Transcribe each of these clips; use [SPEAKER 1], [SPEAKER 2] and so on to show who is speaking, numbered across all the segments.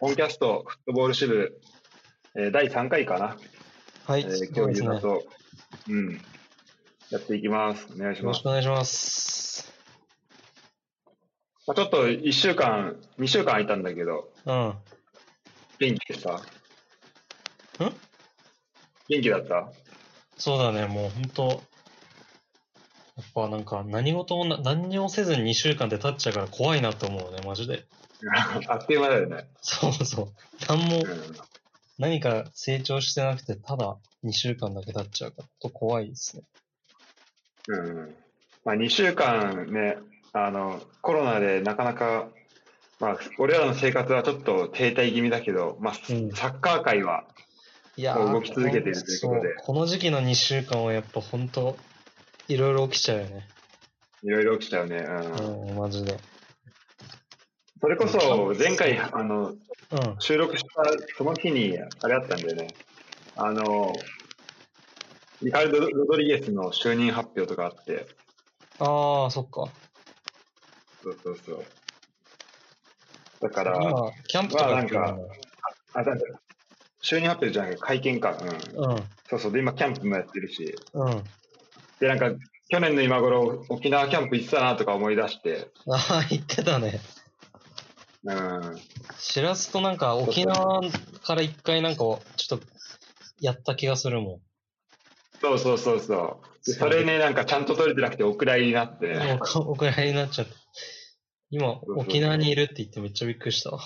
[SPEAKER 1] 本キャストフットボール支部、えー第3回かな、
[SPEAKER 2] はい、
[SPEAKER 1] え
[SPEAKER 2] そう
[SPEAKER 1] ー、競
[SPEAKER 2] で
[SPEAKER 1] 技
[SPEAKER 2] す
[SPEAKER 1] だ
[SPEAKER 2] ね。
[SPEAKER 1] と、うん、やっていきます。お願いし
[SPEAKER 2] よろ
[SPEAKER 1] ま
[SPEAKER 2] し
[SPEAKER 1] す。
[SPEAKER 2] くお願いします。
[SPEAKER 1] まあ、ちょっと1週間、2週間空いたんだけど、
[SPEAKER 2] うん。
[SPEAKER 1] 元気でした元気だった
[SPEAKER 2] そうだね、もう本当やっぱなんか何事もな、何にもせずに2週間で経っちゃうから怖いなと思うね、マジで。
[SPEAKER 1] あっという間だよね。
[SPEAKER 2] そうそう。何も
[SPEAKER 1] う、ん
[SPEAKER 2] 何か成長してなくて、ただ2週間だけ経っちゃうから、と怖いですね。
[SPEAKER 1] うんまあ、2週間ね、あのコロナでなかなか、まあ、俺らの生活はちょっと停滞気味だけど、まあ、
[SPEAKER 2] うん
[SPEAKER 1] サッカー界は、
[SPEAKER 2] いや
[SPEAKER 1] も
[SPEAKER 2] ー
[SPEAKER 1] う動き続けているということで
[SPEAKER 2] そうこの時期の2週間はやっぱ本当いろいろ起きちゃうよね。
[SPEAKER 1] いろいろ起きちゃうね。うん
[SPEAKER 2] うん、マジで。
[SPEAKER 1] それこそ、前回あの
[SPEAKER 2] うん。
[SPEAKER 1] 収録したその日に、あれあったんだよね。あの、リカルド・ロドリゲスの就任発表とかあって、
[SPEAKER 2] ああ、そっか。
[SPEAKER 1] そうそうそう。だから、
[SPEAKER 2] 今、キャンプとかやってる
[SPEAKER 1] まあなんあ、だ就任発表じゃなくて会見か。うん。
[SPEAKER 2] もんね
[SPEAKER 1] そうそう。で、今、キャンプもやってるし。
[SPEAKER 2] うん。うん。
[SPEAKER 1] で、なんか、去年の今頃、沖縄キャンプ行ってたなとか思い出して、
[SPEAKER 2] ああ、言ってたね。
[SPEAKER 1] うん。
[SPEAKER 2] しらすとなんか沖縄から一回なんかちょっとやった気がするも
[SPEAKER 1] そうそうそうそう。でそれね、なんかちゃんと取れてなくて、お蔵入りになって
[SPEAKER 2] ん。
[SPEAKER 1] ね。
[SPEAKER 2] もうお蔵入りになっちゃって。今
[SPEAKER 1] そうそう
[SPEAKER 2] 沖縄にいるって言ってめっちゃびっくりしたわ。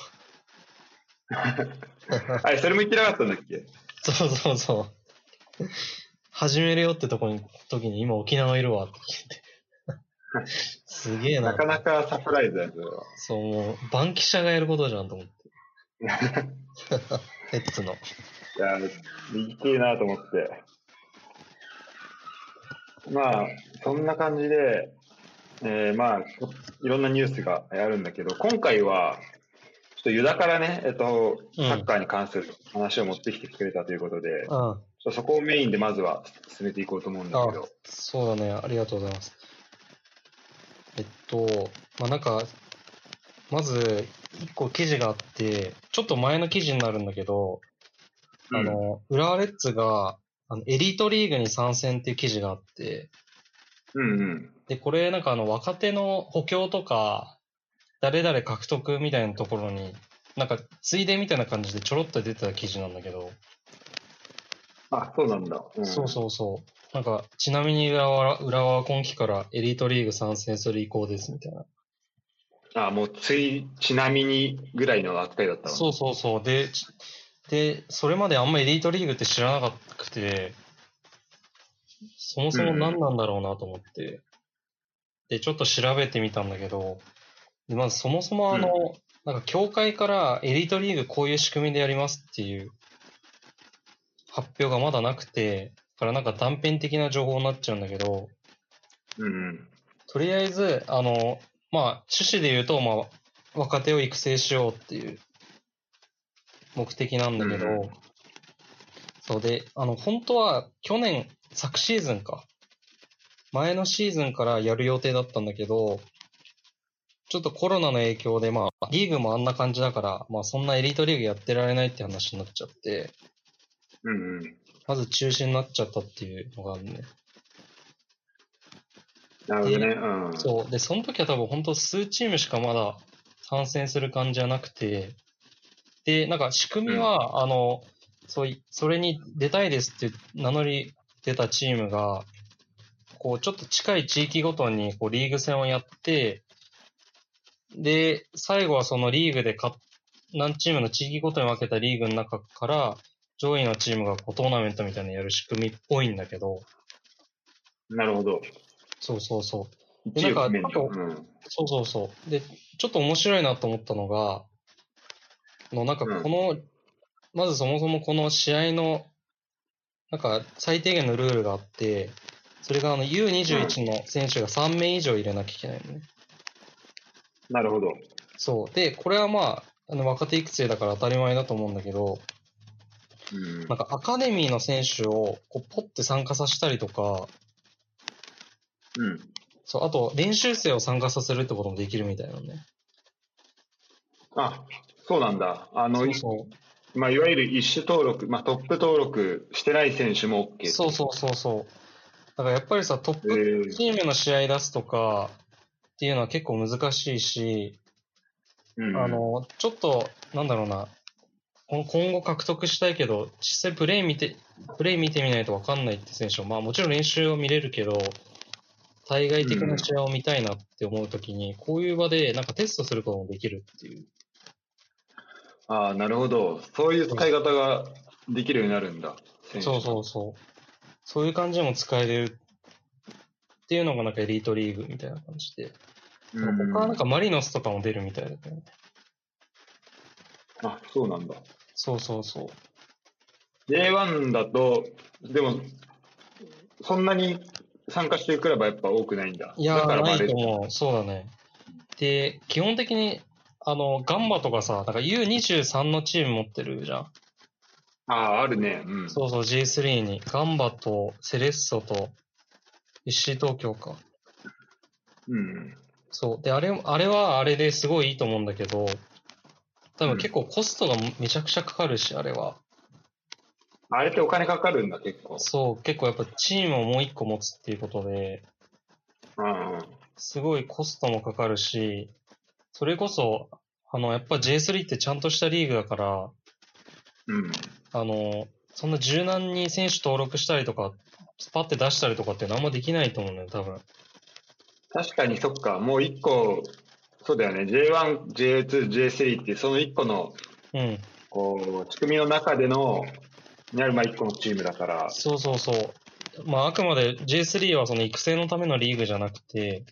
[SPEAKER 1] あれ、それも言ってなかったんだっけ
[SPEAKER 2] そうそうそう。始めるよってとこに、時に今沖縄いるわって聞いて。すげえな
[SPEAKER 1] な。かなかサプライズだよ、それは。
[SPEAKER 2] そう、もう、バンキシャがやることじゃんと思って。 ペッツの。
[SPEAKER 1] いや、行きてえなと思って。まあ、そんな感じで、えーまあ、こいろんなニュースがあるんだけど、今回は、ちょっとユダからね、えっと、サ
[SPEAKER 2] うん
[SPEAKER 1] ッカーに関する話を持ってきてくれたということで、ちょっ
[SPEAKER 2] うん。
[SPEAKER 1] とそこをメインでまずは進めていこうと思うんだけど、
[SPEAKER 2] そうだね、ありがとうございます。えっと、まあ、なんか、まず、一個記事があって、ちょっと前の記事になるんだけど、あ
[SPEAKER 1] うん
[SPEAKER 2] の、浦和レッズが、あの、エリートリーグに参戦っていう記事があって、
[SPEAKER 1] うんうん。
[SPEAKER 2] で、これ、なんかあの、若手の補強とか、誰々獲得みたいなところに、なんか、ついでみたいな感じでちょろっと出てた記事なんだけど、
[SPEAKER 1] あ、そうなんだ。うん、
[SPEAKER 2] そうそうそう。なんか、ちなみに浦和は、浦和は今季からエリートリーグ参戦する意向ですみたいな。
[SPEAKER 1] あ、もう、つい、ちなみにぐらいの扱いだったわ
[SPEAKER 2] そうそうそう。で、ちで、それまであんまエリートリーグって知らなくて、そもそも何なんだろうなと思って、で、ちょっと調べてみたんだけど、でまずそもそもあの、なんか協会からエリートリーグこういう仕組みでやりますっていう発表がまだなくて、だからなんか断片的な情報になっちゃうんだけど、
[SPEAKER 1] うんうん。
[SPEAKER 2] とりあえず、あの、まあ、趣旨で言うと、まあ、若手を育成しようっていう目的なんだけど、
[SPEAKER 1] うん
[SPEAKER 2] そうで、あの、本当は去年、昨シーズンか、前のシーズンからやる予定だったんだけど、ちょっとコロナの影響で、まあ、リーグもあんな感じだから、まあ、そんなエリートリーグやってられないって話になっちゃって、
[SPEAKER 1] うんうん。
[SPEAKER 2] まず中止になっちゃったっていうのがあるね。
[SPEAKER 1] なるほどね。うん。
[SPEAKER 2] そう。で、その時は多分本当数チームしかまだ参戦する感じじゃなくて、で、なんか仕組みは、あの、そうい、それに出たいですって名乗り出たチームが、こう、ちょっと近い地域ごとに、こう、リーグ戦をやって、で、最後はそのリーグで勝っ何チームの地域ごとに分けたリーグの中から、上位のチームがこうトーナメントみたいなのやる仕組みっぽいんだけど、
[SPEAKER 1] なるほど。
[SPEAKER 2] そうそうそう。
[SPEAKER 1] 一
[SPEAKER 2] なんか
[SPEAKER 1] 応決める
[SPEAKER 2] あと
[SPEAKER 1] うん
[SPEAKER 2] そうそうそう。で、ちょっと面白いなと思ったのが、あのなんかこの、まずそもそもこの試合の、なんか最低限のルールがあって、それがあの U21 の選手が3名以上入れなきゃいけないのね。
[SPEAKER 1] なるほど。
[SPEAKER 2] そう。で、これはまあ、あの若手育成だから当たり前だと思うんだけど、
[SPEAKER 1] うん
[SPEAKER 2] なんかアカデミーの選手をこうポッて参加させたりとか、
[SPEAKER 1] うん。
[SPEAKER 2] そう、あと練習生を参加させるってこともできるみたいなのね。
[SPEAKER 1] あ、そうなんだ。あの、
[SPEAKER 2] そう
[SPEAKER 1] い
[SPEAKER 2] そ
[SPEAKER 1] まあ、いわゆる一種登録、まあ、トップ登録してない選手も OK
[SPEAKER 2] う。そうそうそうそう。だからやっぱりさ、トッ
[SPEAKER 1] え
[SPEAKER 2] プチームの試合出すとかっていうのは結構難しいし、
[SPEAKER 1] うん、
[SPEAKER 2] あの、ちょっと、なんだろうな、こ今後獲得したいけど、実際プレイ見て、プレイ見てみないとわかんないって選手も、まあもちろん練習を見れるけど、対外的な試合を見たいなって思うときに、こういう場でなんかテストすることもできるっていう。
[SPEAKER 1] ああ、なるほど。そういう使い方ができるようになるんだ。
[SPEAKER 2] そうそうそう。そういう感じでも使えるっていうのがなんかエリートリーグみたいな感じで。
[SPEAKER 1] う
[SPEAKER 2] 他
[SPEAKER 1] ん、
[SPEAKER 2] はなんかマリノスとかも出るみたいだけどね。
[SPEAKER 1] あ、そうなんだ。
[SPEAKER 2] そうそうそう。
[SPEAKER 1] J1 だと、でも、そんなに参加してるクラブはやっぱ多くないんだ。
[SPEAKER 2] いや
[SPEAKER 1] だから
[SPEAKER 2] ー、
[SPEAKER 1] まあ
[SPEAKER 2] ない
[SPEAKER 1] あれ
[SPEAKER 2] と思う。そうだね。で、基本的に、あの、ガンバとかさ、なんか U23 のチーム持ってるじゃん。
[SPEAKER 1] ああ、あるね。うん。
[SPEAKER 2] そうそう、J3 に。ガンバとセレッソと FC 東京か。
[SPEAKER 1] うん。
[SPEAKER 2] そう。で、あれ、あれはあれですごいいいと思うんだけど、多分結構コストがめちゃくちゃかかるし、あれは。
[SPEAKER 1] あれってお金かかるんだ、結構。
[SPEAKER 2] そう、結構やっぱチームをもう一個持つっていうことで、
[SPEAKER 1] うん。
[SPEAKER 2] すごいコストもかかるし、それこそ、あの、やっぱ J3 ってちゃんとしたリーグだから、
[SPEAKER 1] うん。
[SPEAKER 2] あの、そんな柔軟に選手登録したりとか、パッて出したりとかって何もできないと思うんだよ、多分。
[SPEAKER 1] 確かにそっか、もう一個、そうだよね。J1、J2、J3 ってその一個の、
[SPEAKER 2] うん。
[SPEAKER 1] こう、仕組みの中での、にあるまあ一個のチームだから。
[SPEAKER 2] そうそうそう。まあ、あくまで J3 はその育成のためのリーグじゃなくて、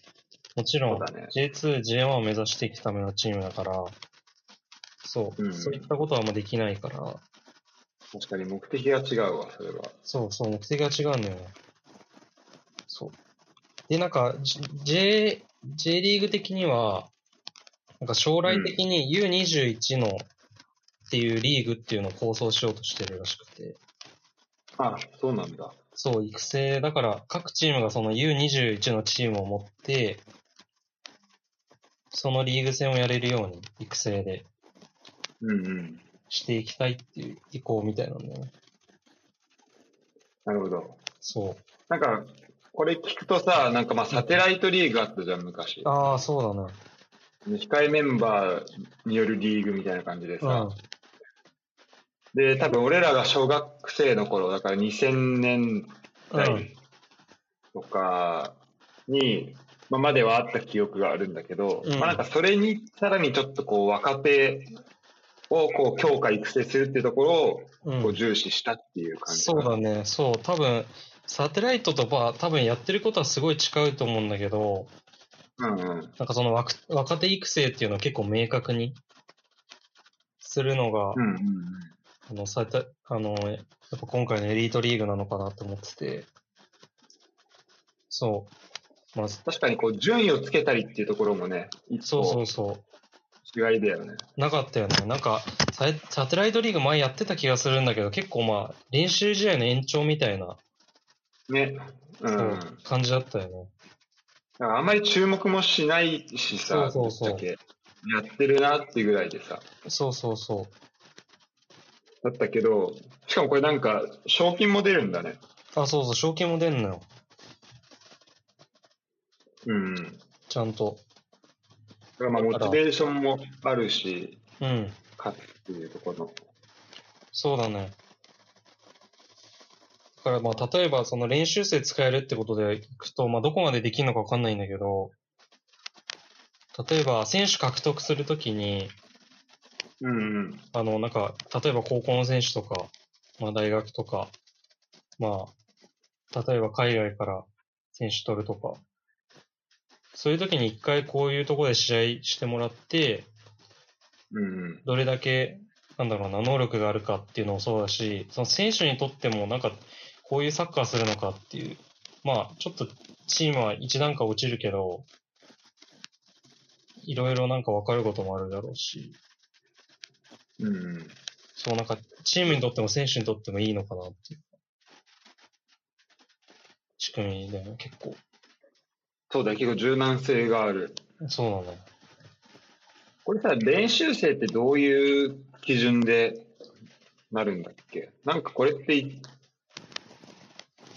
[SPEAKER 2] もちろん
[SPEAKER 1] そうだね
[SPEAKER 2] J2、J1 を目指していくためのチームだから、そう、
[SPEAKER 1] うん
[SPEAKER 2] そういったことはあんまできないから、
[SPEAKER 1] 確かに目的が違うわ、それは。
[SPEAKER 2] そうそう、目的が違うんだよね。そう。で、なんか、J- J、J リーグ的には、なんか将来的に U21 のっていうリーグっていうのを構想しようとしてるらしくて、
[SPEAKER 1] あ、そうなんだ。
[SPEAKER 2] そう、育成、だから各チームがその U21 のチームを持って、そのリーグ戦をやれるように育成で
[SPEAKER 1] うんうん。
[SPEAKER 2] していきたいっていう意向みたいなんだよね。
[SPEAKER 1] なるほど。
[SPEAKER 2] そ
[SPEAKER 1] なんか、これ聞くとさ、なんかまあサテライトリーグあったじゃん、昔
[SPEAKER 2] う。。ああ、そうだね。
[SPEAKER 1] 控えメンバーによるリーグみたいな感じで
[SPEAKER 2] う
[SPEAKER 1] さ
[SPEAKER 2] ん。。
[SPEAKER 1] で、多分俺らが小学生の頃、だから2000年
[SPEAKER 2] うん
[SPEAKER 1] 代とかに、まあ、まではあった記憶があるんだけど、
[SPEAKER 2] うん
[SPEAKER 1] まあなんかそれにさらにちょっとこう若手をこう強化育成するっていうところを
[SPEAKER 2] うん
[SPEAKER 1] こう重視したっていう感じか
[SPEAKER 2] そ
[SPEAKER 1] な、
[SPEAKER 2] うだね、そう、多分サテライトとバー、多分やってることはすごい近いと思うんだけど、
[SPEAKER 1] うんうん。
[SPEAKER 2] なんかその若若手育成っていうのを結構明確にするのが、
[SPEAKER 1] うんうんうん。
[SPEAKER 2] あの、サテあの、やっぱ今回のエリートリーグなのかなと思ってて、そう、まあ、
[SPEAKER 1] 確かにこう順位をつけたりっていうところもね、一
[SPEAKER 2] そうそ
[SPEAKER 1] 個
[SPEAKER 2] うそ
[SPEAKER 1] 違いだよね。
[SPEAKER 2] う、なかったよね。なんか、ササテライトリーグ前やってた気がするんだけど、結構まあ、練習試合の延長みたいな、
[SPEAKER 1] ね。う
[SPEAKER 2] そ
[SPEAKER 1] ん。
[SPEAKER 2] う
[SPEAKER 1] だか
[SPEAKER 2] 感じだったよね。
[SPEAKER 1] らあんまり注目もしないしさ、
[SPEAKER 2] そうそうそう
[SPEAKER 1] ぶっちゃけやってるなっていうぐらいでさ。
[SPEAKER 2] そうそうそう。
[SPEAKER 1] だったけど、しかもこれなんか、賞金も出るんだね。
[SPEAKER 2] あ、そうそう、賞金も出んのよ。
[SPEAKER 1] うん。だ
[SPEAKER 2] ちゃんと。
[SPEAKER 1] からまあ、モチベーションもあるし、
[SPEAKER 2] うん。
[SPEAKER 1] 勝つっていうところの。
[SPEAKER 2] そうだね。だからまあ、例えばその練習生使えるってことでいくと、まあ、どこまでできるのかわかんないんだけど、例えば選手獲得するときに、
[SPEAKER 1] うんうん。
[SPEAKER 2] あの、なんか、例えば高校の選手とか、まあ、大学とか、まあ、例えば海外から選手取るとか、そういう時に一回こういうところで試合してもらって、
[SPEAKER 1] うんうん。
[SPEAKER 2] どれだけ、なんだろうな、能力があるかっていうのもそうだし、その選手にとっても、なんか、こういうサッカーするのかっていう、まあ、ちょっとチームは一段階落ちるけど、いろいろなんか分かることもあるだろうし、
[SPEAKER 1] うんうん。
[SPEAKER 2] そうなんか、チームにとっても選手にとってもいいのかなっていう。仕組みだよね、結構。
[SPEAKER 1] そうだ、結構柔軟性がある。
[SPEAKER 2] そうなんだよ。
[SPEAKER 1] これさ、練習生ってどういう基準でなるんだっけなんかこれってい、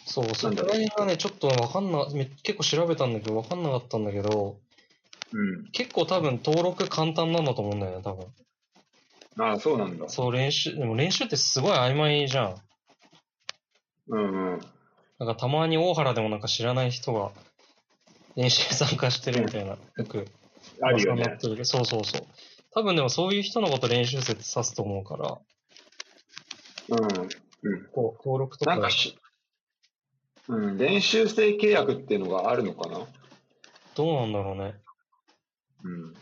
[SPEAKER 2] そう、そこら辺がね、ちょっとわかんな、め結構調べたんだけど、わかんなかったんだけど、
[SPEAKER 1] う
[SPEAKER 2] 結構多分登録簡単なんだと思うんだよね、多分。
[SPEAKER 1] ん。ああ、そうなんだ。
[SPEAKER 2] そう、練習、でも練習ってすごい曖昧じゃん。
[SPEAKER 1] うんうん。
[SPEAKER 2] なんかたまに大原でもなんか知らない人が練習参加してるみたいな、よく
[SPEAKER 1] あるよ
[SPEAKER 2] 噂にな
[SPEAKER 1] ね
[SPEAKER 2] っ。てるそうそうそう。多分でもそういう人のこと練習生って指すと思うから、
[SPEAKER 1] うん。うん。
[SPEAKER 2] こう登録とか
[SPEAKER 1] なんかし、うん、練習生契約っていうのがあるのかな
[SPEAKER 2] どうなんだろうね。
[SPEAKER 1] うん。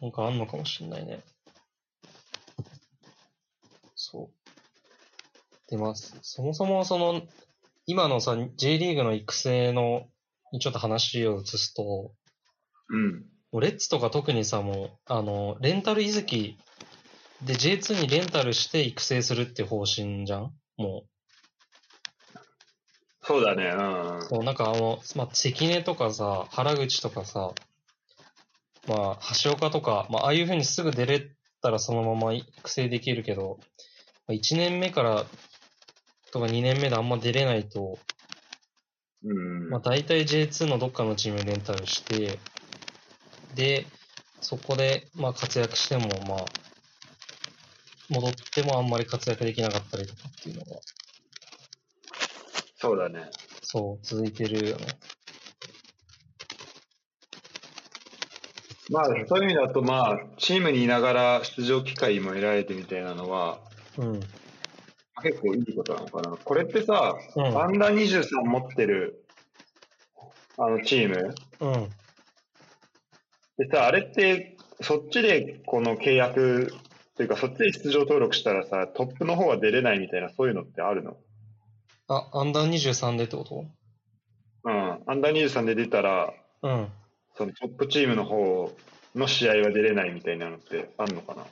[SPEAKER 2] なんかあんのかもしんないね。そう。で、まあ、そそもそもその、今のさ、J リーグの育成の、にちょっと話を移すと、も
[SPEAKER 1] うん。
[SPEAKER 2] うレッツとか特にさ、もう、あの、レンタル移籍で J2 にレンタルして育成するって方針じゃんも
[SPEAKER 1] そうだね。うん
[SPEAKER 2] う、。そうなんかあの、まあ、関根とかさ、原口とかさ、まあ、橋岡とか、まあ、ああいう風にすぐ出れたらそのまま育成できるけど、まあ、1年目からとか2年目であんま出れないと、
[SPEAKER 1] うん。
[SPEAKER 2] まあ、大体 J2 のどっかのチームにレンタルして、で、そこで、まあ、活躍しても、まあ、戻ってもあんまり活躍できなかったりとかっていうのが、
[SPEAKER 1] そうだね。
[SPEAKER 2] そう、続いてるよね。
[SPEAKER 1] まあ、そういう意味だと、まあ、チームにいながら出場機会も得られてみたいなのは、
[SPEAKER 2] うん。
[SPEAKER 1] 結構いいことなのかな。これってさ、
[SPEAKER 2] うん
[SPEAKER 1] アンダー23持ってる、あの、チーム
[SPEAKER 2] うん。
[SPEAKER 1] でさ、あれって、そっちでこの契約っていうか、そっちで出場登録したらさ、トップの方は出れないみたいな、そういうのってあるの
[SPEAKER 2] あ、アンダー23でってこと
[SPEAKER 1] うん。アンダー23で出たら、
[SPEAKER 2] うん。
[SPEAKER 1] そのトップチームの方の試合は出れないみたいなのってあるのかな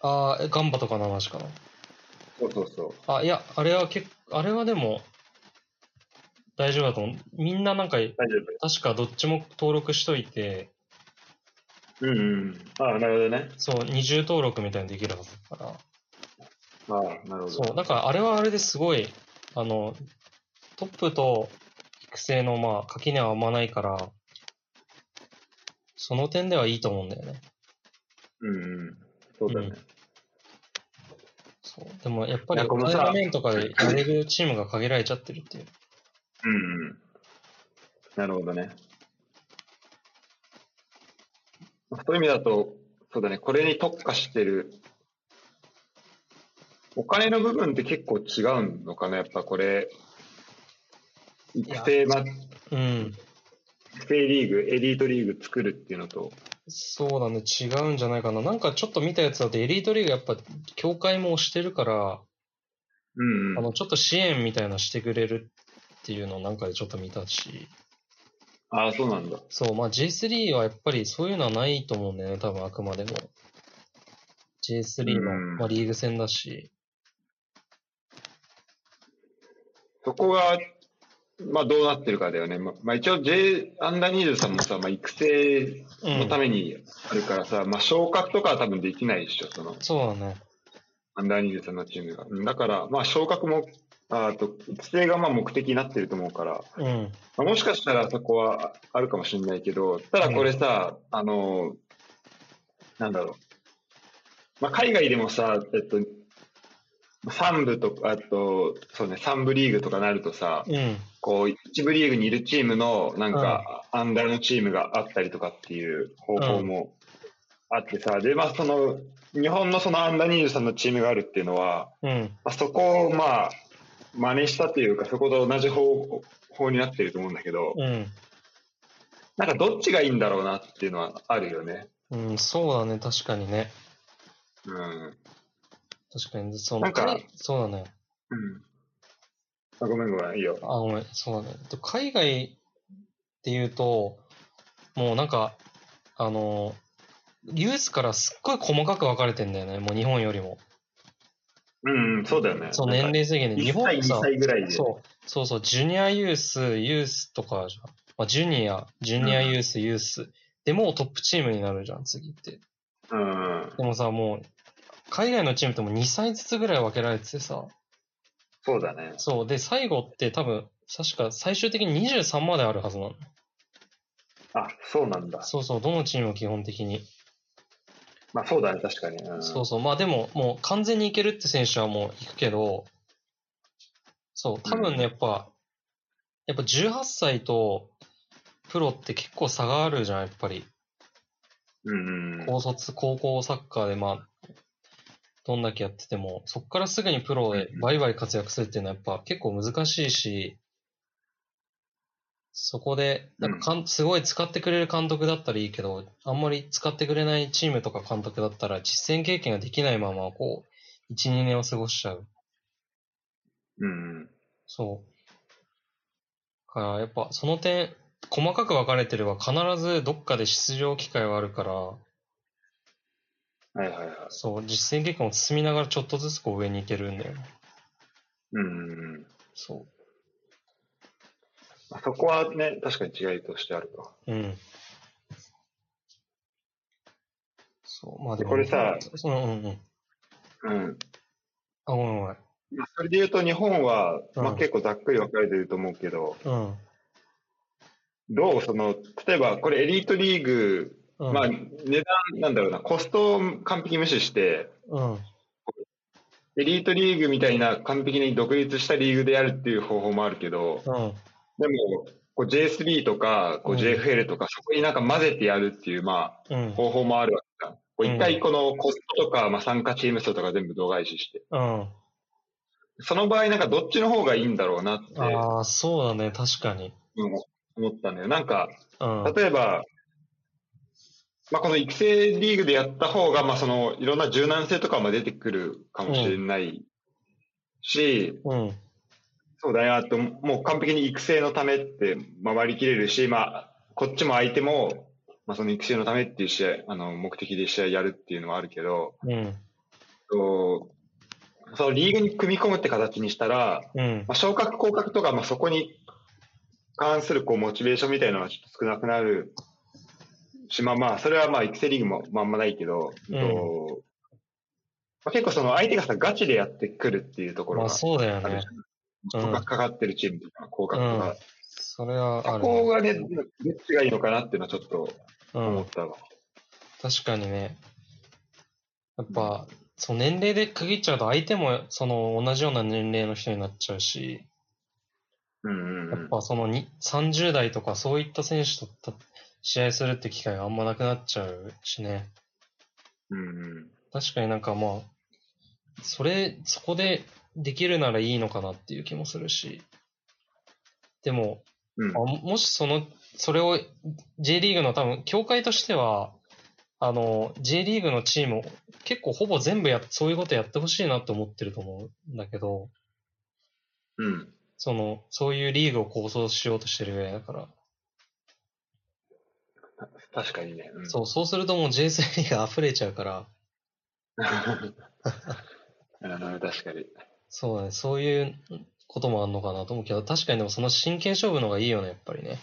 [SPEAKER 2] あーえガンバとかの話かな。
[SPEAKER 1] そうそうそう。
[SPEAKER 2] あ、いや、あれは結構、あれはでも、大丈夫だと思う。みんななんか、
[SPEAKER 1] 大丈夫。
[SPEAKER 2] 確かどっちも登録しといて、
[SPEAKER 1] うんうん。ああ、なるほどね。
[SPEAKER 2] そう、二重登録みたいにできるはずだから。
[SPEAKER 1] ああ、なるほど。
[SPEAKER 2] そう、だからあれはあれですごい、あの、トップと育成の、まあ、垣根はあんまないから、その点ではいいと思うんだよね。
[SPEAKER 1] うんうん。そうだね。
[SPEAKER 2] そう。でもやっぱり、
[SPEAKER 1] いやこのさ
[SPEAKER 2] の面とかでやれるチームが限られちゃってるっていう。
[SPEAKER 1] うんうん。なるほどね。そういう意味だと、そうだね、これに特化してる、お金の部分って結構違うのかな、やっぱこれ、育成、ま、
[SPEAKER 2] うん。
[SPEAKER 1] 育成リーグ、エリートリーグ作るっていうのと、
[SPEAKER 2] そうだね、違うんじゃないかな。なんかちょっと見たやつだと、エリートリーグやっぱ、協会も推してるから、
[SPEAKER 1] うん、う
[SPEAKER 2] あ
[SPEAKER 1] ん。
[SPEAKER 2] の、ちょっと支援みたいなのしてくれるっていうのをなんかでちょっと見たし、
[SPEAKER 1] ああ、そうなんだ。
[SPEAKER 2] そう、まあ J3 はやっぱりそういうのはないと思うんだよね、多分あくまでも。J3 の、
[SPEAKER 1] うん
[SPEAKER 2] まあ、リーグ戦だし、
[SPEAKER 1] そこが、まあどうなってるかだよね。ままあ一応 J、アンダー23もさ、まあ育成
[SPEAKER 2] う
[SPEAKER 1] の
[SPEAKER 2] ん
[SPEAKER 1] た、めにあるからさ、まあ昇格とかは多分できないでしょ、その、
[SPEAKER 2] そうだね。
[SPEAKER 1] アンダー23のチームが。うんだから、まあ昇格も、あと、育成がまあ目的になってると思うから、
[SPEAKER 2] うん、
[SPEAKER 1] まあもしかしたらそこはああるかもしれないけど、ただこれさ、あの、なんだろう。まあ海外でもさ、えっと、3部とか、あと、そうね、3部リーグとかなるとさ、
[SPEAKER 2] うん、
[SPEAKER 1] こう、一部リーグにいるチームの、なんか、アンダーのチームがあったりとかっていう方法もあってさ、で、まあ、その、日本のそのアンダー23のチームがあるっていうのは、
[SPEAKER 2] うん、
[SPEAKER 1] まあ、そこを、まあ、真似したというか、そこと同じ方法になってると思うんだけど、
[SPEAKER 2] うん。
[SPEAKER 1] なんかどっちがいいんだろうなっていうのはあるよね。
[SPEAKER 2] うん、そうだね、確かにね。
[SPEAKER 1] うん。
[SPEAKER 2] 確かに、そう、
[SPEAKER 1] なんか
[SPEAKER 2] そうだね。
[SPEAKER 1] うん。あごめんごめん、いいよ。
[SPEAKER 2] あ、ごめん、そうだね。と海外っていうと、もうなんか、あの、ユースからすっごい細かく分かれてんだよね、もう日本よりも。
[SPEAKER 1] うん、うんそうだよね。
[SPEAKER 2] そう、
[SPEAKER 1] なんか
[SPEAKER 2] 年齢制限で。日
[SPEAKER 1] 1
[SPEAKER 2] 本
[SPEAKER 1] 歳、
[SPEAKER 2] さ
[SPEAKER 1] 2歳ぐらいで。
[SPEAKER 2] そう、そうそう、ジュニアユース、ユースとかじゃん。まあ、ジュニア、ジュニアユース、ユース。でもうトップチームになるじゃん、次って。
[SPEAKER 1] うん。
[SPEAKER 2] でもさ、もう、海外のチームってもう2歳ずつぐらい分けられててさ、
[SPEAKER 1] そうだね。
[SPEAKER 2] そう、で、最後って多分、確か最終的に23まであるはずなの。
[SPEAKER 1] あ、そうなんだ。
[SPEAKER 2] そうそう、どのチームも基本的に。
[SPEAKER 1] まあそうだね、確かに。うん、
[SPEAKER 2] そうそう、まあでも、もう完全にいけるって選手はもう行くけど、そう、多分
[SPEAKER 1] うん
[SPEAKER 2] ね、やっぱ、やっぱ18歳とプロって結構差があるじゃん、やっぱり。
[SPEAKER 1] うんうん。
[SPEAKER 2] 高卒、高校サッカーで、まあ、どんだけやってても、そこからすぐにプロで
[SPEAKER 1] うんうん
[SPEAKER 2] バリバリ活躍するっていうのはやっぱ結構難しいし、そこで、なんかかん、すごい使ってくれる監督だったらいいけど、あんまり使ってくれないチームとか監督だったら、実践経験ができないまま、こう、1、2年を過ごしちゃう。
[SPEAKER 1] うんうん。
[SPEAKER 2] そう。だから、やっぱ、その点、細かく分かれてれば、必ずどっかで出場機会はあるから、
[SPEAKER 1] はいはいはい。
[SPEAKER 2] そう、実践経験を進みながらちょっとずつこう上に行けるんだよね。
[SPEAKER 1] うんうんうん。
[SPEAKER 2] そ
[SPEAKER 1] まあ、そこはね、確かに違いとしてあると。
[SPEAKER 2] う。うん。そう、まあ
[SPEAKER 1] で
[SPEAKER 2] でも。
[SPEAKER 1] これさ
[SPEAKER 2] うんうんうん。
[SPEAKER 1] うん。
[SPEAKER 2] あ、ごめんごめん。
[SPEAKER 1] まあ、それで言うと日本は、まあ
[SPEAKER 2] うん
[SPEAKER 1] 結構ざっくり分かれてると思うけど、
[SPEAKER 2] うん。
[SPEAKER 1] どうその、例えばこれエリートリーグ、
[SPEAKER 2] うん、
[SPEAKER 1] まあ値段、なんだろうな、コストを完璧に無視して、
[SPEAKER 2] うん。
[SPEAKER 1] エリートリーグみたいな完璧に独立したリーグでやるっていう方法もあるけど、
[SPEAKER 2] うん。
[SPEAKER 1] でも、こう J3 とか、こう
[SPEAKER 2] うん
[SPEAKER 1] JFL とか、そこになんか混ぜてやるっていう、まあ、
[SPEAKER 2] うん。
[SPEAKER 1] 方法もあるわけじゃん。こう
[SPEAKER 2] うん
[SPEAKER 1] 一回このコストとか、まあ、参加チーム数とか全部度外視して。
[SPEAKER 2] うん。
[SPEAKER 1] その場合、なんかどっちの方がいいんだろうなって
[SPEAKER 2] ああ、そうだね。確かに。
[SPEAKER 1] うん思ったんだよ。なんか、
[SPEAKER 2] うん。
[SPEAKER 1] 例えば、まあ、この育成リーグでやった方が、まあ、その、いろんな柔軟性とかも出てくるかもしれないし、
[SPEAKER 2] うん。
[SPEAKER 1] そうだなと、もう完璧に育成のためって、まあ、割り切れるし、まあ、こっちも相手も、まあ、その育成のためっていう試合、あの、目的で試合やるっていうのはあるけど、
[SPEAKER 2] うん。
[SPEAKER 1] とそのリーグに組み込むって形にしたら、
[SPEAKER 2] うん。
[SPEAKER 1] まあ、昇格、降格とか、まあ、そこに関するこうモチベーションみたいなのはちょっと少なくなるし、まあまあ、それはまあ、育成リーグもまああんまないけど、
[SPEAKER 2] うん
[SPEAKER 1] とまあ、結構その相手がさ、ガチでやってくるっていうところ
[SPEAKER 2] まあ
[SPEAKER 1] が
[SPEAKER 2] そうだよ
[SPEAKER 1] ある
[SPEAKER 2] ね
[SPEAKER 1] じ。ゃん。
[SPEAKER 2] うん
[SPEAKER 1] 降格かかってるチームとか、降格と
[SPEAKER 2] うん
[SPEAKER 1] か。。
[SPEAKER 2] それはあ
[SPEAKER 1] そ
[SPEAKER 2] る
[SPEAKER 1] こ
[SPEAKER 2] ね。
[SPEAKER 1] がね、どっちがいいのかなっていうのはちょっと
[SPEAKER 2] う
[SPEAKER 1] 思
[SPEAKER 2] ん
[SPEAKER 1] っ。たわ。
[SPEAKER 2] 確かにね。やっぱ、そう年齢で区切っちゃうと相手もその同じような年齢の人になっちゃうし、
[SPEAKER 1] うんうんう
[SPEAKER 2] やっ
[SPEAKER 1] ん。
[SPEAKER 2] ぱそのに30代とかそういった選手とた試合するって機会があんまなくなっちゃうしね。
[SPEAKER 1] うんうん
[SPEAKER 2] 確かになんかまあ、それ、そこでできるならいいのかなっていう気もするし。でも、
[SPEAKER 1] うん
[SPEAKER 2] あもしその、それを J リーグの多分、協会としては、あの、J リーグのチームを結構ほぼ全部やっ、そういうことやってほしいなと思ってると思うんだけど、
[SPEAKER 1] うん。
[SPEAKER 2] その、そういうリーグを構想しようとしてるぐらいだから。
[SPEAKER 1] 確かにね。うん
[SPEAKER 2] そう、そうするともう J3 が溢れちゃうから、
[SPEAKER 1] うん確かに。
[SPEAKER 2] そうだね、そういうこともあんのかなと思うけど、確かにでもその真剣勝負の方がいいよね、やっぱりね。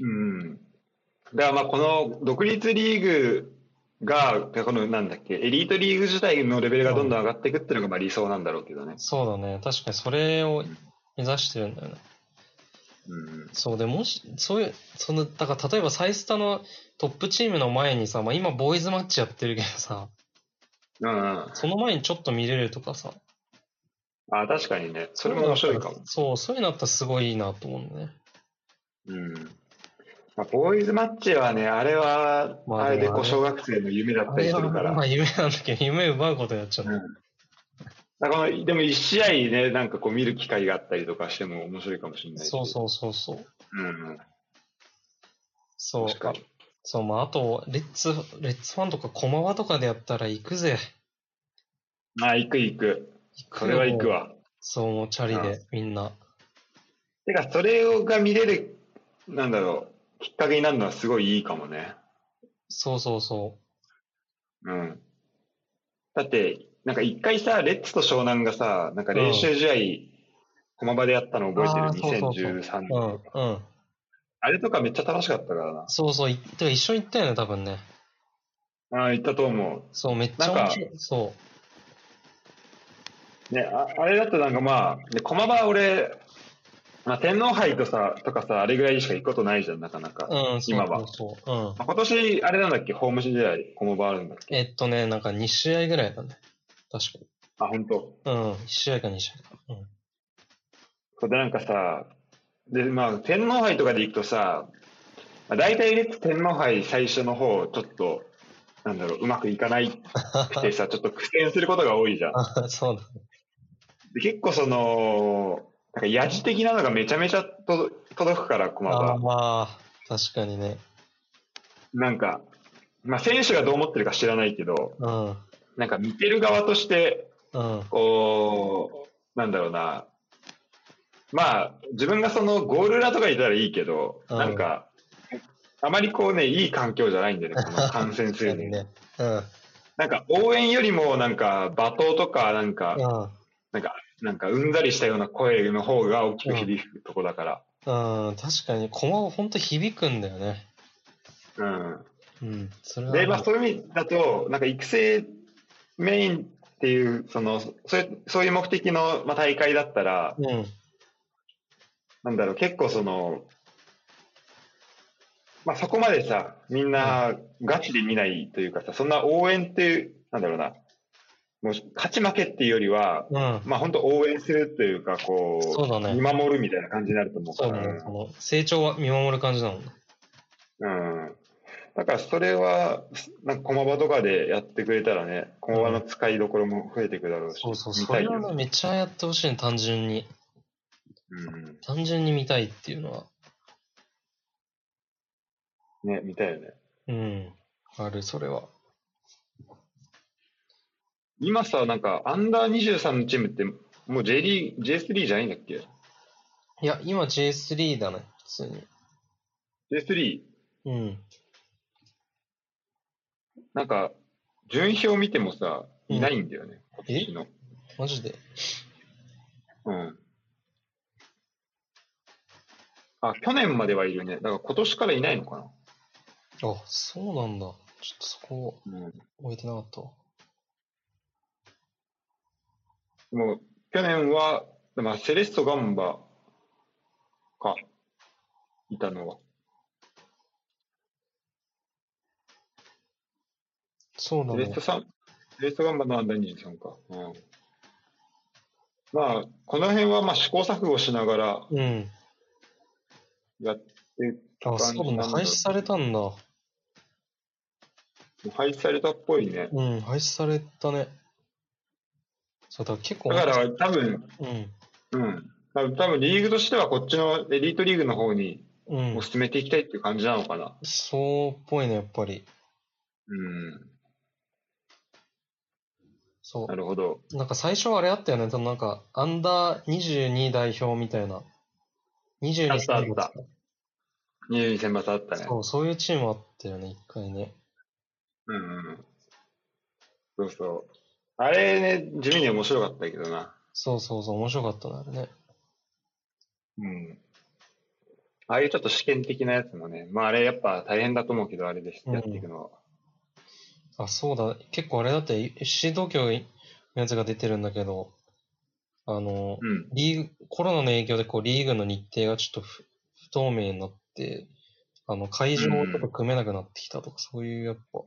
[SPEAKER 1] うん。だからまあこの独立リーグが、このなんだっけ、エリートリーグ自体のレベルがどんどん上がっていくっていうのがまあ理想なんだろうけどね。
[SPEAKER 2] そうだね、確かにそれを目指してるんだよね。
[SPEAKER 1] うん。
[SPEAKER 2] そうでもし、そういう、その、だから例えばサイスタのトップチームの前にさ、まあ今ボーイズマッチやってるけどさ、
[SPEAKER 1] うん、うん。
[SPEAKER 2] その前にちょっと見れるとかさ、
[SPEAKER 1] あ確かにね。それも面白いかも。
[SPEAKER 2] そう、そういうのあったらすごいいいなと思うんだね。
[SPEAKER 1] うん。まあ、ボーイズマッチはね、あれは、
[SPEAKER 2] まあ
[SPEAKER 1] あれでこ
[SPEAKER 2] まあ
[SPEAKER 1] う
[SPEAKER 2] ね
[SPEAKER 1] 小学生の夢だっ
[SPEAKER 2] あ
[SPEAKER 1] たり
[SPEAKER 2] れ
[SPEAKER 1] す
[SPEAKER 2] は
[SPEAKER 1] るから。
[SPEAKER 2] まあ夢なんだけど、夢奪うことやっちゃう。
[SPEAKER 1] うんだからこのでも一試合ね、なんかこう見る機会があったりとかしても面白いかもしれないし
[SPEAKER 2] そうそうそうそう。
[SPEAKER 1] うんうん。
[SPEAKER 2] そう。
[SPEAKER 1] 確かに。
[SPEAKER 2] そう、まああと、レッツ、レッツファンとか駒場とかでやったら行くぜ。
[SPEAKER 1] あ、行く行く。
[SPEAKER 2] 行く
[SPEAKER 1] それは行く。わ。
[SPEAKER 2] そう、もうチャリで、みんな。
[SPEAKER 1] てか、それをが見れる、なんだろう、きっかけになるのはすごいいいかもね。
[SPEAKER 2] そうそうそ
[SPEAKER 1] うん。だって、なんか一回さ、レッツと湘南がさ、なんか練習試合、駒場でやったの覚
[SPEAKER 2] あ
[SPEAKER 1] え
[SPEAKER 2] ー
[SPEAKER 1] て
[SPEAKER 2] そう
[SPEAKER 1] る
[SPEAKER 2] そ
[SPEAKER 1] ?2013
[SPEAKER 2] うそう
[SPEAKER 1] 年
[SPEAKER 2] う。うん、うん。
[SPEAKER 1] あれとかめっちゃ楽しかったからな。
[SPEAKER 2] そうそう、いてか一緒に行ったよね、多分ね。
[SPEAKER 1] ああ、言ったと思。
[SPEAKER 2] そう、めっちゃ面白い。そう
[SPEAKER 1] ね、ああれだとなんかまあ、ね、駒場俺、まあ、天皇杯とさ、とかさ、あれぐらいしか行くことないじゃん、なかなか。
[SPEAKER 2] う。うん、そう
[SPEAKER 1] 今は
[SPEAKER 2] そうそう。うん。
[SPEAKER 1] まあ今年、あれなんだっけ、ホーム試合、駒場あるんだっけ。
[SPEAKER 2] えっとね、なんか2試合ぐらいだね。確かに。
[SPEAKER 1] あ、本当。
[SPEAKER 2] うん、1試合か2試合か。うん。
[SPEAKER 1] そうで、なんかさ、で、まあ、天皇杯とかで行くとさ、まあ、大体ね、天皇杯最初の方、ちょっと、なんだろう、うまくいかないく てさ、ちょっと苦戦することが多いじゃん。
[SPEAKER 2] あそうだ。
[SPEAKER 1] で結構その、なんかやじ的なのがめちゃめちゃと届くから、駒
[SPEAKER 2] あ
[SPEAKER 1] 場
[SPEAKER 2] ー。まあ、確かにね。
[SPEAKER 1] なんか、まあ、選手がどう思ってるか知らないけど、
[SPEAKER 2] うん。
[SPEAKER 1] なんか見てる側として、
[SPEAKER 2] うん。
[SPEAKER 1] こう、なんだろうな、まあ、自分がそのゴール裏とかいたらいいけど、
[SPEAKER 2] うん
[SPEAKER 1] なんか、あまりこうね、いい環境じゃない んだよね、この感染す
[SPEAKER 2] 確か
[SPEAKER 1] る
[SPEAKER 2] に
[SPEAKER 1] の。
[SPEAKER 2] ね。うん。うん。
[SPEAKER 1] なんか応援よりも、なんか罵倒とか、なんか、なんかうんざりしたような声の方が大きく響くとこだから。
[SPEAKER 2] うん、確かに、駒は本当響くんだよね。
[SPEAKER 1] うん。
[SPEAKER 2] うん。それは。
[SPEAKER 1] で、まあ、そういう意味だと、なんか育成メインっていう、その、そういうそういう目的の、まあ、大会だったら、
[SPEAKER 2] うん。
[SPEAKER 1] なんだろう、結構その、まあ、そこまでさ、みんなガチで見ないというかさ、そんな応援っていう、なんだろうな、もう勝ち負けっていうよりは、
[SPEAKER 2] うん。
[SPEAKER 1] まあ本当応援するというか、こう、
[SPEAKER 2] そうだね
[SPEAKER 1] 見守るみたいな感じになると思うか
[SPEAKER 2] そうだ
[SPEAKER 1] ら、
[SPEAKER 2] ね。その、成長は見守る感じなの。
[SPEAKER 1] うん。だからそれは、なんか駒場とかでやってくれたらね、駒場の使いどころも増えていくだろうし、
[SPEAKER 2] そうそう、
[SPEAKER 1] 見
[SPEAKER 2] そ
[SPEAKER 1] たい
[SPEAKER 2] れ
[SPEAKER 1] よ
[SPEAKER 2] はね、
[SPEAKER 1] ね。
[SPEAKER 2] めっちゃやってほしいね、単純に。
[SPEAKER 1] うん
[SPEAKER 2] 単純に見たいっていうのは。
[SPEAKER 1] ね、見たいよね。
[SPEAKER 2] うん。ある、それは。
[SPEAKER 1] 今さ、なんか、アンダー23のチームって、もう J リーグ、J3 じゃないんだっけ
[SPEAKER 2] いや、今 J3 だね、普通に。
[SPEAKER 1] J3、
[SPEAKER 2] うん。
[SPEAKER 1] なんか、順位表見てもさ、
[SPEAKER 2] うん
[SPEAKER 1] いないんだよね、今年の。
[SPEAKER 2] マジで。
[SPEAKER 1] うん。あ、去年まではいるね。だから今年からいないのか
[SPEAKER 2] あ、そうなんだ。ちょっとそこ、
[SPEAKER 1] な。うん。
[SPEAKER 2] 置いてなかったわ。
[SPEAKER 1] もう、去年は、まあ、セレッソガンバか、いたのは。
[SPEAKER 2] そうな
[SPEAKER 1] セ
[SPEAKER 2] ん
[SPEAKER 1] レッ
[SPEAKER 2] だ
[SPEAKER 1] ソ。さん、セレッソガンバのアンダー23か。うん。まあ、この辺は、まあ、試行錯誤しながら
[SPEAKER 2] うん。
[SPEAKER 1] やって、
[SPEAKER 2] あ、そうなんだ。廃止されたんだ。
[SPEAKER 1] 廃止されたっぽいね。
[SPEAKER 2] うん、廃止されたね。そうだ、結構、
[SPEAKER 1] だから、多分、
[SPEAKER 2] うん。
[SPEAKER 1] うん。多分多分リーグとしてはこっちのエリートリーグの方に
[SPEAKER 2] うん
[SPEAKER 1] もう。進めていきたいっていう感じなのかな。
[SPEAKER 2] そうっぽいね、やっぱり。
[SPEAKER 1] うん。
[SPEAKER 2] そ
[SPEAKER 1] なるほど。
[SPEAKER 2] う。なんか最初はあれあったよね。そのなんか、アンダー22代表みたいな。22
[SPEAKER 1] あったあった
[SPEAKER 2] 代表
[SPEAKER 1] 22選抜あったね。
[SPEAKER 2] そう、そういうチームあったよね、一回ね。
[SPEAKER 1] うんうん。そうそう。あれね、地味に面白かったけどな。
[SPEAKER 2] そうそうそう、面白かったな、あれね。
[SPEAKER 1] うん。ああいうちょっと試験的なやつもね、まああれやっぱ大変だと思うけど、あれでやっていくのは。
[SPEAKER 2] あ、そうだ。結構あれだって、FC 東京のやつが出てるんだけど、あの、
[SPEAKER 1] うん。
[SPEAKER 2] リーグ、コロナの影響でこう、リーグの日程がちょっと不不透明になって、あの、会場をちょっと組めなくなってきたとか、そういうやっぱ、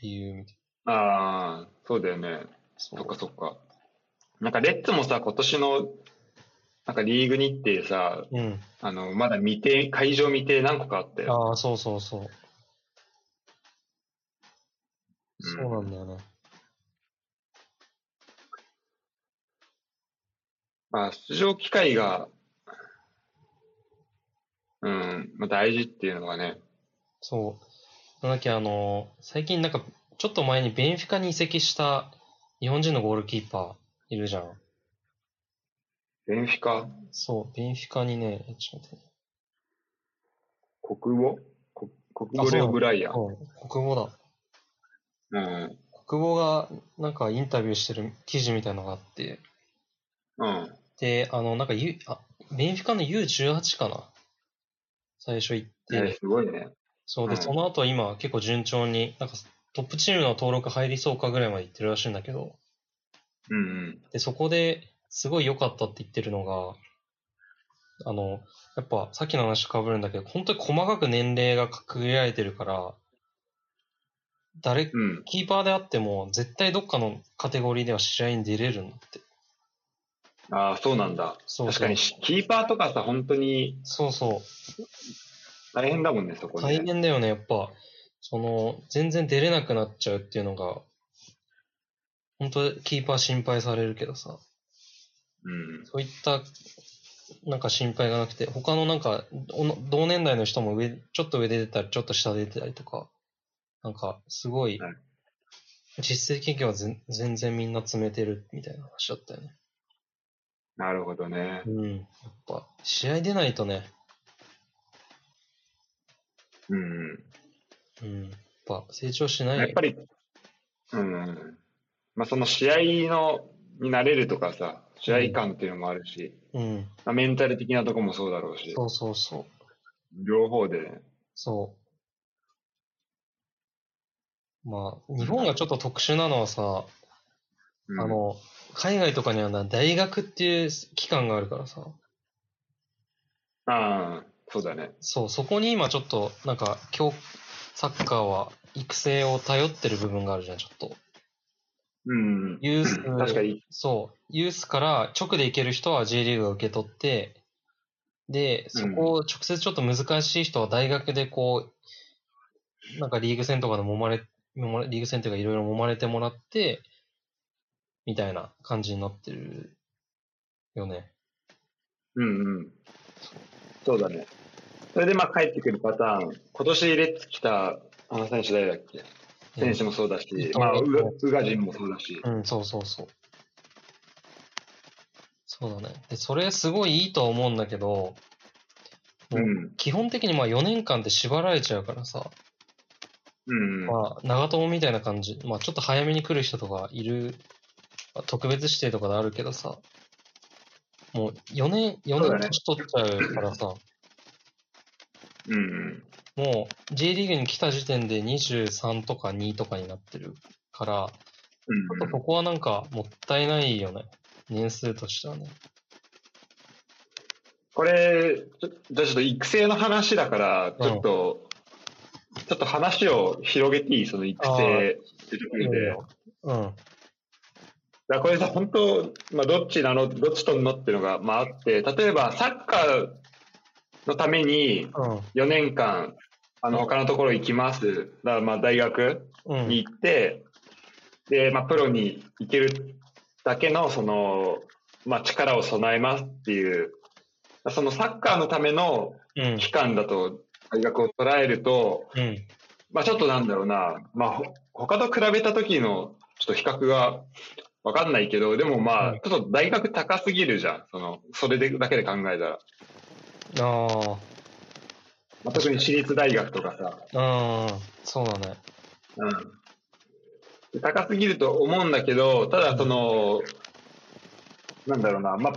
[SPEAKER 2] 理由みたい
[SPEAKER 1] ああ、そうだよね。
[SPEAKER 2] な。そ
[SPEAKER 1] そっかそっか。なんかレッツもさ、今年の、なんかリーグ日程さ、
[SPEAKER 2] う。うん。
[SPEAKER 1] あの、まだ未定、会場未定何個かあったよ。
[SPEAKER 2] ああ、そうそうそう。
[SPEAKER 1] うん
[SPEAKER 2] そうなんだよね。
[SPEAKER 1] まあ、出場機会が、うん、まあ、大事っていうのがね。
[SPEAKER 2] そう。なんだっけ、あの、最近なんか、ちょっと前にベンフィカに移籍した日本人のゴールキーパーいるじゃん。
[SPEAKER 1] ベンフィカ、
[SPEAKER 2] そう、ベンフィカにね、ちょっと待って
[SPEAKER 1] 国語こ国
[SPEAKER 2] あ
[SPEAKER 1] 語
[SPEAKER 2] そう
[SPEAKER 1] レオブライアン。
[SPEAKER 2] そう、国語だ。
[SPEAKER 1] うん。
[SPEAKER 2] 国語が、なんかインタビューしてる記事みたいのがあって、
[SPEAKER 1] うん。
[SPEAKER 2] で、あの、なんか、U、あ、ベンフィカの U18 かな最初行って、
[SPEAKER 1] ねすごいね。
[SPEAKER 2] そう
[SPEAKER 1] う
[SPEAKER 2] で、
[SPEAKER 1] ん
[SPEAKER 2] その後今結構順調に、なんかトップチームの登録入りそうかぐらいまで行ってるらしいんだけど、
[SPEAKER 1] うんうん。
[SPEAKER 2] で、そこですごい良かったって言ってるのが、あの、やっぱさっきの話と被るんだけど、本当に細かく年齢が区切られてるから、誰、
[SPEAKER 1] うん。
[SPEAKER 2] キーパーであっても、絶対どっかのカテゴリーでは試合に出れるんだって。
[SPEAKER 1] ああ、そうなんだ。
[SPEAKER 2] そう
[SPEAKER 1] 確
[SPEAKER 2] そ
[SPEAKER 1] か
[SPEAKER 2] う
[SPEAKER 1] に、。キーパーとかさ、本当に
[SPEAKER 2] そうそ。
[SPEAKER 1] 大変だもんね、そうこ
[SPEAKER 2] 大
[SPEAKER 1] ね。
[SPEAKER 2] 変だよね、やっぱ。その、全然出れなくなっちゃうっていうのが、本当キーパー心配されるけどさ、
[SPEAKER 1] うん。
[SPEAKER 2] そういった、なんか心配がなくて、他のなんか、おの同年代の人も上、ちょっと上で出たり、ちょっと下で出たりとか、なんか、すごい
[SPEAKER 1] はい、
[SPEAKER 2] 実績経験は全全然みんな詰めてるみたいな話だったよね。
[SPEAKER 1] なるほどね。
[SPEAKER 2] うん。やっぱ、試合出ないとね、
[SPEAKER 1] うんうん。
[SPEAKER 2] うん。やっぱ、成長しない。
[SPEAKER 1] やっぱり、うんうん。まあ、その試合の、になれるとかさ、試合感っていうのもあるし、
[SPEAKER 2] うん。
[SPEAKER 1] まあ、メンタル的なとこもそうだろうし、
[SPEAKER 2] そうそうそう。
[SPEAKER 1] 両方でね。
[SPEAKER 2] そう。まあ、日本がちょっと特殊なのはさ、
[SPEAKER 1] うん
[SPEAKER 2] あ、の、海外とかにはな大学っていう機関があるからさ、
[SPEAKER 1] ああ、そうだね。
[SPEAKER 2] そう、そこに今ちょっと、なんか、教、サッカーは育成を頼ってる部分があるじゃん、ちょっと。
[SPEAKER 1] うんうん。
[SPEAKER 2] ユース、
[SPEAKER 1] 確かに。
[SPEAKER 2] そう、ユースから直で行ける人は J リーグが受け取って、で、そこを直接ちょっと難しい人は大学でこう、なんかリーグ戦とかで揉まれ、揉まれリーグ戦というかいろいろ揉まれてもらって、みたいな感じになってるよね。
[SPEAKER 1] うんうん。そうだね。それでまあ帰ってくるパターン、今年レッツ来た、あの選手誰だっけ選手もそうだし
[SPEAKER 2] うん、
[SPEAKER 1] まあ、ウガウガジンもそうだし、
[SPEAKER 2] うん、そうそうそう。そうだね。で、それすごいいいとは思うんだけど、
[SPEAKER 1] う
[SPEAKER 2] うん
[SPEAKER 1] ん、
[SPEAKER 2] 基本的にまあ4年間って縛られちゃうからさ、
[SPEAKER 1] うん、
[SPEAKER 2] まあ、長友みたいな感じ、まあ、ちょっと早めに来る人とかいる、まあ特別指定とかであるけどさ、もう4年、4
[SPEAKER 1] そうだ
[SPEAKER 2] 年
[SPEAKER 1] ね
[SPEAKER 2] 年取っちゃうからさ、
[SPEAKER 1] うん、うん、
[SPEAKER 2] もう J リーグに来た時点で23とか2とかになってるから、ちょっとそこはなんかもったいないよね。年数としてはね。
[SPEAKER 1] これ、ちょじゃあちょっと育成の話だから、ちょっと、ちょっと話を広げていいその育成ってところで。だか
[SPEAKER 2] うん。
[SPEAKER 1] らこれさ、本当、まあ、どっちなの、どっちとんのっていうのが、まあ、あって、例えばサッカーのために4年間、あの、他のところ行きます。だからまあ、大学
[SPEAKER 2] うん。うん。
[SPEAKER 1] に行って、で、まあ、プロに行けるだけの、その、まあ、力を備えますっていう、そのサッカーのための
[SPEAKER 2] うん。
[SPEAKER 1] 期間だと、大学を捉えると、
[SPEAKER 2] うん。
[SPEAKER 1] まあ、ちょっとなんだろうな、まあ、ほ他と比べた時の、ちょっと比較がわかんないけど、でもまあ
[SPEAKER 2] う、ん
[SPEAKER 1] ちょっと大学高すぎるじゃん。その、それでだけで考えたら。
[SPEAKER 2] あ
[SPEAKER 1] まあ、特に私立大学とかさ、
[SPEAKER 2] あ。うん。そうだね。
[SPEAKER 1] うん、高すぎると思うんだけど、ただその、なんだろうな、まあ、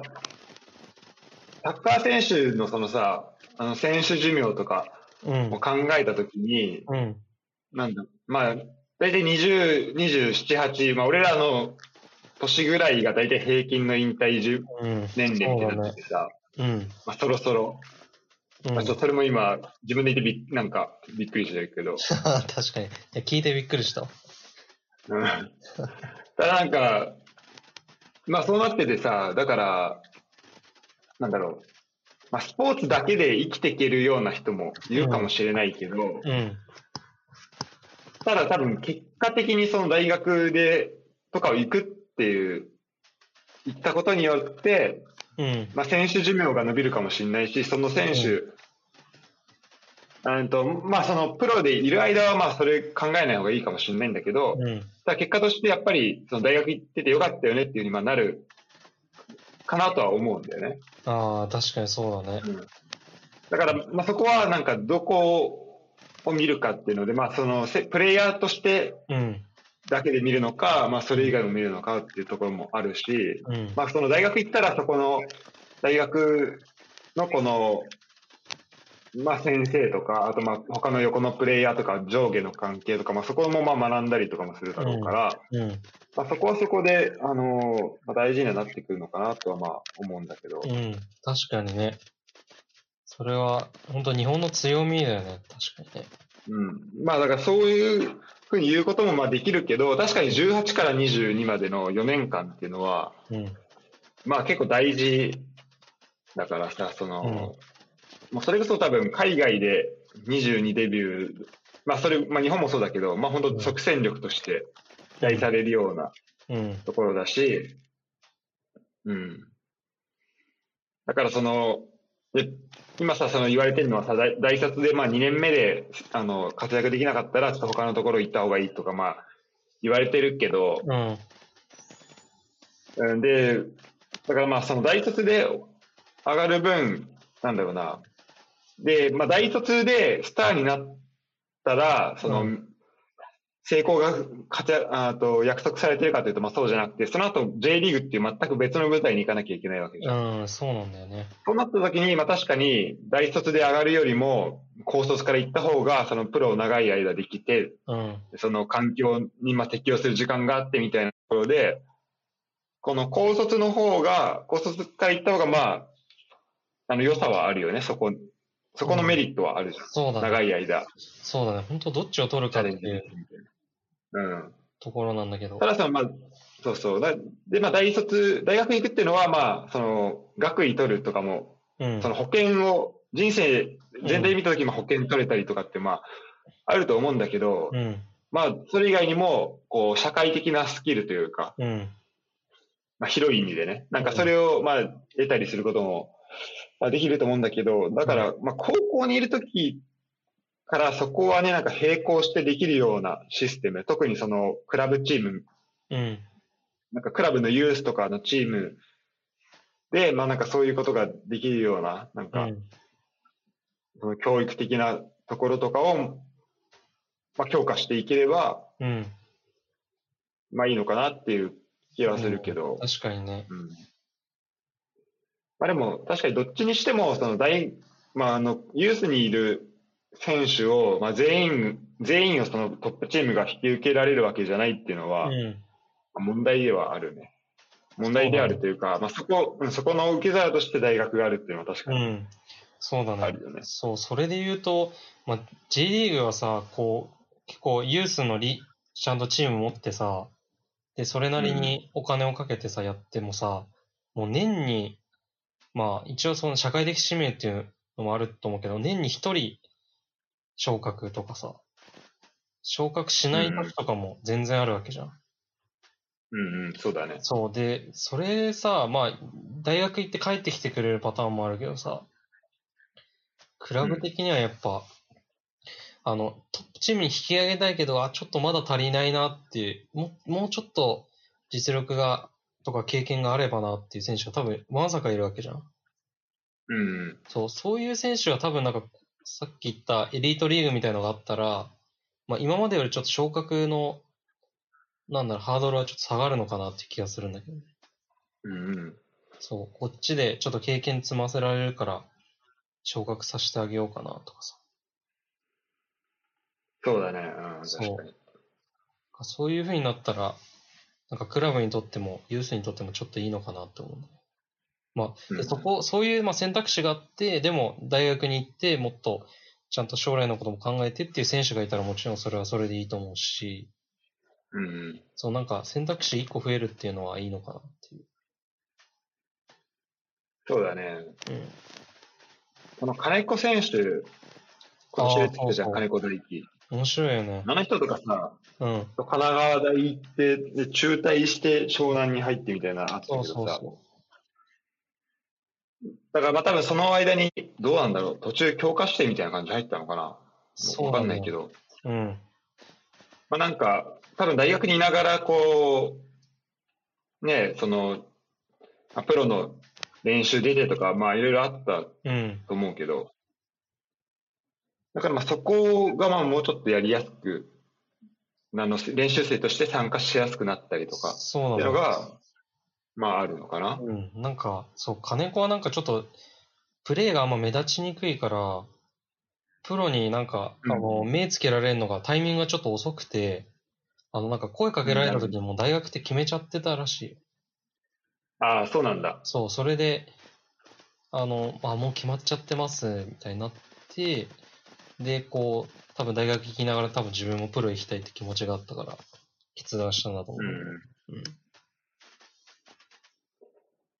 [SPEAKER 1] サッカー選手のそのさ、あの選手寿命とか
[SPEAKER 2] うん
[SPEAKER 1] を。考えたときに、
[SPEAKER 2] うん。
[SPEAKER 1] なんだ、まあ、大体20、27、8、まあ、俺らの年ぐらいが大体平均の引退寿
[SPEAKER 2] うん。
[SPEAKER 1] 年齢になっててさ、
[SPEAKER 2] うん。
[SPEAKER 1] まあ、そろそろ、
[SPEAKER 2] うん
[SPEAKER 1] まあ、ちょっとそれも今、自分で言ってびっなんかびっくりしてるけ ど、
[SPEAKER 2] あー 確かに。いや、聞いてびっくりした。
[SPEAKER 1] うんただなんか、まあそうなっててさ、だから、なんだろう、まあ、スポーツだけで生きていけるような人もいるかもしれないけど、
[SPEAKER 2] うん。
[SPEAKER 1] ただ多分結果的にその大学でとかを行くっていう、行ったことによって、
[SPEAKER 2] うん。
[SPEAKER 1] まあ、選手寿命が伸びるかもしれないし、その選手、うんとまあ、そのプロでいる間はまあそれ考えない方がいいかもしれないんだけど、
[SPEAKER 2] うん。
[SPEAKER 1] ただ結果としてやっぱりその大学行っててよかったよねっていうふうにまあなるかなとは思うんだよね。
[SPEAKER 2] ああ、確かにそうだね。
[SPEAKER 1] だから、まあ、そこはなんかどこを見るかっていうので、まあ、そのせプレイヤーとして
[SPEAKER 2] うん。
[SPEAKER 1] だけで見るのか、まあ、それ以外も見るのかっていうところもあるし、
[SPEAKER 2] うん。
[SPEAKER 1] まあ、その大学行ったらそこの大学のこのまあ、先生とか、あとまあ他の横のプレイヤーとか上下の関係とか、まあ、そこもまあ学んだりとかもするだろうから、
[SPEAKER 2] うん。
[SPEAKER 1] まあ、そこはそこで、あのまあ、大事にはなってくるのかなとはまあ思うんだけど、
[SPEAKER 2] うん。確かにね。それは、本当日本の強みだよね。確かにね。
[SPEAKER 1] うん、まあだからそういうふうに言うこともまあできるけど、確かに18から22までの4年間っていうのは、
[SPEAKER 2] うん。
[SPEAKER 1] まあ結構大事だからさ、その、
[SPEAKER 2] うん
[SPEAKER 1] もうそれこそ多分海外で22デビュー、まあそれ、まあ日本もそうだけど、まあ本当即戦力として期待されるような
[SPEAKER 2] うん。
[SPEAKER 1] ところだし、うん。だからその、で今さ、その言われてるのはさ、大大卒でまあ2年目であの活躍できなかったら、ちょっと他のところ行った方がいいとか、まあ言われてるけど、
[SPEAKER 2] うん。
[SPEAKER 1] うんで、だからまあ、その大卒で上がる分、なんだろうな。で、まあ、大卒でスターになったら、その、
[SPEAKER 2] う
[SPEAKER 1] 成功が勝ちあと約束されてるかというと、まあそうじゃなくて、その後 J リーグっていう全く別の舞台に行かなきゃいけないわけじゃん。
[SPEAKER 2] うん。そうなんだよね。
[SPEAKER 1] そうなった時に、まあ確かに大卒で上がるよりも、高卒から行った方が、そのプロを長い間できて、
[SPEAKER 2] うん。
[SPEAKER 1] その環境にまあ適応する時間があってみたいなところで、この高卒の方が、高卒から行った方が、まあ、あの、良さはあるよね、そこ、そこのメリットはあるじゃん。
[SPEAKER 2] そうだね。
[SPEAKER 1] 長い間、
[SPEAKER 2] そうだね。本当どっちを取る
[SPEAKER 1] チ
[SPEAKER 2] か
[SPEAKER 1] ャ
[SPEAKER 2] って
[SPEAKER 1] レ
[SPEAKER 2] い
[SPEAKER 1] ンジでき
[SPEAKER 2] う
[SPEAKER 1] るみたいな。うん。
[SPEAKER 2] ところなんだけど
[SPEAKER 1] た。だその、まあ、そうそう。だで、まあ、大卒、大学行くっていうのは、まあ、その、学位取るとかも、
[SPEAKER 2] うん
[SPEAKER 1] そ。の保険を、人生全体見た時も保険取れたりとかって、まあ、あると思うんだけど、
[SPEAKER 2] うん。
[SPEAKER 1] まあ、それ以外にも、こう、社会的なスキルというか、
[SPEAKER 2] うん。
[SPEAKER 1] まあ、広い意味でね、なんかそれを、まあ、得たりすることも、まあ、できると思うんだけど、だから、まあ、高校にいるときからそこはね、なんか並行してできるようなシステム、特にその、クラブチーム、
[SPEAKER 2] うん。
[SPEAKER 1] なんかクラブのユースとかのチームで、まあなんかそういうことができるような、なん
[SPEAKER 2] う
[SPEAKER 1] か、
[SPEAKER 2] ん。
[SPEAKER 1] その教育的なところとかを、まあ強化していければ、
[SPEAKER 2] うん。
[SPEAKER 1] まあいいのかなっていう気はするけど。
[SPEAKER 2] 確かにね。
[SPEAKER 1] うんまあ、でも、確かにどっちにしても、その大、まあ、あの、ユースにいる選手を、まあ、全員、全員をそのトップチームが引き受けられるわけじゃないっていうの
[SPEAKER 2] う
[SPEAKER 1] は、
[SPEAKER 2] ん。
[SPEAKER 1] 問題ではあるね。問題であるというか、まあ、そこ、うんそこの受け皿として大学があるっていうのは確か
[SPEAKER 2] う
[SPEAKER 1] に
[SPEAKER 2] ん。そうだ
[SPEAKER 1] あ
[SPEAKER 2] ね
[SPEAKER 1] る。よね。
[SPEAKER 2] そう、それで言うと、まあ、J リーグはさ、こう、結構ユースのリ、ちゃんとチーム持ってさ、で、それなりにお金をかけてさ、やってもさ、もう年に、まあ、一応その社会的使命っていうのもあると思うけど、年に一人昇格とかさ、昇格しない時とかも全然あるわけじゃん。
[SPEAKER 1] うんうん、そうだね。
[SPEAKER 2] そう、で、それさ、まあ、大学行って帰ってきてくれるパターンもあるけどさ、クラブ的にはやっぱ、あの、トップチームに引き上げたいけど、あ、ちょっとまだ足りないなっていう、ももうちょっと実力が、とか経験があればなっていう選手が多分、まさかいるわけじゃん。
[SPEAKER 1] うんうん、
[SPEAKER 2] そう、そういう選手は多分なんか、さっき言ったエリートリーグみたいのがあったら、まあ今までよりちょっと昇格の、なんだろう、ハードルはちょっと下がるのかなっていう気がするんだけど。
[SPEAKER 1] うんうん。
[SPEAKER 2] そう、こっちでちょっと経験積ませられるから、昇格させてあげようかなとかさ。
[SPEAKER 1] そうだね。うん、確
[SPEAKER 2] そう
[SPEAKER 1] かに。
[SPEAKER 2] そういう風になったら、なんかクラブにとっても、ユースにとってもちょっといいのかなって思うね。まあ、
[SPEAKER 1] うん
[SPEAKER 2] でそこ、そういうまあ選択肢があって、でも大学に行って、もっとちゃんと将来のことも考えてっていう選手がいたらもちろんそれはそれでいいと思うし、
[SPEAKER 1] うんうん。
[SPEAKER 2] そうなんか選択肢1個増えるっていうのはいいのかなっていう。
[SPEAKER 1] そうだね。
[SPEAKER 2] うん。
[SPEAKER 1] この金子選手、今年出てきたじゃ、
[SPEAKER 2] あーそうそうん
[SPEAKER 1] 金子大輝。
[SPEAKER 2] 面白いよね。
[SPEAKER 1] あの人とかさ、
[SPEAKER 2] うん。
[SPEAKER 1] 神奈川大行って、で中退して湘南に入ってみたいなのあったけ
[SPEAKER 2] そ
[SPEAKER 1] ど
[SPEAKER 2] う
[SPEAKER 1] さ。
[SPEAKER 2] そうそ
[SPEAKER 1] だからまあ多分その間に、どうなんだろう、途中強化してみたいな感じ入ったのかな
[SPEAKER 2] う。そう
[SPEAKER 1] わ
[SPEAKER 2] だ
[SPEAKER 1] か
[SPEAKER 2] ね
[SPEAKER 1] んないけ。ど。
[SPEAKER 2] うん。
[SPEAKER 1] まあなんか、多分大学にいながら、こう、ねえ、その、まあプロの練習出てとか、まあいろいろあった
[SPEAKER 2] うん。
[SPEAKER 1] と思うけど、だからまあそこがまあもうちょっとやりやすく、あの練習生として参加しやすくなったりとか、っ
[SPEAKER 2] そう
[SPEAKER 1] て
[SPEAKER 2] だ
[SPEAKER 1] いうの
[SPEAKER 2] ね
[SPEAKER 1] が、まああるのかな。
[SPEAKER 2] うん、なんか、そう、金子はなんかちょっと、プレーがあんま目立ちにくいから、プロになんか、
[SPEAKER 1] うん
[SPEAKER 2] あの、目つけられるのがタイミングがちょっと遅くて、あの、なんか声かけられた時にもう大学って決めちゃってたらしい。
[SPEAKER 1] ああ、そうなんだ。
[SPEAKER 2] そう、それで、あの、あ、もう決まっちゃってます、みたいになって、で、こう、多分大学行きながら多分自分もプロ行きたいって気持ちがあったから、決断したんだと思
[SPEAKER 1] う
[SPEAKER 2] う。
[SPEAKER 1] ん。
[SPEAKER 2] うん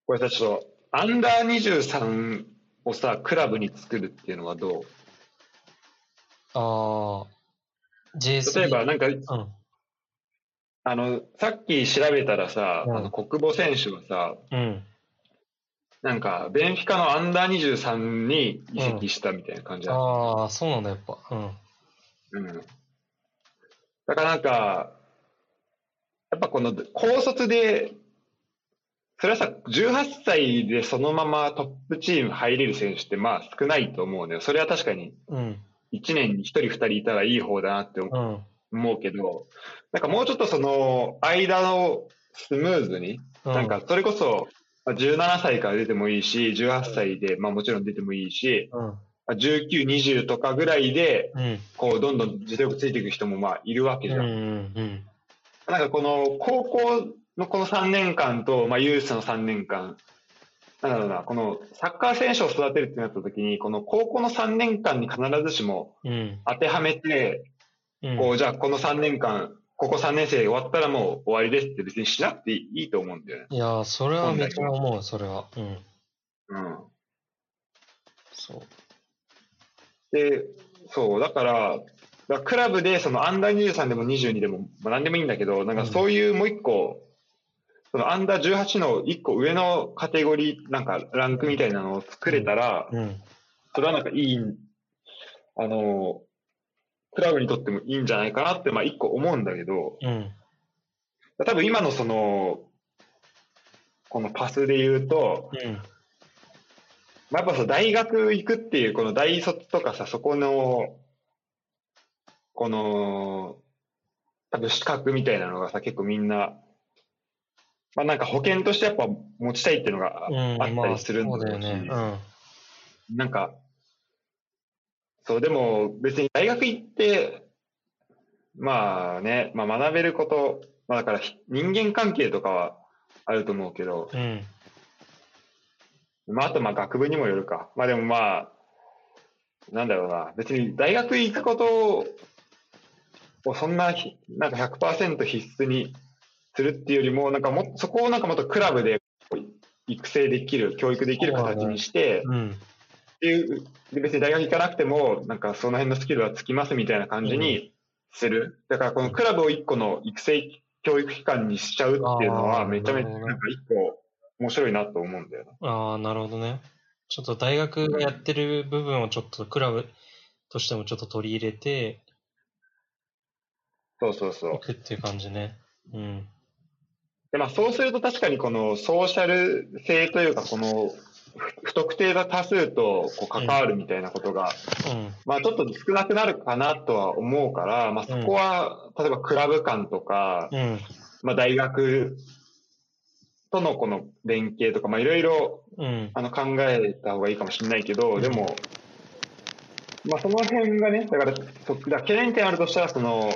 [SPEAKER 1] これさ、ちょっと、アンダー23をさ、クラブに作るっていうのはどう
[SPEAKER 2] ああ、JS。
[SPEAKER 1] 例えば、なんか、
[SPEAKER 2] うん。
[SPEAKER 1] あの、さっき調べたらさ、
[SPEAKER 2] うん
[SPEAKER 1] あの国母選手はさ、
[SPEAKER 2] うん。
[SPEAKER 1] なんか、ベンフィカのアンダー23に移籍したみたいな感じだ、
[SPEAKER 2] ああ、そうなんだ、やっぱ。うん。
[SPEAKER 1] うんだからなんか、やっぱこの高卒で、それはさ、18歳でそのままトップチーム入れる選手ってまあ少ないと思うね。それは確かに
[SPEAKER 2] うん。
[SPEAKER 1] 1年に1人2人いたらいい方だなって思う
[SPEAKER 2] うん。
[SPEAKER 1] 思うけど、なんかもうちょっとその間をスムーズに、
[SPEAKER 2] う
[SPEAKER 1] なんか、それこそまあ17歳から出てもいいし、18歳で、まあもちろん出てもいいし、
[SPEAKER 2] うん。
[SPEAKER 1] まあ19、20とかぐらいで、
[SPEAKER 2] うん。
[SPEAKER 1] こうどんどん実力ついていく人もまあいるわけ
[SPEAKER 2] うん。
[SPEAKER 1] じ
[SPEAKER 2] う
[SPEAKER 1] ゃん。
[SPEAKER 2] ん。うん。
[SPEAKER 1] なんかこの高校のこの3年間と、まあユースの3年間、なんだろうな、このサッカー選手を育てるってなった時に、この高校の3年間に必ずしも
[SPEAKER 2] うん。
[SPEAKER 1] 当てはめて、
[SPEAKER 2] うん。
[SPEAKER 1] こう、じゃあこの3年間、ここ3年生終わったらもう終わりですって別にしなくていいと思うんだよね。
[SPEAKER 2] いやー、それはめっちゃ思う、それは。うん。
[SPEAKER 1] うん。
[SPEAKER 2] そう。
[SPEAKER 1] で、そう、だから、だからクラブでそのアンダー23でも22でも、まあ、何でもいいんだけど、なんかそういうもう一個、そのアンダー18の一個上のカテゴリー、なんかランクみたいなのを作れたら、
[SPEAKER 2] うん。
[SPEAKER 1] それはなんかいい、あの、クラブにとってもいいんじゃないかなって、まあ一個思うんだけど、
[SPEAKER 2] うん。
[SPEAKER 1] 多分今のその、このパスで言うと、
[SPEAKER 2] うん。
[SPEAKER 1] まあ、やっぱさ、大学行くっていう、この大卒とかさ、そこの、この、多分資格みたいなのがさ、結構みんな、まあなんか保険としてやっぱ持ちたいっていうのが、
[SPEAKER 2] うん。
[SPEAKER 1] あったりするんだ
[SPEAKER 2] まあそうだ
[SPEAKER 1] ろ
[SPEAKER 2] よ
[SPEAKER 1] うし
[SPEAKER 2] ね。うん。
[SPEAKER 1] なんか、そう、でも別に大学行って、まあね、まあ学べること、まあだからひ人間関係とかはあると思うけど、
[SPEAKER 2] うん。
[SPEAKER 1] まあ、あとまあ学部にもよるか。まあでもまあ、なんだろうな。別に大学行くことを、そんなひ、なんか100%必須にするっていうよりも、なんかもっ、そこをなんかもっとクラブで育成できる、教育できる形にして、
[SPEAKER 2] うん。
[SPEAKER 1] っていう、で別に大学行かなくても、なんかその辺のスキルはつきますみたいな感じにする。だからこのクラブを一個の育成教育機関にしちゃうっていうの
[SPEAKER 2] あ
[SPEAKER 1] は、
[SPEAKER 2] ー
[SPEAKER 1] めちゃめちゃ
[SPEAKER 2] な
[SPEAKER 1] なんか
[SPEAKER 2] るほどね
[SPEAKER 1] 一個面白いなと思うんだよな。
[SPEAKER 2] ああ、なるほどね。ちょっと大学がやってる部分をちょっとクラブとしてもちょっと取り入れて
[SPEAKER 1] そうそうそう
[SPEAKER 2] い。くっていう感じね。うん。
[SPEAKER 1] でまあ、そうすると確かにこのソーシャル性というかこのふ不特定な多数とこう関わるみたいなことが、
[SPEAKER 2] うん。
[SPEAKER 1] まあ、ちょっと少なくなるかなとは思うから、まあ、そこは例えばクラブ間とか、
[SPEAKER 2] うん。
[SPEAKER 1] まあ、大学とのこの連携とかまあいろいろ
[SPEAKER 2] うん。
[SPEAKER 1] あの考えた方がいいかもしれないけ
[SPEAKER 2] う
[SPEAKER 1] ど
[SPEAKER 2] ん
[SPEAKER 1] でも、まあ、その辺がねだからそだから懸念点あるとしたらその、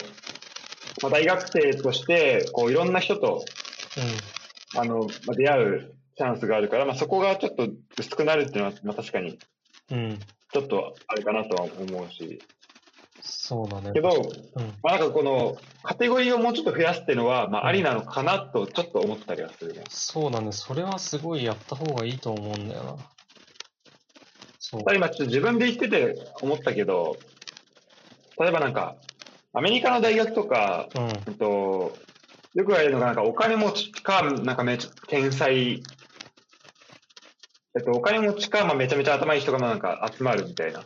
[SPEAKER 1] まあ、大学生としてこういろんな人とあの、まあ、出会うチャンスがあるから、まあ、そこがちょっと薄くなるっていうのは、まあ、確かに
[SPEAKER 2] うん。うん。
[SPEAKER 1] ちょっとあるかなとは思うし。
[SPEAKER 2] そうだね。
[SPEAKER 1] けど、
[SPEAKER 2] うん。
[SPEAKER 1] まあ、なんかこのカテゴリーをもうちょっと増やすっていうのは、ま
[SPEAKER 2] うん
[SPEAKER 1] あ、ありなのかなとちょっと思ったりはするね。
[SPEAKER 2] そうだね。それはすごいやった方がいいと思うんだよな。そう。
[SPEAKER 1] ただ今ちょっと自分で言ってて思ったけど、例えばなんか、アメリカの大学とか、
[SPEAKER 2] うん。
[SPEAKER 1] うんと、よく言われるのが、なんかお金持ちか、なんかめちゃ、天才、えっと、お金持ちか、まあ、めちゃめちゃ頭いい人がなんか集まるみたいな。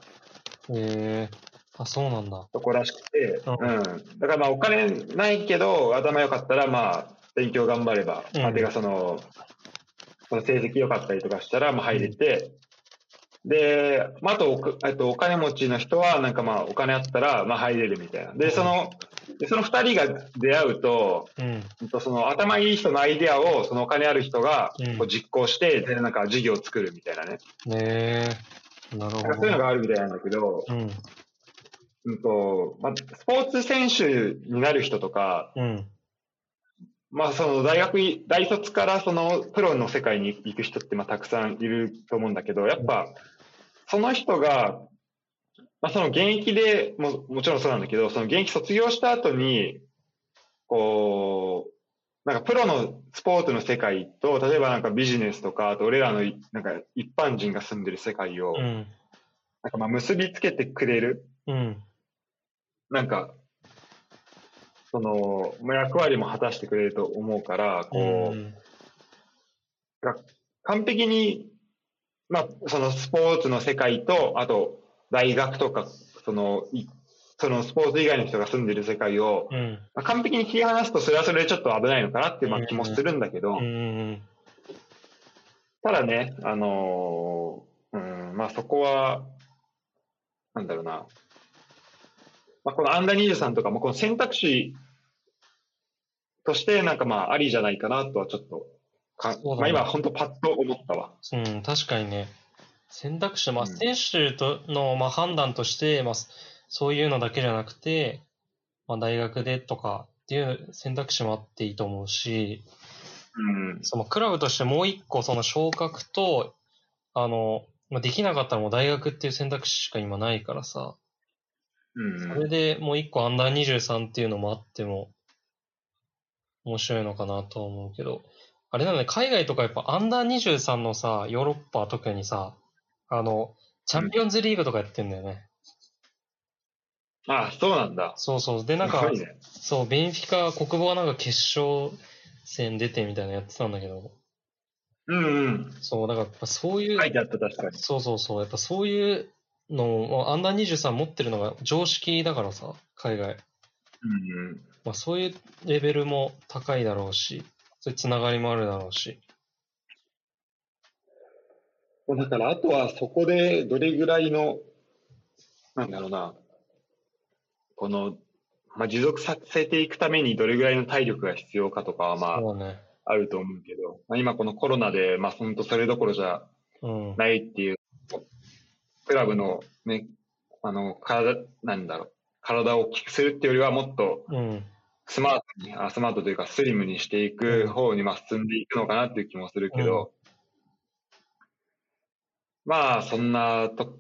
[SPEAKER 2] ええあ、そうなんだ。
[SPEAKER 1] とこらしくて、
[SPEAKER 2] う
[SPEAKER 1] うんん。だからまあお金ないけど、頭良かったらまあ勉強頑張れば、
[SPEAKER 2] うん
[SPEAKER 1] まあてかその、その成績良かったりとかしたらまあ入れて、で、まああとおく、えっと、お金持ちの人はなんかまあお金あったらまあ入れるみたいな。
[SPEAKER 2] う
[SPEAKER 1] で、
[SPEAKER 2] ん
[SPEAKER 1] その、でその二人が出会うと、
[SPEAKER 2] うん。
[SPEAKER 1] うんとその頭いい人のアイデアをそのお金ある人が
[SPEAKER 2] うん
[SPEAKER 1] こう実行して、でなんか事業を作るみたいなね。
[SPEAKER 2] ねえ。なるほ
[SPEAKER 1] なんか
[SPEAKER 2] ど。
[SPEAKER 1] そういうのがあるみたいなんだけど、
[SPEAKER 2] うん。
[SPEAKER 1] うんとまあ、スポーツ選手になる人とか、
[SPEAKER 2] うん。
[SPEAKER 1] まあ、その大学い、大卒からそのプロの世界に行く人ってまあたくさんいると思うんだけど、やっぱ、その人が、まあ、その現役でも、もちろんそうなんだけど、その現役卒業した後に、こう、なんかプロのスポーツの世界と、例えばなんかビジネスとか、あと俺らのいなんか一般人が住んでる世界を、
[SPEAKER 2] うん。
[SPEAKER 1] なんかまあ結びつけてくれる
[SPEAKER 2] うん。
[SPEAKER 1] なんか、その、まあ役割も果たしてくれると思うから、こう、
[SPEAKER 2] うん
[SPEAKER 1] 完璧に、まあ、そのスポーツの世界と、あと、大学とか、その、いそのスポーツ以外の人が住んでる世界を、
[SPEAKER 2] うん。
[SPEAKER 1] まあ完璧に切り離すと、それはそれでちょっと危ないのかなっていうまあ
[SPEAKER 2] うん
[SPEAKER 1] 気もするんだけど、
[SPEAKER 2] うんうん
[SPEAKER 1] ただね、あのーうん、まあそこは、なんだろうな。まあこのアンダー23とかもこの選択肢としてなんかまあありじゃないかなとはちょっとか、
[SPEAKER 2] そうだね
[SPEAKER 1] まあ今本当パッと思ったわ。
[SPEAKER 2] うん。うん、確かにね。選択肢、まあ、
[SPEAKER 1] うん
[SPEAKER 2] 選手との、まあ、判断として、まあ、そういうのだけじゃなくて、まあ、大学でとかっていう選択肢もあっていいと思うし、
[SPEAKER 1] うん。
[SPEAKER 2] そのクラブとしてもう一個その昇格と、あの、まあ、できなかったらもう大学っていう選択肢しか今ないからさ、
[SPEAKER 1] うん
[SPEAKER 2] それでもう一個アンダー23っていうのもあっても面白いのかなとは思うけど、あれなのね、海外とかやっぱアンダー23のさ、ヨーロッパ特にさ、あの、チャンピオンズリーグとかやってんだよね。
[SPEAKER 1] ああ、そうなんだ。
[SPEAKER 2] そうそう。で、なん
[SPEAKER 1] す
[SPEAKER 2] か
[SPEAKER 1] ごい、ね、
[SPEAKER 2] そう、ベンフィカ、国防はなんか決勝戦出てみたいなのやってたんだけど、
[SPEAKER 1] うんうん。
[SPEAKER 2] そう、だからやっぱそういう、
[SPEAKER 1] 書いてあった確かに。
[SPEAKER 2] そうそうそう。やっぱそういうのを、まあアンダー23持ってるのが常識だからさ、海
[SPEAKER 1] うん
[SPEAKER 2] 外。
[SPEAKER 1] うん。
[SPEAKER 2] まあそういうレベルも高いだろうし、そういうつながりもあるだろうし。
[SPEAKER 1] もうだから、あとはそこでどれぐらいの、なんだろうな、この、まあ、持続させていくためにどれぐらいの体力が必要かとかは、ま
[SPEAKER 2] そうだね。
[SPEAKER 1] あ、あると思うけど、まあ、今このコロナで、まあ、本当それどころじゃ
[SPEAKER 2] うん。
[SPEAKER 1] ないっていう、クラブのね、あの、体、なんだろう、体を大きくするっていうよりは、もっと
[SPEAKER 2] うん。
[SPEAKER 1] スマートに、あスマートというかスリムにしていく方にまあ進んでいくのかなっていう気もするけど、まあそんなと、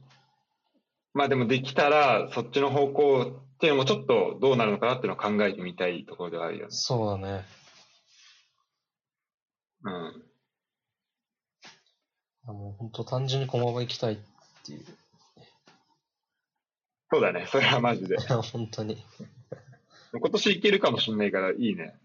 [SPEAKER 1] まあでもできたらそっちの方向っていうのもちょっとどうなるのかなっていうのを考えてみたいところではあるよね。
[SPEAKER 2] そうだね。
[SPEAKER 1] うん。
[SPEAKER 2] もう本当単純に駒場行きたいっていう。
[SPEAKER 1] そうだね。それはマジで。
[SPEAKER 2] 本当に。
[SPEAKER 1] 今年いけるかもしれないからいいね。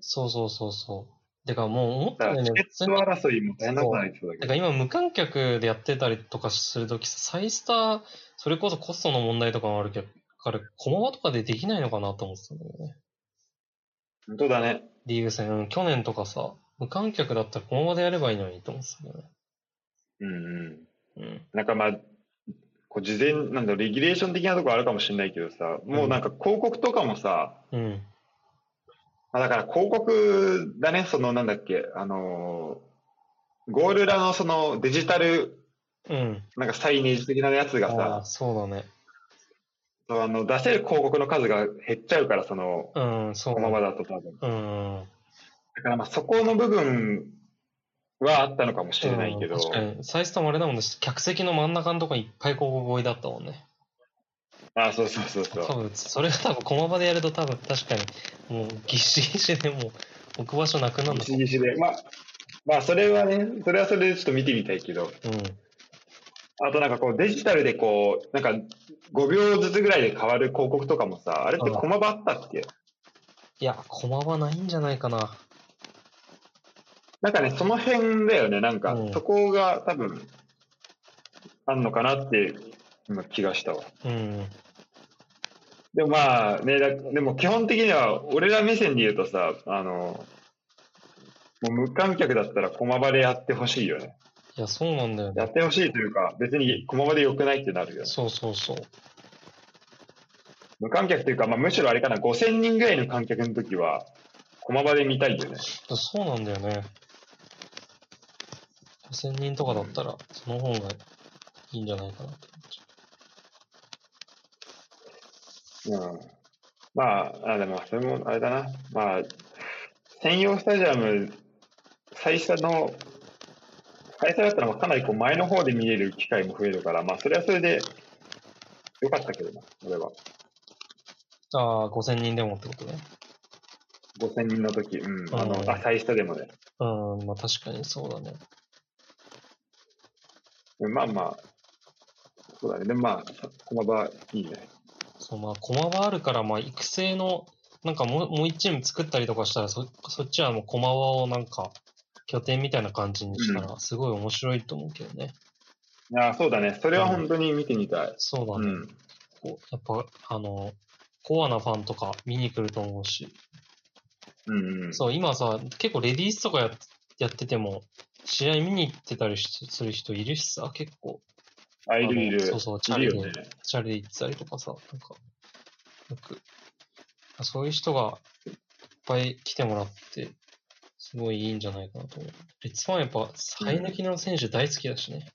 [SPEAKER 2] そうそうそうそう。てかもう思っ
[SPEAKER 1] だ
[SPEAKER 2] たよ
[SPEAKER 1] から
[SPEAKER 2] ね
[SPEAKER 1] チ。ケット争いも大変なことになりそうだけ
[SPEAKER 2] だ
[SPEAKER 1] ど。
[SPEAKER 2] から今無観客でやってたりとかするときさ、サイスター、それこそコストの問題とかもあるけど、から、駒場とかでできないのかなと思ってたんだよね。
[SPEAKER 1] 本当だね。
[SPEAKER 2] リーグ戦、うん去年とかさ、無観客だったら駒場でやればいいのにと思ってたんだよ
[SPEAKER 1] うんうん。
[SPEAKER 2] ね。
[SPEAKER 1] なんかまあ、こう事前、なんだろう、レギュレーション的なところあるかもしれないけどさ、もうなんか広告とかもさ、
[SPEAKER 2] うん。うん。
[SPEAKER 1] まあ、だから広告だね、そのなんだっけ、あのーゴール裏のそのデジタル、
[SPEAKER 2] うん。
[SPEAKER 1] なんかサイネージ的なやつが
[SPEAKER 2] ああ、
[SPEAKER 1] さ、
[SPEAKER 2] そうだね。
[SPEAKER 1] そうあの出せる広告の数が減っちゃうから、その、
[SPEAKER 2] うん、そう
[SPEAKER 1] こ
[SPEAKER 2] だ
[SPEAKER 1] のま
[SPEAKER 2] ね。
[SPEAKER 1] まだと多分。
[SPEAKER 2] うん。
[SPEAKER 1] だからまあそこの部分はあったのかもしれないけど、
[SPEAKER 2] うん確かに、サイスターもあれだもんね、客席の真ん中のとこにいっぱい広告置いてあったもんね。
[SPEAKER 1] ああ、そうそうそうそう。
[SPEAKER 2] 多分、それが多分駒場でやると多分確かに、もうぎっしぎしでもう置く場所なくなるんだ
[SPEAKER 1] ギシギシで。まあ、まあそれはね、それはそれでちょっと見てみたいけど、
[SPEAKER 2] うん。
[SPEAKER 1] あとなんかこうデジタルでこう、なんか5秒ずつぐらいで変わる広告とかもさ、あれって駒場あったっけ
[SPEAKER 2] いや、駒はないんじゃないかな。
[SPEAKER 1] なんかね、その辺だよね、なんか
[SPEAKER 2] う、ん
[SPEAKER 1] そこが多分、あんのかなって、今気がしたわ。
[SPEAKER 2] うん。
[SPEAKER 1] でもまあね、だでも基本的には、俺ら目線で言うとさ、あの、もう無観客だったら駒場でやってほしいよね。
[SPEAKER 2] いや、そうなんだよ
[SPEAKER 1] や
[SPEAKER 2] ね。
[SPEAKER 1] ってほしいというか、別に駒場で良くないってなるよね。
[SPEAKER 2] そうそうそう。
[SPEAKER 1] 無観客というか、まあむしろあれかな、5000人ぐらいの観客の時は、駒場で見たいよね。
[SPEAKER 2] そうなんだよね。5000人とかだったら、その方がいいんじゃないかなって思っちゃ
[SPEAKER 1] うんまあ、あでも、それもあれだな。まあ、専用スタジアム、最初の、開催だったらまあかなりこう前の方で見れる機会も増えるから、まあ、それはそれでよかったけどな、俺は。
[SPEAKER 2] ああ、5000人でもってことね。
[SPEAKER 1] 5000人の時、うん、あの、
[SPEAKER 2] うん
[SPEAKER 1] あ、最初でもね。
[SPEAKER 2] うん、まあ確かにそうだね。
[SPEAKER 1] うんまあまあ、そうだね。でもまあ、駒場いいね。
[SPEAKER 2] そう、まあ駒場あるから、まあ育成の、なんかもうもう一チーム作ったりとかしたら、そそっちはもう駒場をなんか拠点みたいな感じにしたら、すごい面白いと思うけどね。
[SPEAKER 1] いや、そうだね。それは本当に見てみたい。
[SPEAKER 2] そうだ
[SPEAKER 1] う
[SPEAKER 2] ね。
[SPEAKER 1] ん。
[SPEAKER 2] こうやっぱ、あの、コアなファンとか見に来ると思うし。
[SPEAKER 1] うんうん。
[SPEAKER 2] そう、今さ、結構レディースとかやっやってても、試合見に行ってたりしする人いるしさ、結構、
[SPEAKER 1] あ、いるい
[SPEAKER 2] あの
[SPEAKER 1] る。
[SPEAKER 2] そうそうチャ
[SPEAKER 1] いる
[SPEAKER 2] リで
[SPEAKER 1] よね。
[SPEAKER 2] チャリで行ってたりとかさ、なんか、よく、そういう人がいっぱい来てもらって、すごいいいんじゃないかなと思う。レッツファンやっぱ、最抜きの選手大好きだしね。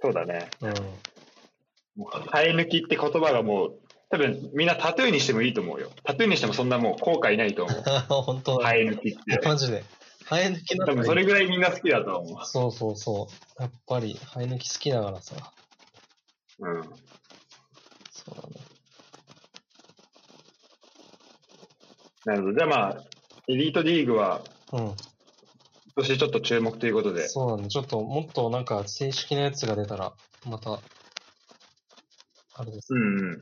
[SPEAKER 1] そうだね。
[SPEAKER 2] うん。
[SPEAKER 1] もう生え抜きって言葉がもう、多分みんなタトゥーにしてもいいと思うよ。タトゥーにしてもそんなもう後悔ないと思う。
[SPEAKER 2] 本当だ
[SPEAKER 1] 生え抜きって。
[SPEAKER 2] マジで。生え抜きな
[SPEAKER 1] 多
[SPEAKER 2] ん
[SPEAKER 1] 分
[SPEAKER 2] か
[SPEAKER 1] それぐらいみんな好きだと思
[SPEAKER 2] そうそうそう。やっぱり、生え抜き好きだからさ。
[SPEAKER 1] う。うん。
[SPEAKER 2] そうだね。
[SPEAKER 1] なるほど。じゃあまあ、エリートリーグは
[SPEAKER 2] うん。
[SPEAKER 1] 今年ちょっと注目ということで、
[SPEAKER 2] そうだね。ちょっともっとなんか正式なやつが出たら、また、あれです
[SPEAKER 1] う。んうん。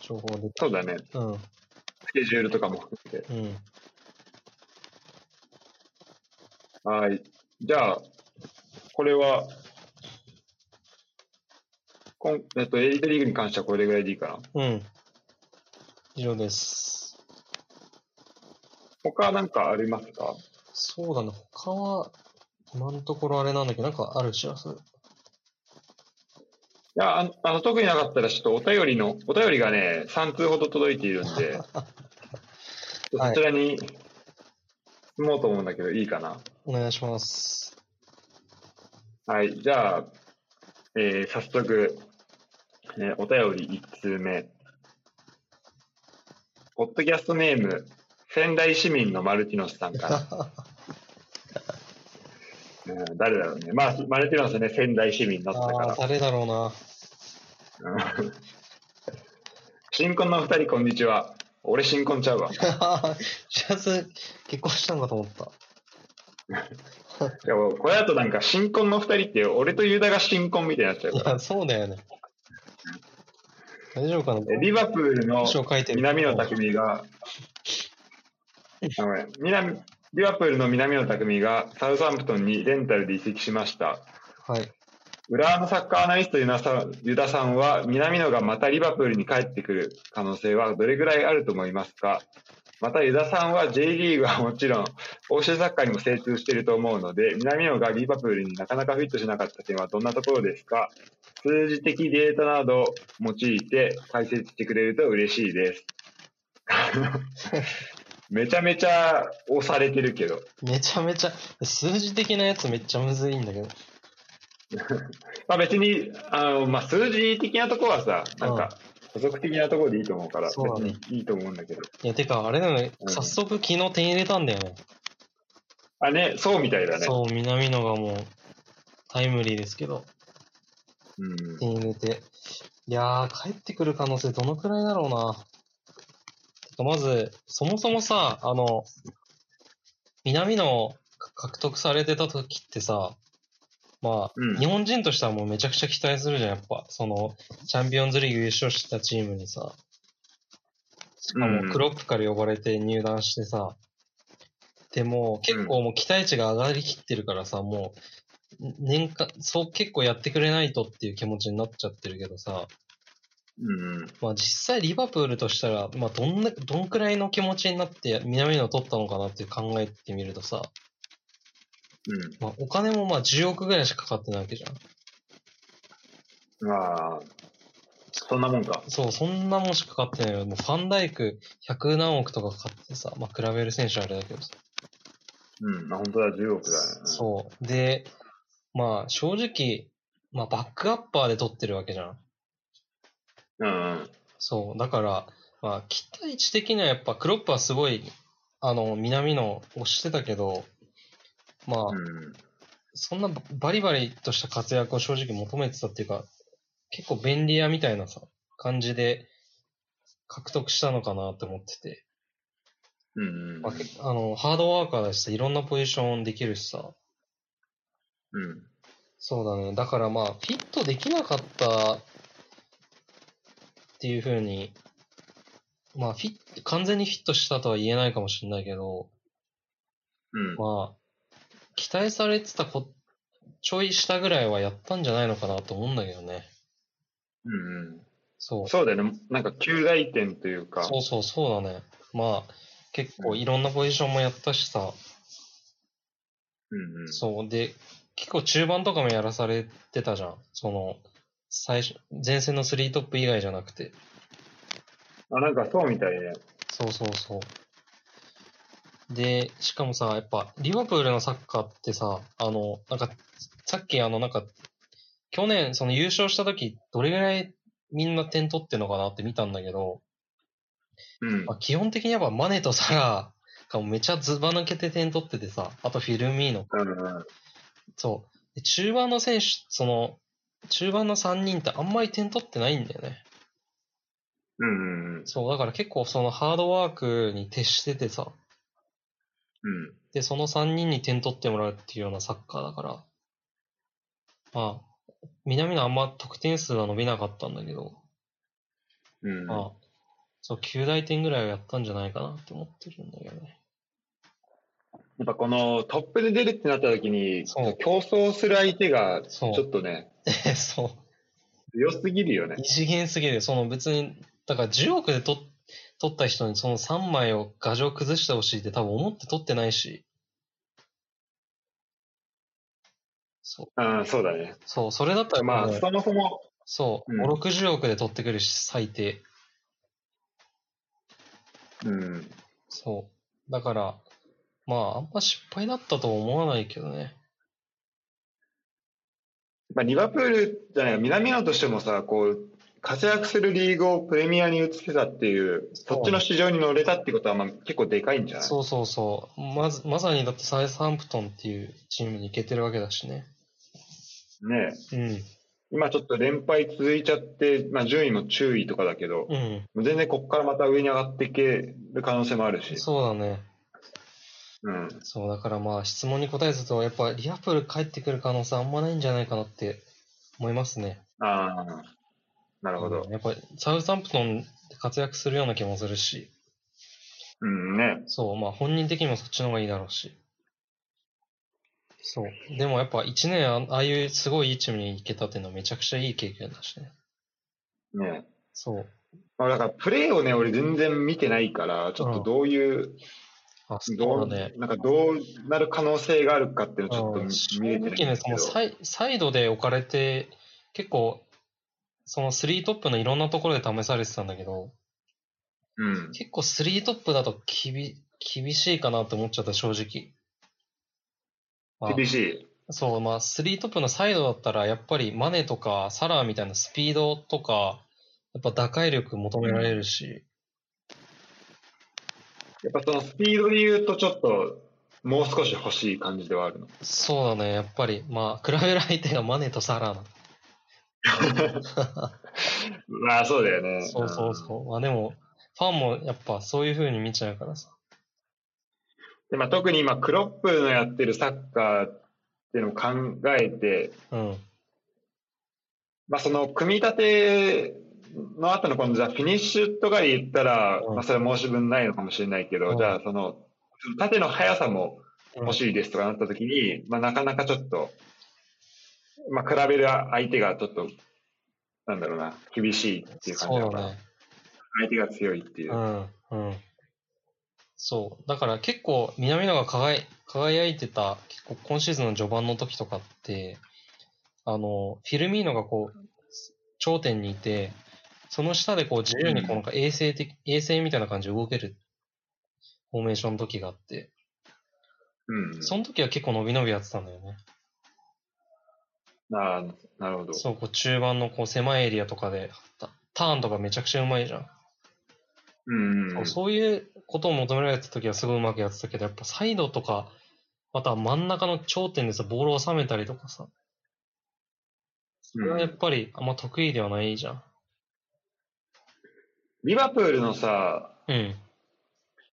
[SPEAKER 2] 情報出
[SPEAKER 1] そうだね。
[SPEAKER 2] た。うん。
[SPEAKER 1] スケジュールとかも含めて。
[SPEAKER 2] うん。
[SPEAKER 1] はい。じゃあ、これは、こんえっと、エリートリーグに関してはこれぐらいでいいかな。
[SPEAKER 2] うん。以上です。
[SPEAKER 1] 他なんかありますか
[SPEAKER 2] そうだね。他は、今のところあれなんだけど、なんかある知らせ。
[SPEAKER 1] いや、あの、あの特になかったら、ちょっとお便りの、お便りがね、3通ほど届いているんで、
[SPEAKER 2] は
[SPEAKER 1] そ
[SPEAKER 2] い
[SPEAKER 1] ちらに進もうと思うんだけど、いいかな。
[SPEAKER 2] お願いします。
[SPEAKER 1] はい、じゃあ、えー早速、えーお便り1通目。ポッドキャストネーム、仙台市民のマルティノスさんから。 うん、誰だろうね。まあ、マルティノスね、仙台市民だったか
[SPEAKER 2] ああ、
[SPEAKER 1] ら。
[SPEAKER 2] 誰だろうな。
[SPEAKER 1] うん新婚のお二人、こんにちは。俺、新婚ちゃうわ。
[SPEAKER 2] 知らず、結婚したんかと思った。
[SPEAKER 1] いやもうこれだとなんか新婚の二人って俺とユダが新婚みたいになっちゃう
[SPEAKER 2] い
[SPEAKER 1] から。
[SPEAKER 2] や、そうだよね。大丈夫かな
[SPEAKER 1] えリバプールの
[SPEAKER 2] 文章書いてる。
[SPEAKER 1] 南野拓実が、あごめん南リバプールの南野拓実がサウサンプトンにレンタルで移籍しました。
[SPEAKER 2] はい。
[SPEAKER 1] 浦和のサッカーアナリストユナさんユダさんは南野がまたリバプールに帰ってくる可能性はどれぐらいあると思いますかまたユダさんは J リーグはもちろん欧州サッカーにも精通していると思うので南野がリバプールになかなかフィットしなかった点はどんなところですか数字的データなどを用いて解説してくれると嬉しいです めちゃめちゃ押されてるけど
[SPEAKER 2] めちゃめちゃ、数字的なやつめっちゃむずいんだけど。
[SPEAKER 1] まあ、別にあの、まあ、数字的なところはさ、なんか、補足的なところでいいと思うから、別
[SPEAKER 2] そうだね
[SPEAKER 1] にいいと思うんだけど。
[SPEAKER 2] いや、てか、あれだよね。
[SPEAKER 1] うん
[SPEAKER 2] 早速昨日点入れたんだよね。
[SPEAKER 1] あ、ね、そうみたいだね。
[SPEAKER 2] そう、南野がもう、タイムリーですけど、
[SPEAKER 1] うん。
[SPEAKER 2] 点入れて。いやー、帰ってくる可能性どのくらいだろうな。てかまず、そもそもさ、あの、南野獲得されてた時ってさ、まあ、
[SPEAKER 1] うん
[SPEAKER 2] 日本人としてはもうめちゃくちゃ期待するじゃん、やっぱ。その、チャンピオンズリーグ優勝してたチームにさ、しか
[SPEAKER 1] うん
[SPEAKER 2] もクロップから呼ばれて入団してさ、でもう結構もう期待値が上がりきってるからさ、もう、年間、そう結構やってくれないとっていう気持ちになっちゃってるけどさ、
[SPEAKER 1] うん。
[SPEAKER 2] まあ実際リバプールとしたら、まあどんな、どんくらいの気持ちになって南野を取ったのかなって考えてみるとさ、
[SPEAKER 1] う
[SPEAKER 2] まあお金もまあ10億ぐらいしかかかってないわけじゃん。
[SPEAKER 1] ん。まあ、そんなもんか。
[SPEAKER 2] そう、そんなもんしかかってないよ。もうファンダイク100何億とかかかってさ、まあ、比べる選手あれだけどさ。
[SPEAKER 1] うん。まあ、本当だ、10億だね。
[SPEAKER 2] そう。で、まあ、正直、まあ、バックアッパーで取ってるわけじゃん。
[SPEAKER 1] うん。うん。
[SPEAKER 2] そう、だから、まあ、期待値的にはやっぱクロップはすごい、あの、南野をしてたけど、まあ、
[SPEAKER 1] うん。
[SPEAKER 2] そんなバリバリとした活躍を正直求めてたっていうか、結構便利屋みたいなさ、感じで獲得したのかなって思ってて、
[SPEAKER 1] うん。
[SPEAKER 2] まあ、けあの、ハードワーカーだしさ、いろんなポジションできるしさ、
[SPEAKER 1] うん。
[SPEAKER 2] そうだね。だからまあ、フィットできなかったっていうふうに、まあ、フィット、完全にフィットしたとは言えないかもしれないけど、
[SPEAKER 1] うん。
[SPEAKER 2] まあ、期待されてたこ、ちょい下ぐらいはやったんじゃないのかなと思うんだけどね。
[SPEAKER 1] うんうん。
[SPEAKER 2] そう。
[SPEAKER 1] そうだよね。なんか、旧大点というか。
[SPEAKER 2] そうそうそうだね。まあ、結構いろんなポジションもやったしさ、
[SPEAKER 1] うんうん。
[SPEAKER 2] そう。で、結構中盤とかもやらされてたじゃん。その、最初、前線のスリートップ以外じゃなくて。
[SPEAKER 1] あ、なんかそうみたいね。
[SPEAKER 2] そうそうそう。で、しかもさ、やっぱ、リバプールのサッカーってさ、あの、なんか、さっきあの、なんか、去年、その優勝した時、どれぐらいみんな点取ってんのかなって見たんだけど、
[SPEAKER 1] うん
[SPEAKER 2] ま。あ、基本的にやっぱマネとサラーがめちゃずば抜けて点取っててさ、あとフィルミーノ。
[SPEAKER 1] うんうん。
[SPEAKER 2] そう。で中盤の選手、その、中盤の3人ってあんまり点取ってないんだよね。
[SPEAKER 1] うんうん。
[SPEAKER 2] そう、だから結構そのハードワークに徹しててさ、
[SPEAKER 1] うん。
[SPEAKER 2] で、その3人に点取ってもらうっていうようなサッカーだから、まあ、南のあんま得点数は伸びなかったんだけど、
[SPEAKER 1] うん。
[SPEAKER 2] まあ、そう、9大点ぐらいはやったんじゃないかなって思ってるんだけどね。
[SPEAKER 1] やっぱこのトップで出るってなった時に、
[SPEAKER 2] そう
[SPEAKER 1] 競争する相手が、ち
[SPEAKER 2] そう
[SPEAKER 1] ょっとね、
[SPEAKER 2] そう。
[SPEAKER 1] 強すぎるよね
[SPEAKER 2] 異。次元すぎる。その別に、だから10億で取っ取った人にその3枚を画像崩してほしいって多分思って取ってないし、そう、
[SPEAKER 1] うん、そうだね。
[SPEAKER 2] そう、それだったら
[SPEAKER 1] まあ、
[SPEAKER 2] もう
[SPEAKER 1] そもそも、
[SPEAKER 2] そう、
[SPEAKER 1] うん
[SPEAKER 2] 5、60億で取ってくるし、最低。
[SPEAKER 1] うん。
[SPEAKER 2] そう。だから、まあ、あんま失敗だったとは思わないけどね。
[SPEAKER 1] まあ、リバプールじゃない、南野としてもさ、こう、活躍するリーグをプレミアに移せたっていう、そっちの市場に乗れたってことは、まあ、結構でかいんじゃない
[SPEAKER 2] そうそうそう。まず、まさにだってサイサンプトンっていうチームに行けてるわけだしね。
[SPEAKER 1] ねえ
[SPEAKER 2] うん。
[SPEAKER 1] 今ちょっと連敗続いちゃって、まあ、順位も注意とかだけど、
[SPEAKER 2] うん。
[SPEAKER 1] 全然ここからまた上に上がっていける可能性もあるし。
[SPEAKER 2] そうだね。
[SPEAKER 1] うん。
[SPEAKER 2] そう、だからまあ、質問に答えずと、やっぱリアプール帰ってくる可能性あんまないんじゃないかなって思いますね。
[SPEAKER 1] ああ、なるほど
[SPEAKER 2] うん。やっぱりサウサンプトンで活躍するような気もするし、
[SPEAKER 1] うんね。
[SPEAKER 2] そう、まあ本人的にもそっちの方がいいだろうし。そう。でもやっぱ1年あああいうすごいいいチームに行けたっていうのはめちゃくちゃいい経験だしね。
[SPEAKER 1] ね
[SPEAKER 2] そう。
[SPEAKER 1] まあ、だからプレーをね、俺全然見てないから、ちょっとどういう、
[SPEAKER 2] あ、
[SPEAKER 1] ど
[SPEAKER 2] そううだね。
[SPEAKER 1] なんかどうなる可能性があるかっていうのをちょっと
[SPEAKER 2] うん正
[SPEAKER 1] 見えてないん
[SPEAKER 2] 直ね、
[SPEAKER 1] です
[SPEAKER 2] そ
[SPEAKER 1] けど
[SPEAKER 2] のサイサイドで置かれて、結構、その3トップのいろんなところで試されてたんだけど、
[SPEAKER 1] うん。
[SPEAKER 2] 結構3トップだときび厳しいかなって思っちゃった、正直。まあ
[SPEAKER 1] 厳しい。
[SPEAKER 2] そう、まあ、3トップのサイドだったら、やっぱりマネとかサラーみたいなスピードとか、やっぱ打開力求められるし、
[SPEAKER 1] やっぱそのスピードで言うと、ちょっと、もう少し欲しい感じではあるの。
[SPEAKER 2] そうだね、やっぱり、まあ、比べる相手がマネとサラーな。
[SPEAKER 1] まあ、そうだよね。
[SPEAKER 2] そうそうそう。まあ、でも、ファンもやっぱそういう風に見ちゃうからさ。
[SPEAKER 1] うんでまあ、特に今、クロップのやってるサッカーっていうのを考えて、
[SPEAKER 2] うん。
[SPEAKER 1] まあ、その組み立ての後のこのじゃあフィニッシュとかで言ったら、
[SPEAKER 2] うん
[SPEAKER 1] まあ、それは申し分ないのかもしれないけど、
[SPEAKER 2] うん
[SPEAKER 1] じゃあその縦の速さも欲しいですとかなった時に、まあ、なかなかちょっと、まあ、比べる相手がちょっとなんだろうな厳しいっていう感じ
[SPEAKER 2] そ
[SPEAKER 1] だ
[SPEAKER 2] う
[SPEAKER 1] か
[SPEAKER 2] だ
[SPEAKER 1] ら、
[SPEAKER 2] ね。
[SPEAKER 1] 相手が強いっていうう。
[SPEAKER 2] ん、うん。そう。だから結構、南野が輝い輝いてた、結構今シーズンの序盤の時とかって、あの、フィルミーノがこう、頂点にいて、その下でこう自由にこうなんか衛星的、衛星みたいな感じで動けるフォーメーションの時があって、
[SPEAKER 1] うん、
[SPEAKER 2] その時は結構伸び伸びやってたんだよね。
[SPEAKER 1] ああなるほど。
[SPEAKER 2] そう、こう中盤のこう狭いエリアとかで、はたターンとかめちゃくちゃうまいじゃん。
[SPEAKER 1] うん。
[SPEAKER 2] そうそういうことを求められてた時はすごいうまくやってたけど、やっぱサイドとか、または真ん中の頂点でさ、ボールを収めたりとかさ、それはやっぱりあんま得意ではないじゃん。
[SPEAKER 1] リバプールのさ、
[SPEAKER 2] うん。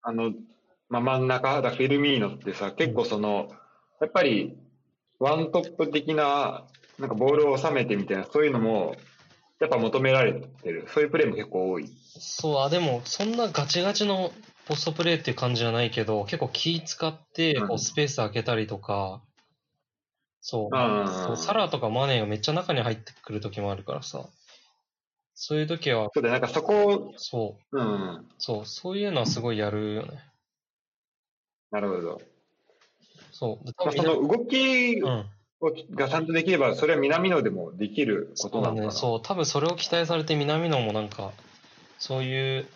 [SPEAKER 1] あの、まあ、真ん中、だフィルミーノってさ、結構その、やっぱり、ワントップ的な、なんかボールを収めてみたいな、そういうのも、やっぱ求められてる。そういうプレーも結構多い。
[SPEAKER 2] そう、あ、でも、そんなガチガチのポストプレーっていう感じじゃないけど、結構気使って、
[SPEAKER 1] うん
[SPEAKER 2] こう、スペース開けたりとか、そう、
[SPEAKER 1] うん
[SPEAKER 2] そうサラとかマネーがめっちゃ中に入ってくる時もあるからさ、そういう時は、
[SPEAKER 1] そうだよ、なんかそこを、
[SPEAKER 2] そう、
[SPEAKER 1] うん、
[SPEAKER 2] そう、そういうのはすごいやるよね。
[SPEAKER 1] なるほど。
[SPEAKER 2] そう。で多
[SPEAKER 1] まあ、そ
[SPEAKER 2] 分
[SPEAKER 1] の動き
[SPEAKER 2] うん。
[SPEAKER 1] をがちゃんとできれば、それは南野でもできることなのかな。
[SPEAKER 2] そう、多分それを期待されて南野もなんか、そういう、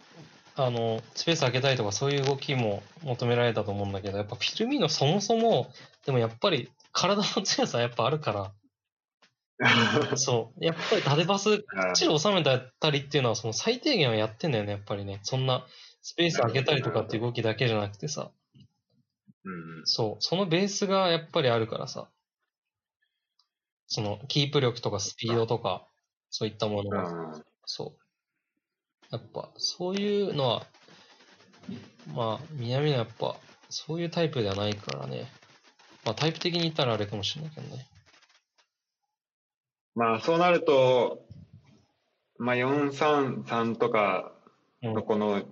[SPEAKER 2] あの、スペース開けたりとかそういう動きも求められたと思うんだけど、やっぱフィルミーノそもそも、でもやっぱり体の強さやっぱあるから、そう、やっぱり縦パス、きっちり収めたりっていうのはその最低限はやってんだよね、やっぱりね。そんなスペース開けたりとかっていう動きだけじゃなくてさ、
[SPEAKER 1] うん
[SPEAKER 2] そう、そのベースがやっぱりあるからさ、そのキープ力とかスピードとか、そういったも
[SPEAKER 1] う
[SPEAKER 2] のが
[SPEAKER 1] ん
[SPEAKER 2] そう。やっぱ、そういうのは、まあ、南野やっぱ、そういうタイプではないからね。まあ、タイプ的に言ったらあれかもしれないけどね。
[SPEAKER 1] まあ、そうなると、まあ、433とか
[SPEAKER 2] うん
[SPEAKER 1] のこの、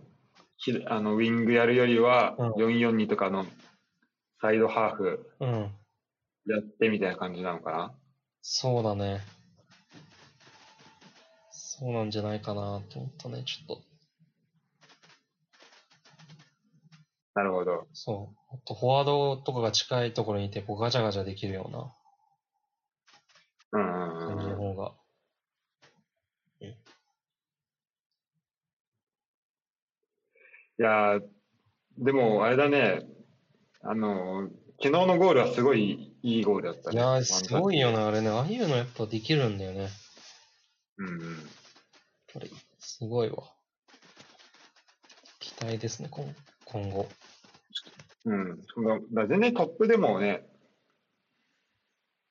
[SPEAKER 1] ひあのウィングやるよりは、
[SPEAKER 2] うん
[SPEAKER 1] 442とかのサイドハーフ
[SPEAKER 2] うん。
[SPEAKER 1] やってみたいな感じなのかな。
[SPEAKER 2] そうだね。そうなんじゃないかなと思ったね、ちょっと。
[SPEAKER 1] なるほど。
[SPEAKER 2] そう。もっとフォワードとかが近いところにいて、こうガチャガチャできるような
[SPEAKER 1] うんうん
[SPEAKER 2] 感じ
[SPEAKER 1] う
[SPEAKER 2] の
[SPEAKER 1] ん、
[SPEAKER 2] 方が。
[SPEAKER 1] いやーでも、あれだね、あの昨日のゴールはすごいいいゴールだった
[SPEAKER 2] い
[SPEAKER 1] ね。
[SPEAKER 2] やー、すごいよ
[SPEAKER 1] ね。
[SPEAKER 2] ね、あれね。ああいうのやっぱできるんだよね。やっ
[SPEAKER 1] うんうん
[SPEAKER 2] ぱり、すごいわ。期待ですね、今今後。
[SPEAKER 1] うん、そのだ全然トップでもね、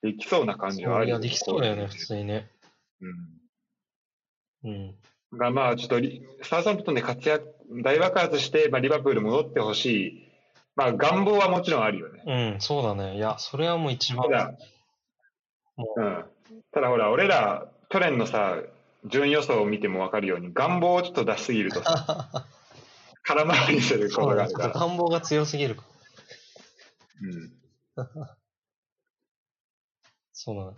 [SPEAKER 1] できそうな感じはあ
[SPEAKER 2] そう
[SPEAKER 1] る
[SPEAKER 2] いや、できそうだよね、
[SPEAKER 1] こ
[SPEAKER 2] 普通にね。
[SPEAKER 1] うう
[SPEAKER 2] うん。
[SPEAKER 1] ん。がまあ、ちょっとリ、スターサンプトンで活躍、大爆発して、まあ、リバプール戻ってほしい。まあ、願望はもちろんあるよね。
[SPEAKER 2] うん、そうだね。いや、それはもう一番
[SPEAKER 1] た。だ、
[SPEAKER 2] も
[SPEAKER 1] うん。ただほら、俺ら、去年のさ、順位予想を見ても分かるように、願望をちょっと出しすぎるとさ、 空回りするこ
[SPEAKER 2] そ
[SPEAKER 1] と
[SPEAKER 2] う
[SPEAKER 1] があ
[SPEAKER 2] だね。
[SPEAKER 1] る
[SPEAKER 2] ちょ
[SPEAKER 1] か
[SPEAKER 2] っと
[SPEAKER 1] ら。
[SPEAKER 2] 願望が強すぎるか。
[SPEAKER 1] うん。
[SPEAKER 2] そうだね。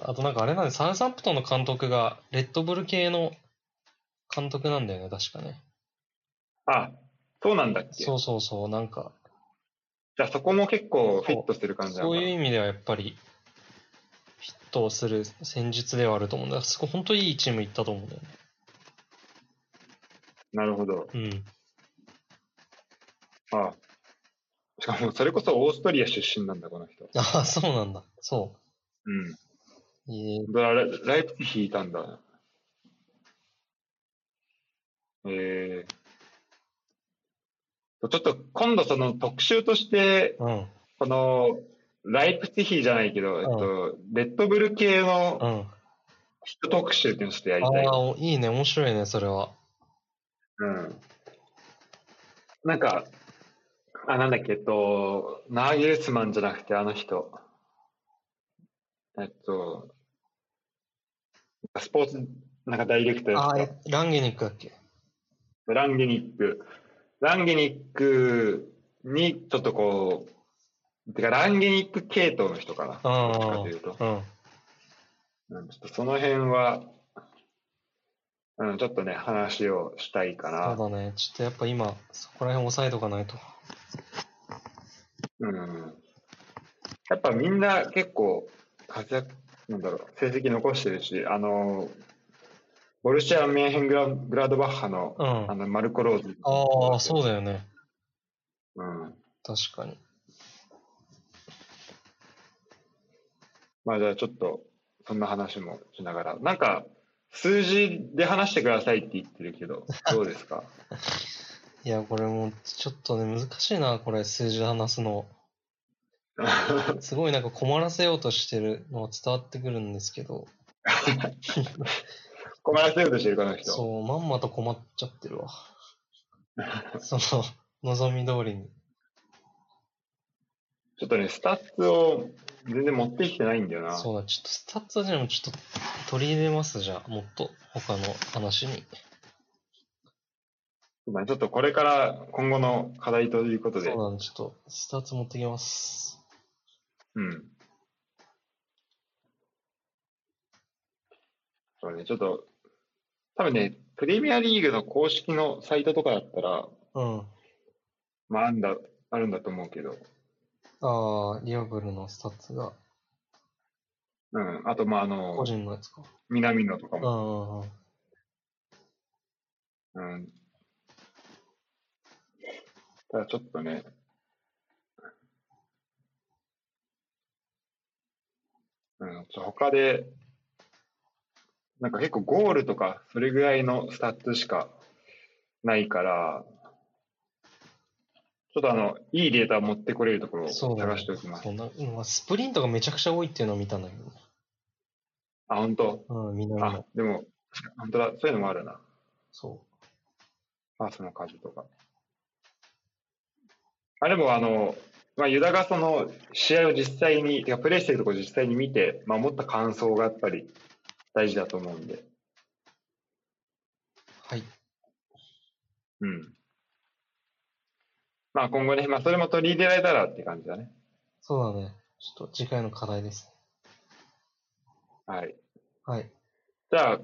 [SPEAKER 2] あとなんかあれなんで、サウサンプトンの監督が、レッドブル系の監督なんだよね、確かね。
[SPEAKER 1] あ、そうなんだっけ。じ
[SPEAKER 2] そうそうそう、なんか、
[SPEAKER 1] ゃあそこも結構フィットする感じなの
[SPEAKER 2] そう
[SPEAKER 1] かな
[SPEAKER 2] いう意味ではやっぱり、ヒットをする戦術ではあると思うんだ。すごい、本当いいチーム行ったと思うんだよね。
[SPEAKER 1] なるほど。
[SPEAKER 2] うん。
[SPEAKER 1] あしかも、それこそオーストリア出身なんだ、この人。
[SPEAKER 2] ああ、そうなんだ。そ
[SPEAKER 1] うん。
[SPEAKER 2] う。いいね
[SPEAKER 1] 本当だラライプツィヒ引いたんだ。えー、ちょっと今度その特集として、
[SPEAKER 2] うん、
[SPEAKER 1] この、ライプツィヒじゃないけど、えっと、レッドブル系
[SPEAKER 2] う
[SPEAKER 1] の
[SPEAKER 2] ん。
[SPEAKER 1] ヒット特集っていうのをちょっとやり
[SPEAKER 2] あ
[SPEAKER 1] たい。
[SPEAKER 2] あ、おいいね、面白いね、それは。
[SPEAKER 1] うん。なんか、あ、なんだっけ、えっと、ナーギルスマンじゃなくて、あの人。えっと、スポーツ、なんかダイレクト
[SPEAKER 2] ああ、
[SPEAKER 1] や
[SPEAKER 2] えランゲニックだっけ
[SPEAKER 1] つランゲニック。ランゲニックに、ちょっとこう、てか、ランゲニック系統の人かな。ど
[SPEAKER 2] あー
[SPEAKER 1] っちかというと。
[SPEAKER 2] うん。
[SPEAKER 1] うん、ちょっとその辺は、うん、ちょっとね、話をしたいかな。
[SPEAKER 2] そうだね。ちょっとやっぱ今、そこら辺押さえとかないと。
[SPEAKER 1] うんやっぱみんな結構活躍、なんだろう、成績残してるし、あの、ボルシア・メンヘングラグラードバッハの
[SPEAKER 2] う
[SPEAKER 1] あ
[SPEAKER 2] ん。
[SPEAKER 1] のマルコ・ローズ。
[SPEAKER 2] ああ、そう
[SPEAKER 1] だ。
[SPEAKER 2] だよね。
[SPEAKER 1] うん。
[SPEAKER 2] 確かに。
[SPEAKER 1] まあじゃあちょっと、そんな話もしながら。なんか、数字で話してくださいって言ってるけ ど、どうですか
[SPEAKER 2] いや、これもうちょっとね、難しいな、これ、数字で話す の。すごいなんか困らせようとしてるのは伝わってくるんですけど、
[SPEAKER 1] 困らせようとしてるこの人。
[SPEAKER 2] そう、まんまと困っちゃっ てるわ。その、望み通りに。
[SPEAKER 1] ちょっとね、スタッツを全然持ってきてないんだよな。
[SPEAKER 2] そうだ、ちょっとスタッツはじゃあもうちょっと取り入れます、じゃあ、もっと他の話に。
[SPEAKER 1] まあちょっとこれから今後の課題ということ
[SPEAKER 2] そ
[SPEAKER 1] で
[SPEAKER 2] う、なんで、ちょっとスタッツ持ってきます。
[SPEAKER 1] うん。そうね、ちょっと、多分ね、プレミアリーグの公式のサイトとかだったら、
[SPEAKER 2] うん。
[SPEAKER 1] まあ、あるんだ、あるんだと思うけど、
[SPEAKER 2] ああ、リアブルのスタッツが、
[SPEAKER 1] うん。あと、まあ、あの
[SPEAKER 2] 個、人のやつか。
[SPEAKER 1] 南野とか
[SPEAKER 2] う
[SPEAKER 1] も、
[SPEAKER 2] んうんう
[SPEAKER 1] う
[SPEAKER 2] ん。
[SPEAKER 1] ん。ただ、ちょっとね、うん、ちょ他で、なんか結構ゴールとか、それぐらいのスタッツしかないから、ちょっとあの、いいデータ持ってこれるところを
[SPEAKER 2] そうだね
[SPEAKER 1] 探しておきます。
[SPEAKER 2] そんな、うんスプリントがめちゃくちゃ多いっていうのを見たんだけどね。
[SPEAKER 1] あ、本当
[SPEAKER 2] うん、みんな
[SPEAKER 1] あ
[SPEAKER 2] の。、
[SPEAKER 1] でも、本当だ、そういうのもあるな。
[SPEAKER 2] そ
[SPEAKER 1] パースの数とか。あれもあの、まあ、ユダがその試合を実際に、てかプレイしてるところ実際に見て、まあ、持った感想がやっぱり大事だと思うんで。
[SPEAKER 2] う。はい。
[SPEAKER 1] うん。まあ今後ね、まあそれも取り入れられたらって感じだね。
[SPEAKER 2] そうだね。ちょっと次回の課題ですね。
[SPEAKER 1] はい。
[SPEAKER 2] はい。
[SPEAKER 1] じゃあ、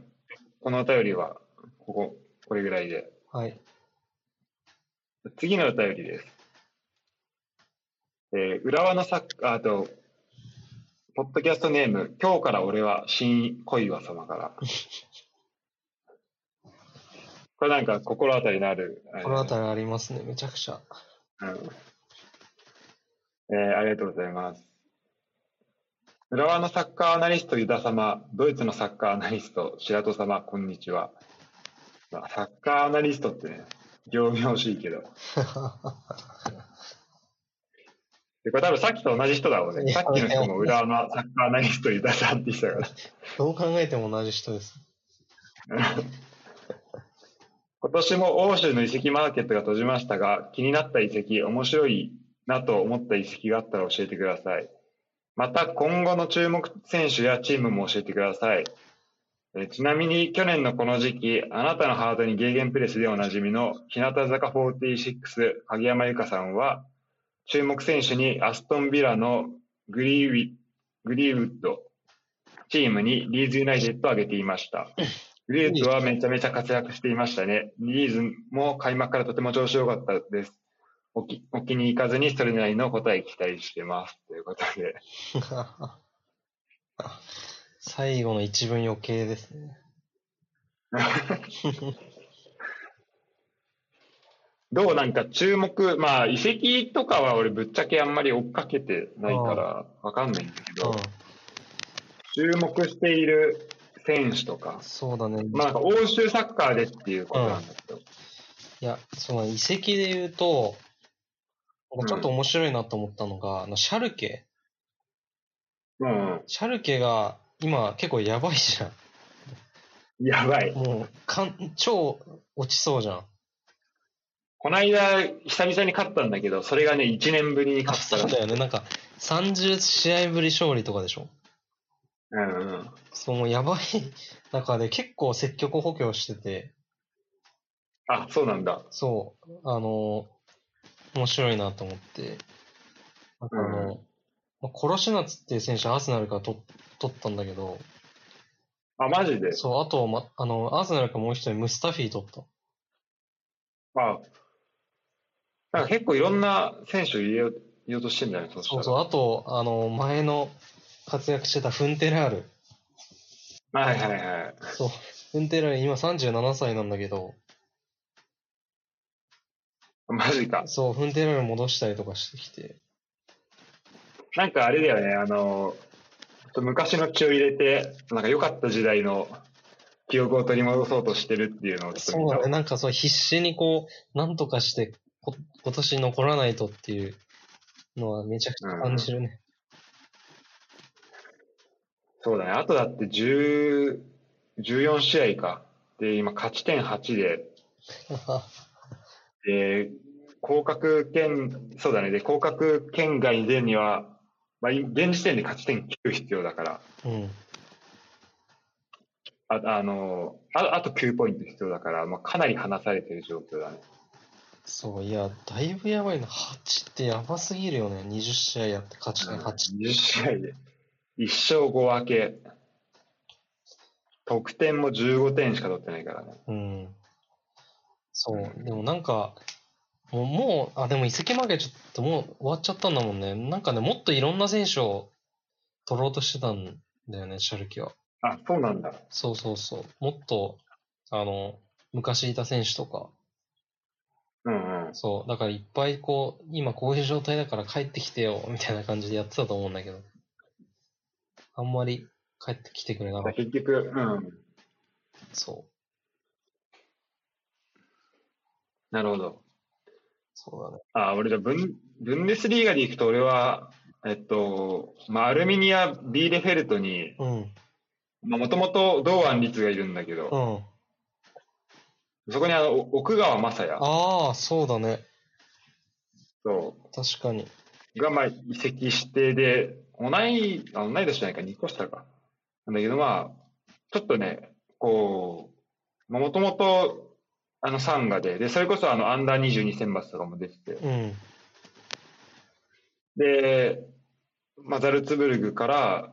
[SPEAKER 1] このお便りは、ここ、これぐらいで。
[SPEAKER 2] はい。
[SPEAKER 1] 次のお便りです。えー浦和のサッカーあと、ポッドキャストネーム、今日から俺は新恋は様から。 これなんか心当たりのある。
[SPEAKER 2] このあた
[SPEAKER 1] り。
[SPEAKER 2] りありますね。めちゃくちゃ。
[SPEAKER 1] うんえーありがとうございます。浦和のサッカーアナリスト、ユダ様、ドイツのサッカーアナリスト、白戸様、こんにちは。まあ、サッカーアナリストってね、行々しいけど。で、これ多分さっきと同じ人だろうね。さっきの人も浦和のサッカーアナリスト、ユダさんって人が。
[SPEAKER 2] どう考えても同じ人です。
[SPEAKER 1] 今年も欧州の移籍マーケットが閉じましたが、気になった移籍、面白いなと思った移籍があったら教えてください。また今後の注目選手やチームも教えてください。えーちなみに去年のこの時期、あなたのハートにゲーゲンプレスでおなじみの日向坂46影山由佳さんは、注目選手にアストンビラのグリーウィグリーウッドチームにリーズユナイテッドを挙げていました。グリーウッドはめちゃめちゃ活躍していましたね。リーズも開幕からとても調子良かったです。おきお気に行かずにそれなりの答え期待してます。ということで。
[SPEAKER 2] 最後の一文余計ですね。
[SPEAKER 1] どうなんか注目、まあ移籍とかは俺ぶっちゃけあんまり追っかけてないからわかんないんだけど、
[SPEAKER 2] う
[SPEAKER 1] 注目している選手とか
[SPEAKER 2] ん。、そうだね。
[SPEAKER 1] まあなんか欧州サッカーでっていうことなんだけど、
[SPEAKER 2] いや、その遺跡で言うと、なんかちょっと面白いなと思ったのが、あのシャルケ。
[SPEAKER 1] うん、う
[SPEAKER 2] シャルケが今結構やばいじゃん。
[SPEAKER 1] ん、やばい。
[SPEAKER 2] もうかん、超落ちそうじゃん。
[SPEAKER 1] この間、久々に勝ったんだけど、それがね、1年ぶりに
[SPEAKER 2] あ、
[SPEAKER 1] 勝
[SPEAKER 2] そ
[SPEAKER 1] っ
[SPEAKER 2] う
[SPEAKER 1] た
[SPEAKER 2] だよね。なんか、30試合ぶり勝利とかでしょ。
[SPEAKER 1] ら。うんうん。
[SPEAKER 2] そう、もうやばい中で結構積極補強してて、
[SPEAKER 1] あ、そうなんだ。
[SPEAKER 2] そう、あの、面白いなと思って。なんかあの、まあ、コロシナツっていう選手、アーセナルからと取ったんだけど、
[SPEAKER 1] あ、マジで。
[SPEAKER 2] そう、あと、ま、あの、アーセナルからもう一人、ムスタフィー取った。
[SPEAKER 1] あ、なんか結構いろんな選手を入れよう入れようとしてんだよね、そした
[SPEAKER 2] そう
[SPEAKER 1] ら
[SPEAKER 2] そう、あと、あの、前の活躍してたフンテラール。
[SPEAKER 1] はいはいはい。
[SPEAKER 2] そう、フンテラール、今37歳なんだけど、
[SPEAKER 1] マジか。
[SPEAKER 2] そう、フンテラール戻したりとかしてきて、
[SPEAKER 1] なんかあれだよね、あの、ちょっと昔の血を入れて、なんか良かった時代の記憶を取り戻そうとしてるっていうのをちょっと
[SPEAKER 2] そう
[SPEAKER 1] 見
[SPEAKER 2] だね。
[SPEAKER 1] た。
[SPEAKER 2] なんかそう必死にこう、なんとかしてこ、今年残らないとっていうのはめちゃくちゃ感じるね。
[SPEAKER 1] そうだね。あとだって10 14試合か。で、今勝ち点8で、で、降格圏、そうだね。で、降格圏外に出るには、まあ、い現時点で勝ち点9必要だから、
[SPEAKER 2] うん。
[SPEAKER 1] ああのあ、あと9ポイント必要だから、まあ、かなり離されてる状況だね。
[SPEAKER 2] そう、いや、だいぶやばいな。8ってやばすぎるよね。20試合やって勝ち点8。
[SPEAKER 1] 10試合で1勝5分け、得点も15点しか取ってないからね。
[SPEAKER 2] うん。そう
[SPEAKER 1] う、ん
[SPEAKER 2] でもなんか、もう、もうあ、でも移籍負けちょっともう終わっちゃったんだもんね。なんかね、もっといろんな選手を取ろうとしてたんだよね、シャルキは。
[SPEAKER 1] あ、そうなんだ。
[SPEAKER 2] そうそうそう。もっと、あの、昔いた選手とか。
[SPEAKER 1] うんうん。
[SPEAKER 2] そう、だからいっぱいこう、今こういう状態だから帰ってきてよ、みたいな感じでやってたと思うんだけど。あんまり帰ってきてくれなかっ
[SPEAKER 1] 結局、うん。
[SPEAKER 2] た。そう。
[SPEAKER 1] なるほど。
[SPEAKER 2] そうだね。
[SPEAKER 1] あ、俺じゃブン、ブンデスリーガで行くと、俺は、えっと、まあ、アルミニア・ビーレフェルトに、
[SPEAKER 2] うん。
[SPEAKER 1] まあ、もともと堂安律がいるんだけ
[SPEAKER 2] う
[SPEAKER 1] ど、
[SPEAKER 2] ん。
[SPEAKER 1] そこにあの、お奥川雅也
[SPEAKER 2] ああ、そうだね。
[SPEAKER 1] そ
[SPEAKER 2] 確かに。
[SPEAKER 1] うが、まあ、移籍してで、同い、あ同い年じゃないか、2個下か。なんだけど、まあ、ちょっとね、こう、もともと、あの、サンガで、で、それこそあの、アンダー22選抜とかも出てて、
[SPEAKER 2] うん。
[SPEAKER 1] で、まあ、ザルツブルグから、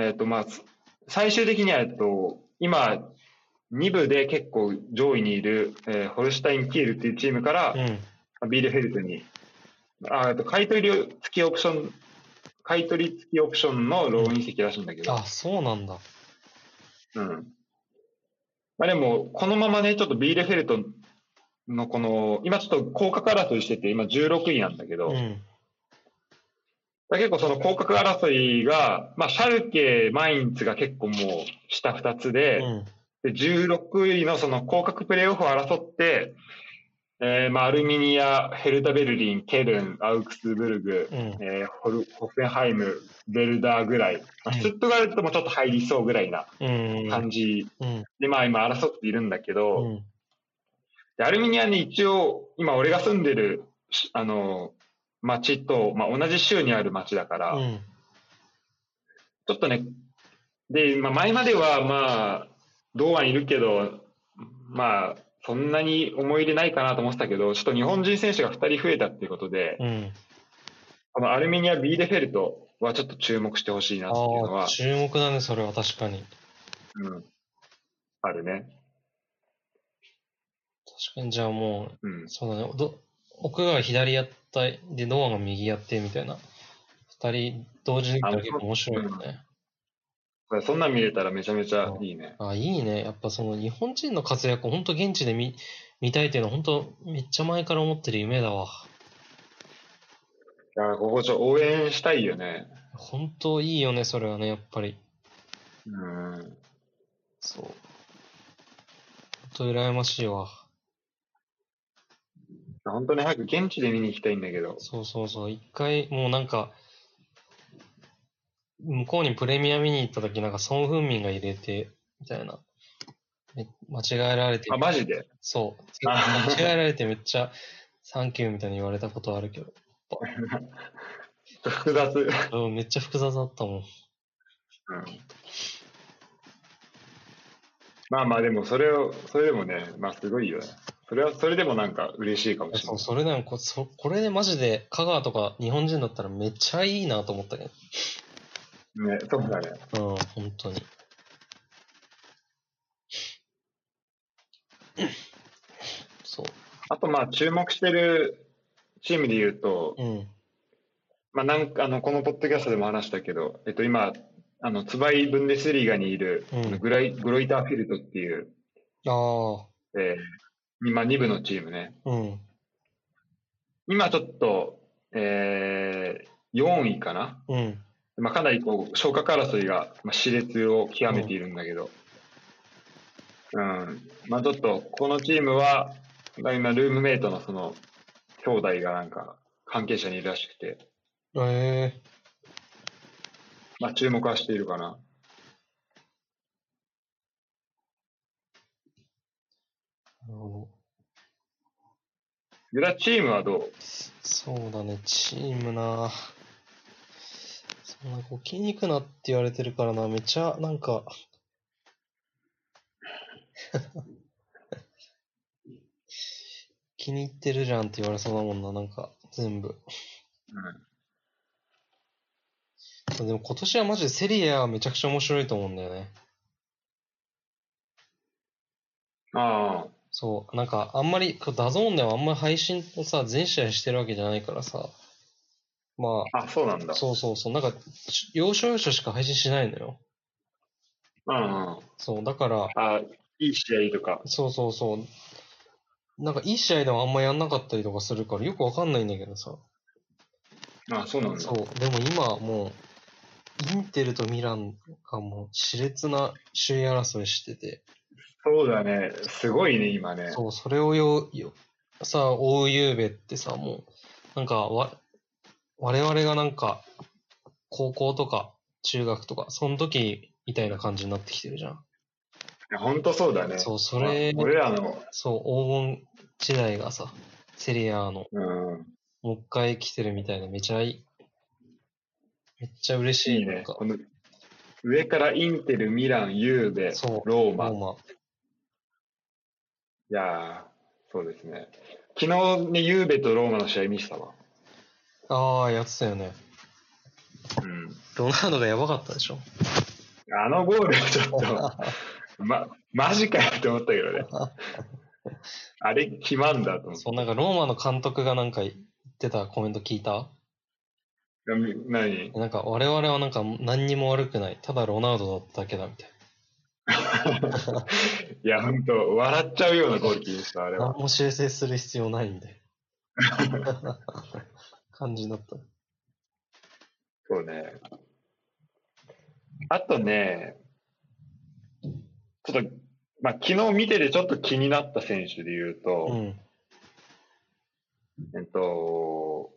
[SPEAKER 1] えっ、と、まあ、つ最終的には、えっと、今、2部で結構上位にいる、えーホルシュタイン・キールっていうチームから
[SPEAKER 2] う、ん。
[SPEAKER 1] ビールフェルトに、あえっと買い取りを付きオプション、買い取り付きオプションのローン移籍らしいんだけど、
[SPEAKER 2] あ、そうなんだ。
[SPEAKER 1] うん。まあ、でも、このままね、ちょっとビールフェルトのこの、今ちょっと降格争いしてて、今16位なんだけど、
[SPEAKER 2] うん。
[SPEAKER 1] だから結構その降格争いが、まあ、シャルケ、マインツが結構もう下2つ
[SPEAKER 2] う
[SPEAKER 1] で、
[SPEAKER 2] ん。
[SPEAKER 1] で16位のその降格プレーオフを争って、えーまあ、アルミニア、ヘルタ・ベルリン、ケルン、アウクスブルグ、
[SPEAKER 2] うん。
[SPEAKER 1] えーホルホッフェンハイム、ベルダーぐらい、まあ
[SPEAKER 2] うん
[SPEAKER 1] シュットガルトもちょっと入りそうぐらいな
[SPEAKER 2] うん。
[SPEAKER 1] 感じ
[SPEAKER 2] うん。
[SPEAKER 1] で、まあ、今争っているんだけど、
[SPEAKER 2] うん。
[SPEAKER 1] でアルミニアに一応、今俺が住んでる、しあの、町と、まあ、同じ州にある町だから、
[SPEAKER 2] うん。
[SPEAKER 1] ちょっとね、で、まあ、前までは、まあ、堂安いるけど、まあ、そんなに思い入れないかなと思ってたけど、ちょっと日本人選手が2人増えたっていうことで、
[SPEAKER 2] うん。
[SPEAKER 1] このアルミニア・ビーレフェルトはちょっと注目してほしいなっていうの
[SPEAKER 2] ああ、
[SPEAKER 1] は、
[SPEAKER 2] 注目だね、それは確かに。
[SPEAKER 1] うん、あるね。
[SPEAKER 2] 確かに、じゃあもう、
[SPEAKER 1] うん、
[SPEAKER 2] そうだね。ど奥が左やった、で、ドアが右やって、みたいな。二人同時に見たら結構面白いよね。
[SPEAKER 1] そんなん見れたらめちゃめちゃいいね。
[SPEAKER 2] あ、いいね。やっぱその日本人の活躍を本当現地で見見たいっていうのは本当めっちゃ前から思ってる夢だわ。
[SPEAKER 1] だから、ここちょっと応援したいよね。
[SPEAKER 2] 本当いいよね、それはね、やっぱり。
[SPEAKER 1] うん。
[SPEAKER 2] そう。本当羨ましいわ。
[SPEAKER 1] 本当に早く現地で見に行きたいんだけど。
[SPEAKER 2] そうそうそう。一回、もうなんか、向こうにプレミア見に行った時なんか、ソン・フンミンが入れて、みたいな。め間違えられて
[SPEAKER 1] あ、、マジで
[SPEAKER 2] そう。
[SPEAKER 1] あ
[SPEAKER 2] 間違えられてめっちゃ、サンキューみたいに言われたことあるけど、
[SPEAKER 1] 複雑。
[SPEAKER 2] うんめっちゃ複雑だったもん。
[SPEAKER 1] うんまあまあでもそれをそれでもねまあすごいよねそれはそれでもなんか嬉しいかもしれ
[SPEAKER 2] そ
[SPEAKER 1] な
[SPEAKER 2] う、
[SPEAKER 1] い
[SPEAKER 2] それなんかこそ、これでマジで、香川とか日本人だったらめっちゃいいなと思ったけ
[SPEAKER 1] ねそうだね
[SPEAKER 2] ど。うん、本当に。そう。
[SPEAKER 1] あとまあ注目してるチームで言うと、
[SPEAKER 2] うん。
[SPEAKER 1] まあなんかあのこのポッドキャストでも話したけどえっと今あのツバイブンデスリーガにいる、
[SPEAKER 2] うん
[SPEAKER 1] あのグライグロイターフィルトっていう、
[SPEAKER 2] あ
[SPEAKER 1] えー、今2部のチームね
[SPEAKER 2] あ、うん。
[SPEAKER 1] 今ちょっと、えー、4位かな
[SPEAKER 2] うん。
[SPEAKER 1] まあ、かなりこう昇格争いがまあ熾烈を極めているんだけど、うん。まあちょっと、このチームは、今、ルームメイトのその、兄弟がなんか、関係者にいるらしくて、
[SPEAKER 2] ええ
[SPEAKER 1] まあ注目はしているかな。
[SPEAKER 2] なるほど。
[SPEAKER 1] グラチームはどう
[SPEAKER 2] そうだね、チームなそんな、こう、筋肉なって言われてるからな、めちゃ、なんか、 気に入ってるじゃんって言われそうだもんな、なんか、全部。でも今年はマジでセリエはめちゃくちゃ面白いと思うんだよね。
[SPEAKER 1] うん。ああ、
[SPEAKER 2] そう、なんかあんまり、こうダゾーンではあんまり配信をさ、全試合してるわけじゃないからさ、ま
[SPEAKER 1] あ、そうなんだ。
[SPEAKER 2] あ、そうそうそう、なんか、し要所要所しか配信しないのよ。
[SPEAKER 1] うんうん。
[SPEAKER 2] そう、だから、
[SPEAKER 1] あいい試合とか。
[SPEAKER 2] そうそうそう、なんかいい試合でもあんまやんなかったりとかするからよくわかんないんだけどさ、
[SPEAKER 1] あそうなんだ。
[SPEAKER 2] そう、でも今もう、インテルとミランがもう熾烈な首位争いしてて、
[SPEAKER 1] そうだね。すごいね、今ね。
[SPEAKER 2] そう、それをよ、よさあ、追うゆうべってさ、もう、なんか、わ、我々がなんか、高校とか、中学とか、その時みたいな感じになってきてるじゃん。
[SPEAKER 1] いやほんとそうだね。
[SPEAKER 2] そう、それ、
[SPEAKER 1] まあ俺らの、
[SPEAKER 2] そう、黄金時代がさ、セリアの、
[SPEAKER 1] うん。
[SPEAKER 2] もう一回来てるみたいな、めちゃいい。めっちゃ嬉し
[SPEAKER 1] い
[SPEAKER 2] い、
[SPEAKER 1] い
[SPEAKER 2] な
[SPEAKER 1] ね
[SPEAKER 2] ん。か
[SPEAKER 1] こ、の上からインテル、ミラン、ユーベ、
[SPEAKER 2] そう
[SPEAKER 1] ロー
[SPEAKER 2] ロ
[SPEAKER 1] マ。
[SPEAKER 2] ー
[SPEAKER 1] い
[SPEAKER 2] マ。
[SPEAKER 1] やー、そうですね。昨日ね、ユーベとローマの試合見せたわ。
[SPEAKER 2] ああ、やってたよね。
[SPEAKER 1] うん。
[SPEAKER 2] ロナウドがやばかったでしょ。
[SPEAKER 1] あのゴールはちょっと、 ま、マジかよって思ったけどね。あれ、決まんだと思って
[SPEAKER 2] そう、なんかローマの監督がなんか言ってたコメント聞いた。
[SPEAKER 1] 何
[SPEAKER 2] なんか我々はなんか何にも悪くない。ただロナウドだっただけだみたい
[SPEAKER 1] いや、ほんと、笑っちゃうようなゴールキーでした、あれ
[SPEAKER 2] な。何
[SPEAKER 1] は。
[SPEAKER 2] も修正する必要ないみたい な感じだった。
[SPEAKER 1] そうね。あとね、ちょっと、まあ、昨日見ててちょっと気になった選手で言う
[SPEAKER 2] う
[SPEAKER 1] と、
[SPEAKER 2] ん。
[SPEAKER 1] えっと、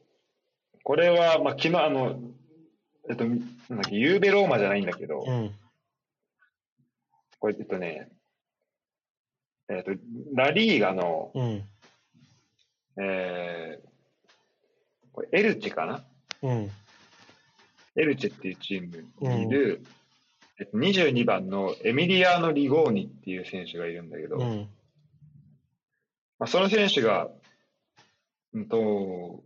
[SPEAKER 1] これは、まあ、昨日あの、えっと、なんだっけ、ゆうべローマじゃないんだけど、
[SPEAKER 2] うん。
[SPEAKER 1] これ、えっとね、えっと、ラリーガの、
[SPEAKER 2] うん。
[SPEAKER 1] えー、これエルチェかな
[SPEAKER 2] うん。
[SPEAKER 1] エルチェっていうチームにいる、えっと22番のエミリアーノ・リゴーニっていう選手がいるんだけど、
[SPEAKER 2] うん。
[SPEAKER 1] まあ、その選手が、うんと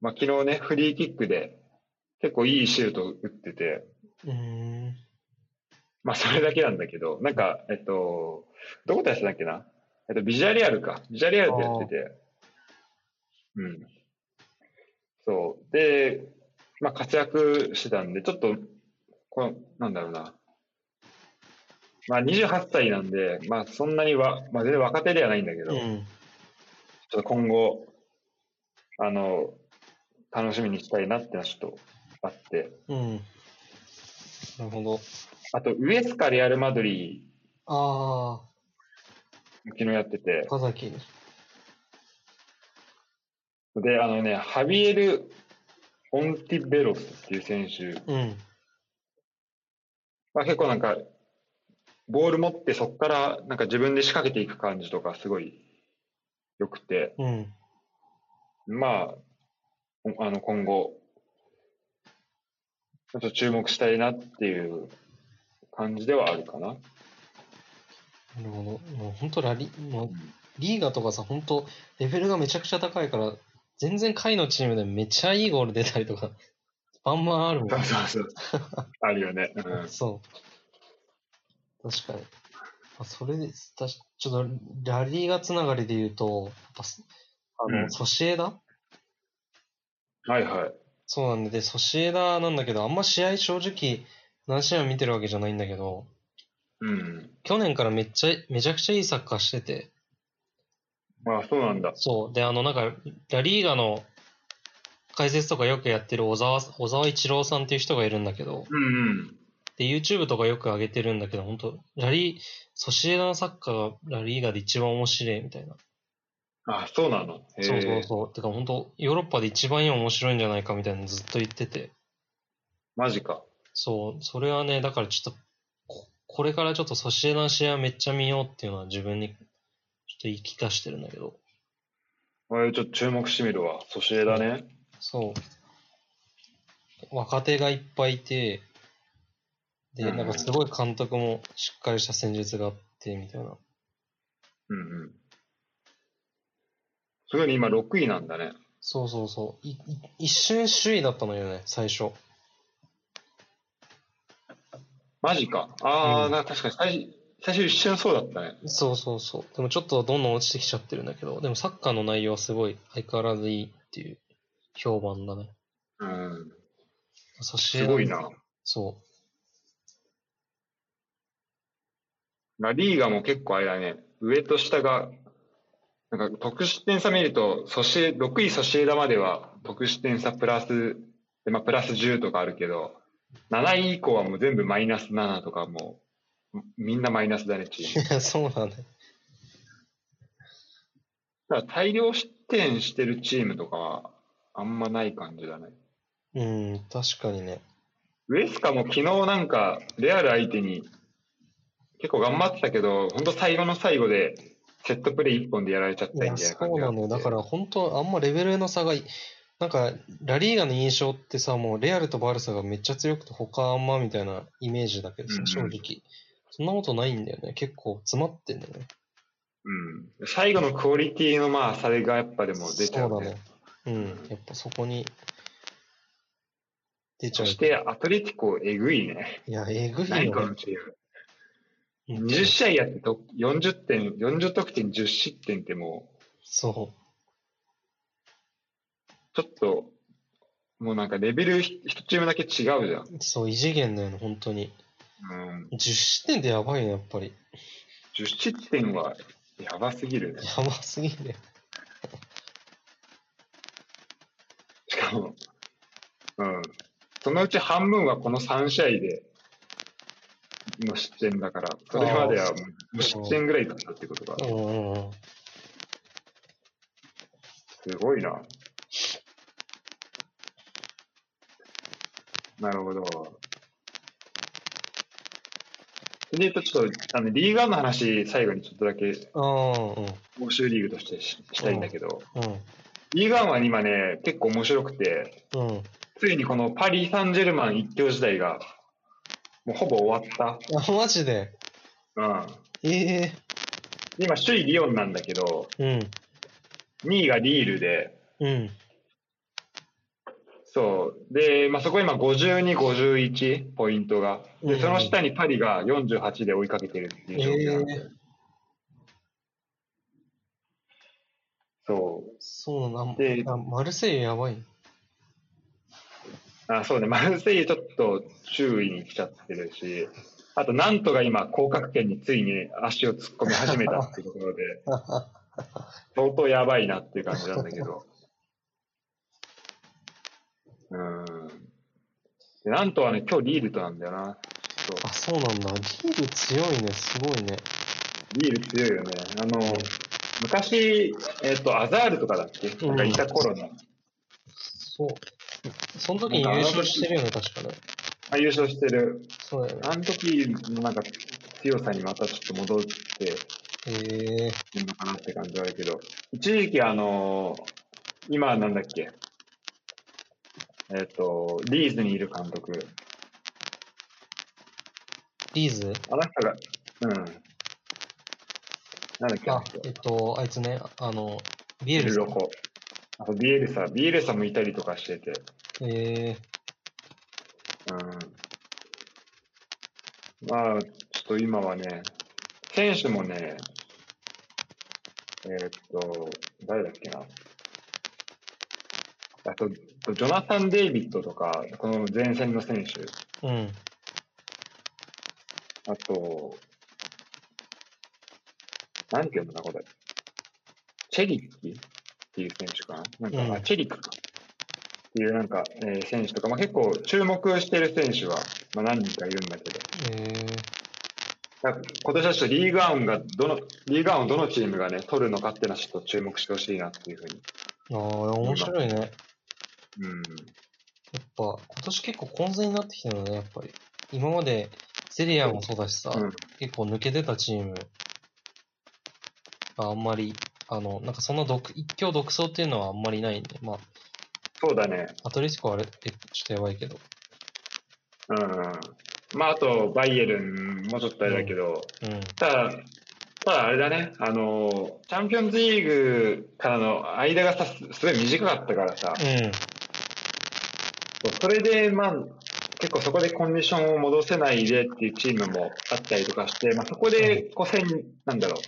[SPEAKER 1] まあ、昨日ね、フリーキックで結構いいシュートを打ってて、
[SPEAKER 2] うん。
[SPEAKER 1] まあ、それだけなんだけど、なんか、えっと、どこでやってたっけな、えっと、ビジャリアルか。ビジャリアルでやってて、うん。そう。で、まあ、活躍してたんで、ちょっと、この、なんだろうな。まあ、28歳なんで、まあ、そんなには、まあ、全然若手ではないんだけど、
[SPEAKER 2] う
[SPEAKER 1] ちょっ
[SPEAKER 2] ん。
[SPEAKER 1] と今後、あの、楽しみにしたいなってのはちょっとあって、
[SPEAKER 2] うん。なるほど。
[SPEAKER 1] あと、ウエスカ・レアル・マドリー、
[SPEAKER 2] あ
[SPEAKER 1] 昨日やってて
[SPEAKER 2] あ、、岡崎。
[SPEAKER 1] で、あのね、ハビエル・オンティベロスっていう選手、
[SPEAKER 2] うん。
[SPEAKER 1] まあ、結構なんか、ボール持ってそこからなんか自分で仕掛けていく感じとかすごい良くて、
[SPEAKER 2] うん。
[SPEAKER 1] まあ、おあの今後、ちょっと注目したいなっていう感じではあるかな。
[SPEAKER 2] なるほど。もう本当ラリ、もうリーガとかさ、本当レベルがめちゃくちゃ高いから、全然下位のチームでめちゃいいゴール出たりとか、バンバンあるもん
[SPEAKER 1] そう。そうそう。 あるよね。うん。
[SPEAKER 2] そう。確かに。あそれです。たしちょっと、ラリーがつながりで言うと、やっぱすあの、
[SPEAKER 1] うん
[SPEAKER 2] ソシエダ
[SPEAKER 1] はいはい。
[SPEAKER 2] そうなんでで、ソシエダなんだけど、あんま試合正直、何試合も見てるわけじゃないんだけど、
[SPEAKER 1] うん。
[SPEAKER 2] 去年からめっちゃ、めちゃくちゃいいサッカーしてて、
[SPEAKER 1] まあそうなんだ。
[SPEAKER 2] そう。で、あの、なんか、ラリーガの解説とかよくやってる小沢、小沢一郎さんっていう人がいるんだけど、
[SPEAKER 1] うんうん。
[SPEAKER 2] で、YouTube とかよく上げてるんだけど、本当ラリー、ソシエダのサッカーがラリーガで一番面白いみたいな。
[SPEAKER 1] あ、そうなの。へー
[SPEAKER 2] そうそうそう。てか本当ヨーロッパで一番いい面白いんじゃないかみたいなのずっと言ってて。
[SPEAKER 1] マジか。
[SPEAKER 2] そう、それはね、だからちょっと、ここれからちょっとソシエダの試合をめっちゃ見ようっていうのは自分にちょっと言い聞かしてるんだけど。
[SPEAKER 1] 俺ちょっと注目してみるわ。ソシエダね。
[SPEAKER 2] そう。若手がいっぱいいて、で、
[SPEAKER 1] うん
[SPEAKER 2] なんかすごい監督もしっかりした戦術があって、みたいな。
[SPEAKER 1] うんうん。すごいね、今6位なんだね。
[SPEAKER 2] そうそうそう。いい一瞬首位だったのよね、最初。
[SPEAKER 1] マジか。ああ、
[SPEAKER 2] うん
[SPEAKER 1] なんか確かに最最初一瞬そうだったね。
[SPEAKER 2] そうそうそう。でもちょっとどんどん落ちてきちゃってるんだけど、でもサッカーの内容はすごい相変わらずいいっていう評判だね。
[SPEAKER 1] うん。
[SPEAKER 2] ソシエ
[SPEAKER 1] す
[SPEAKER 2] ダ
[SPEAKER 1] ごいな。
[SPEAKER 2] そう。
[SPEAKER 1] ラリーガも結構あれだね。上と下が、なんか得失点差見ると、ソシエ6位ソシエダまでは得失点差プラス、でまあ、プラス10とかあるけど、7位以降はもう全部マイナス7とかもう、みんなマイナスだね、チーム。
[SPEAKER 2] そうなんだね。
[SPEAKER 1] だから大量失点してるチームとかはあんまない感じだね。
[SPEAKER 2] うん、確かにね。
[SPEAKER 1] ウエスカも昨日なんかレアル相手に結構頑張ってたけど、本当最後の最後でセットプレー1本でやられちゃっ
[SPEAKER 2] い
[SPEAKER 1] たみたい
[SPEAKER 2] や、
[SPEAKER 1] な感じ。
[SPEAKER 2] そうなのよ。だからら本当、あんまレベルの差がい、なんか、ラリーガの印象ってさ、もうレアルとバルサがめっちゃ強くて、他あんまみたいなイメージだけど
[SPEAKER 1] うんう
[SPEAKER 2] さ
[SPEAKER 1] ん、
[SPEAKER 2] 正直。そんなことないんだよね。結構詰まってんだよね。
[SPEAKER 1] うん。最後のクオリティのまあ、それがやっぱでも出ちゃう
[SPEAKER 2] そうだ
[SPEAKER 1] ね
[SPEAKER 2] ね。。うん、やっぱそこに出ちゃ。
[SPEAKER 1] そうしてアトレティコえぐいね。
[SPEAKER 2] いや、えぐいよ
[SPEAKER 1] 何この
[SPEAKER 2] ね。
[SPEAKER 1] チーム。
[SPEAKER 2] 本当
[SPEAKER 1] 20試合やってと40点、40得点10失点ってもう、
[SPEAKER 2] そ
[SPEAKER 1] ちょっと、もうなんかレベルひ一チームだけ違うじゃん。
[SPEAKER 2] う、そう、異次元だよね、本当に。
[SPEAKER 1] うん。
[SPEAKER 2] 10失点でやばいね、やっぱり。
[SPEAKER 1] 10失点はやばすぎるね。
[SPEAKER 2] やばすぎるね。
[SPEAKER 1] しかも、うん。そのうち半分はこの3試合での失点だから、それまではもう無失点ぐらいだったってことが、
[SPEAKER 2] うんうんうん。
[SPEAKER 1] すごいな。なるほど。それで、ちょっと、あの、リーガーの話、最後にちょっとだけ、
[SPEAKER 2] ああ、
[SPEAKER 1] 欧州リーグとしてししたいんだけど、
[SPEAKER 2] う
[SPEAKER 1] リーガーは今ね、結構面白くて、
[SPEAKER 2] ん、うん。
[SPEAKER 1] ついにこのパリ・サンジェルマン一強時代が、もうほぼ終わっ
[SPEAKER 2] あ、マジで
[SPEAKER 1] た。うん。
[SPEAKER 2] ええ
[SPEAKER 1] 今、首位リヨンなんだけど、2位がリールで、
[SPEAKER 2] うん、うん。
[SPEAKER 1] そう。で、まあ、そこ今52、51ポイントが。
[SPEAKER 2] う
[SPEAKER 1] で、
[SPEAKER 2] ん
[SPEAKER 1] その下にパリが48で追いかけてるっていう状況なんで。
[SPEAKER 2] え
[SPEAKER 1] そ
[SPEAKER 2] そうなんだ
[SPEAKER 1] で
[SPEAKER 2] あ。マルセイユやばい。
[SPEAKER 1] う。あ、そうね。マルセイユちょっと周囲に来ちゃってるし、あと、なんとが今、降格圏についに足を突っ込み始めたっていうとこ ろで、相当やばいなっていう感じなんだけど。うーん。でなんとはね、今日リールとなんだよな。そう
[SPEAKER 2] あ、そうなんだ。リール強いね。すごいね。
[SPEAKER 1] ビール強いよね。あの、昔、えっ、と、アザールとかだっけなんかいた頃の、
[SPEAKER 2] そう。その時に優勝してるよね、確かね。
[SPEAKER 1] あ優勝してる。
[SPEAKER 2] そうだよね。
[SPEAKER 1] あの時のなんか強さにまたちょっと戻って
[SPEAKER 2] ええ
[SPEAKER 1] るのかなって感じはあるけど、一時期あの今なんだっけえっ、と、リーズにいる監督。
[SPEAKER 2] リーズ
[SPEAKER 1] あの人が、うん。なんだっけあの
[SPEAKER 2] あ
[SPEAKER 1] 人、
[SPEAKER 2] えっと、あいつね、あの、ビ
[SPEAKER 1] ビ
[SPEAKER 2] エル
[SPEAKER 1] ル
[SPEAKER 2] さん
[SPEAKER 1] ロコ。あとビエルサ、ビエルサもいたりとかしてて。
[SPEAKER 2] ええ
[SPEAKER 1] うんまあ、ちょっと今はね、選手もね、えーっと、誰だっけな。あと、ジョナサン・デイビッドとか、この前線の選手、
[SPEAKER 2] うん。
[SPEAKER 1] あと、なんていうのかな、これ。チェリッキっていう選手かな。なんか、
[SPEAKER 2] うん
[SPEAKER 1] あチェリックか。っていうなんか、えー選手とか、まあ、結構注目してる選手はまあ、何人かいるんだけど。
[SPEAKER 2] えー、
[SPEAKER 1] だから今年はちょっとリーグアウンがどの、リーグアウンをどのチームがね、取るのかっていうのはちょっと注目してほしいなっていうふうに。
[SPEAKER 2] ああ、面白いね。やっ
[SPEAKER 1] うん。
[SPEAKER 2] ぱ、今年結構混戦になってきてるのね、やっぱり。今まで、セリアもそうだしさ、
[SPEAKER 1] うん
[SPEAKER 2] 結構抜けてたチームがあんまり、あの、なんかそんな独、一強独走っていうのはあんまりないんで、まあ、
[SPEAKER 1] そうだね。
[SPEAKER 2] アトレティコはあれってちょっとやばいけど。
[SPEAKER 1] うん。まあ、あと、バイエルンもちょっとあれだけど、
[SPEAKER 2] うん。
[SPEAKER 1] ただ、ただあれだね、あの、チャンピオンズリーグからの間がさ、すすごい短かったからさ、そうそれで、まあ、結構そこでコンディションを戻せないでっていうチームもあったりとかして、まあ、そこで、こう、せん、なんだろう、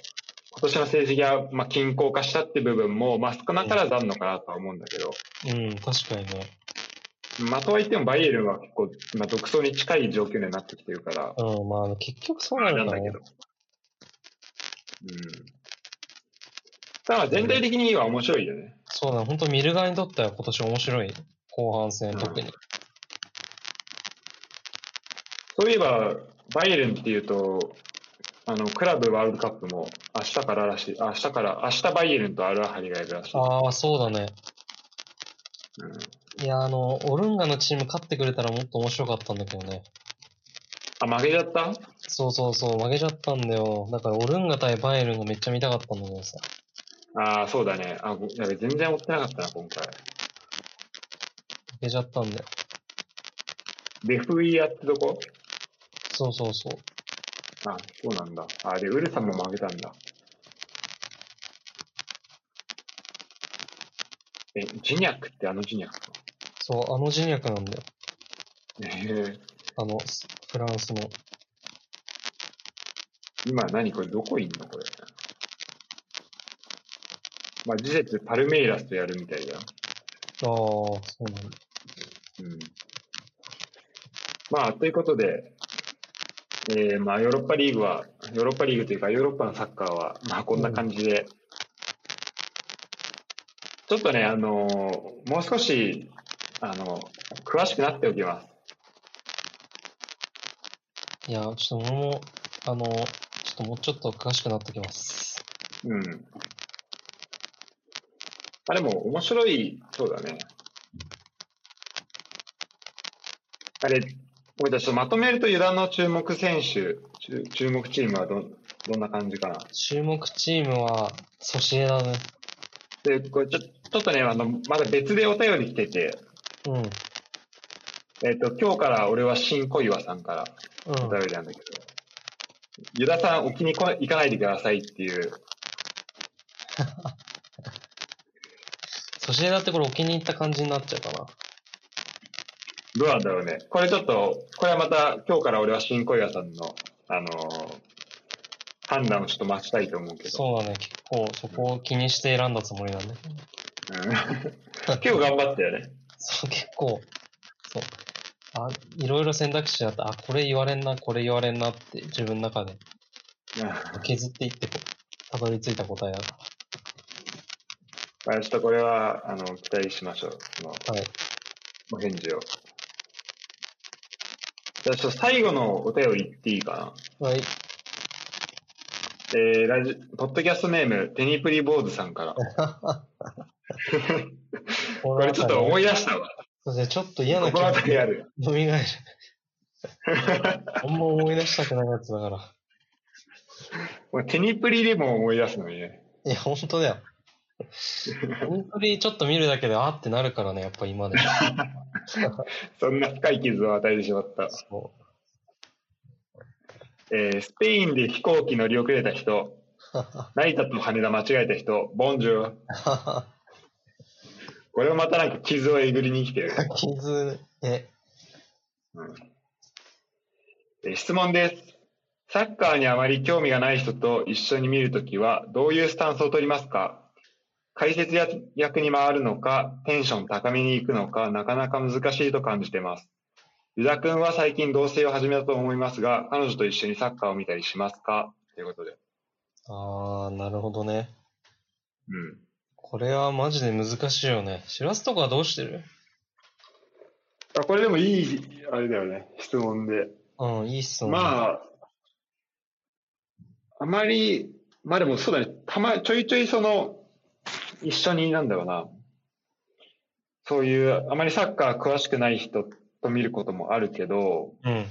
[SPEAKER 1] 今年の成績が、まあ、均衡化したって部分も、まあ、少なからずあるのかなとは思うんだけど、
[SPEAKER 2] うん。うん、確かにね。
[SPEAKER 1] まあ、とはいってもバイエルンは結構、まあ、独走に近い状況になってきてるから、
[SPEAKER 2] うん、まあ、結局そう
[SPEAKER 1] あ
[SPEAKER 2] な
[SPEAKER 1] れな
[SPEAKER 2] る
[SPEAKER 1] ん
[SPEAKER 2] んだ
[SPEAKER 1] だけ
[SPEAKER 2] ね
[SPEAKER 1] ど。。うん。ただ、全体的には面白いよね。
[SPEAKER 2] そうだ、本当見る側にとっては今年面白い後半戦、
[SPEAKER 1] うん
[SPEAKER 2] 特に。
[SPEAKER 1] そういえば、バイエルンっていうと、あの、クラブワールドカップも明日かららしい、明日から、明日バイエルンとアルアハリがやるらしい。
[SPEAKER 2] ああ、そうだね。
[SPEAKER 1] うん
[SPEAKER 2] いや、あの、オルンガのチーム勝ってくれたらもっと面白かったんだけどね。
[SPEAKER 1] あ、負けちゃった
[SPEAKER 2] そうそうそう、負けちゃったんだよ。だから、オルンガ対バイエルンがめっちゃ見たかったんだけどさ。
[SPEAKER 1] ああ、そうだね。あ、ごやべ、全然追ってなかったな、今回。
[SPEAKER 2] 負けちゃったんだよ。
[SPEAKER 1] レフイアってとこ
[SPEAKER 2] そうそうそう。
[SPEAKER 1] あ、そうなんだ。あ、で、ウルサも負けたんだ。え、ジニャックってあのジニャックか
[SPEAKER 2] そう、あの人脈なんだよ。
[SPEAKER 1] えー
[SPEAKER 2] あの、スフランスの。
[SPEAKER 1] 今何これどこいんのこれ。まあ、事実、パルメイラスとやるみたいだよ。
[SPEAKER 2] ああ、そうなんだ。
[SPEAKER 1] うんまあ、ということで、えーまあ、ヨーロッパリーグは、ヨーロッパリーグというか、ヨーロッパのサッカーは、まあ、こんな感じで、ちょっとね、あのーもう少し、あの詳しくなっておきます。
[SPEAKER 2] いや、ちょっと俺も、あの、ちょっともうちょっと詳しくなってきます。
[SPEAKER 1] うん。あ、でも、面白い、そうだね。あれ、俺たちょっとまとめると、ユダの注目選手、注注目チームはど、どんな感じかな。
[SPEAKER 2] 注目チームは、ソシエダね。
[SPEAKER 1] で、これちょ、ちょっとね、あの、まだ別でお便り来てて、
[SPEAKER 2] うん。うん。
[SPEAKER 1] えっ、と、今日から俺は新小岩さんからお便りなんだけど、ユダさん、沖に来ない行かないでくださいっていう、
[SPEAKER 2] ソシエダってこれお気に入った感じになっちゃうかな。
[SPEAKER 1] どうなんだろうね。これちょっと、これはまた、今日から俺は新小岩さんの、あのー判断をちょっと待ちたいと思うけど。
[SPEAKER 2] そうだね。結構そこを気にして選んだつもりなんだけど。
[SPEAKER 1] うん 結構頑張ったよね。
[SPEAKER 2] そう、結構、そう。あ、いろいろ選択肢あって、あ、これ言われんな、これ言われんなって自分の中で
[SPEAKER 1] うん
[SPEAKER 2] 削っていってこう、たどり着いた答えだか
[SPEAKER 1] まあちょっとこれは、あの、期待しましょう。その
[SPEAKER 2] ら。はい。
[SPEAKER 1] お返事を。じゃあ、ちょっと最後のお便り言っていいかな。
[SPEAKER 2] はい。
[SPEAKER 1] えーラジ、ポッドキャストネーム、テニプリ坊主さんから。これちょっと思い出したわ。
[SPEAKER 2] そうですね、ちょっと嫌な気
[SPEAKER 1] 心当
[SPEAKER 2] が
[SPEAKER 1] たりある。
[SPEAKER 2] 蘇る。 あんま思い出したくないやつだから。
[SPEAKER 1] もうテニプリでも思い出すのにね。
[SPEAKER 2] いや、本当だよ。本当にちょっと見るだけで、あーってなるからね、やっぱ今でも。
[SPEAKER 1] そんな深い傷を与えてしまった。
[SPEAKER 2] そ
[SPEAKER 1] えースペインで飛行機乗り遅れた人、
[SPEAKER 2] う。
[SPEAKER 1] 成田と羽田間違えた人、ボンジュール。これもまたなんか傷をえぐりに来てる。
[SPEAKER 2] 傷、え、
[SPEAKER 1] えー質問です。サッカーにあまり興味がない人と一緒に見るときは、どういうスタンスを取りますか解説や役に回るのか、テンション高めに行くのか、なかなか難しいと感じてます。ユダ君は最近同棲を始めたと思いますが、彼女と一緒にサッカーを見たりしますかということで。
[SPEAKER 2] あー、なるほどね。
[SPEAKER 1] うん。
[SPEAKER 2] これはマジで難しいよね。しらすとかはどうしてる
[SPEAKER 1] あこれでもいい、あれだよね、質問で。
[SPEAKER 2] うん、いいっすもんね。
[SPEAKER 1] まあ、あまり、まあでもそうだね、たま、ちょいちょいその、一緒になんだろうな、そういう、あまりサッカー詳しくない人と見ることもあるけど、
[SPEAKER 2] うん。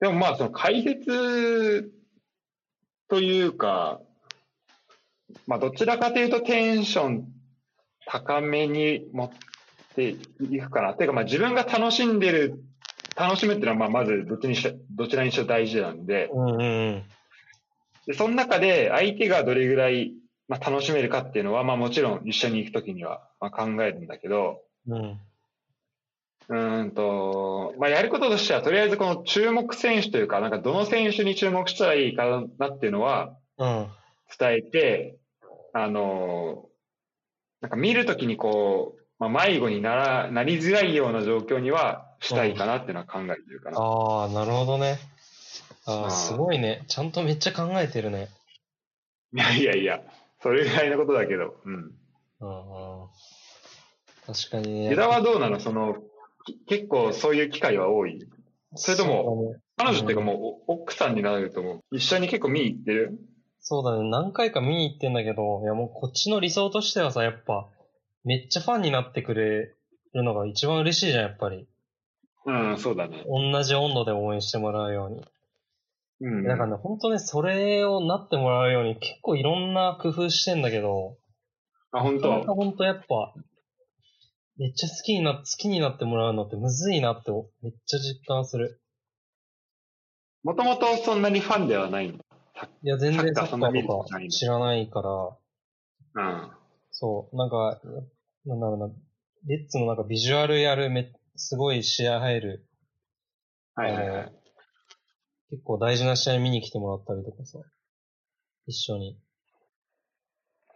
[SPEAKER 1] でもまあ、その解説というか、まあ、どちらかというとテンション高めに持っていくかな。ていうか、まあ、自分が楽しんでる、楽しむっていうのは、まあ、まずどっちにしろ、どちらにしろ大事なんで、
[SPEAKER 2] うんうん
[SPEAKER 1] でその中で相手がどれぐらい、まあ、楽しめるかっていうのは、まあ、もちろん一緒に行くときには、まあ、考えるんだけど、
[SPEAKER 2] うん。うん。
[SPEAKER 1] うーんと、まあ、やることとしては、とりあえずこの注目選手というか、なんかどの選手に注目したらいいかなっていうのは
[SPEAKER 2] うん。
[SPEAKER 1] 伝えて、あの、なんか見るときにこう、まあ、迷子になら、なりづらいような状況にはしたいかなっていうのは考えてるかな。
[SPEAKER 2] ああ、なるほどね。あ
[SPEAKER 1] う
[SPEAKER 2] あ、
[SPEAKER 1] ん
[SPEAKER 2] すごいね。ちゃんとめっちゃ考えてるね。
[SPEAKER 1] いやいやいや、それぐらいのことだけど、うん。
[SPEAKER 2] うんうん。確かにね。
[SPEAKER 1] 枝はどうなのその、き結構そういう機会は多い。それとも
[SPEAKER 2] そうだね、
[SPEAKER 1] 彼女っていうかもうお奥さんになると思う。一緒に結構見に行ってる
[SPEAKER 2] そうだね。何回か見に行ってんだけど、いやもうこっちの理想としてはさ、やっぱ、めっちゃファンになってくれるのが一番嬉しいじゃん、やっぱり。
[SPEAKER 1] うん、そうだね。
[SPEAKER 2] 同じ温度で応援してもらうように。
[SPEAKER 1] うん。
[SPEAKER 2] だからね、本当ね、それをなってもらうように結構いろんな工夫してんだけど、
[SPEAKER 1] あ、本
[SPEAKER 2] なかな
[SPEAKER 1] 当
[SPEAKER 2] か本当やっぱ、めっちゃ好きにな、好きになってもらうのってむずいなって、めっちゃ実感する。
[SPEAKER 1] もともとそんなにファンではないんだ。
[SPEAKER 2] いや、全然
[SPEAKER 1] サッカー
[SPEAKER 2] サッカ
[SPEAKER 1] そんな見
[SPEAKER 2] ー
[SPEAKER 1] る
[SPEAKER 2] と
[SPEAKER 1] こ
[SPEAKER 2] か
[SPEAKER 1] とないんだ
[SPEAKER 2] 知らないから、
[SPEAKER 1] うん。
[SPEAKER 2] そう、なんか、なんだろうな、レッツのなんかビジュアルやるめ、すごい試合入る、
[SPEAKER 1] はいはいはい。
[SPEAKER 2] 結構大事な試合見に来てもらったりとかさ、一緒に。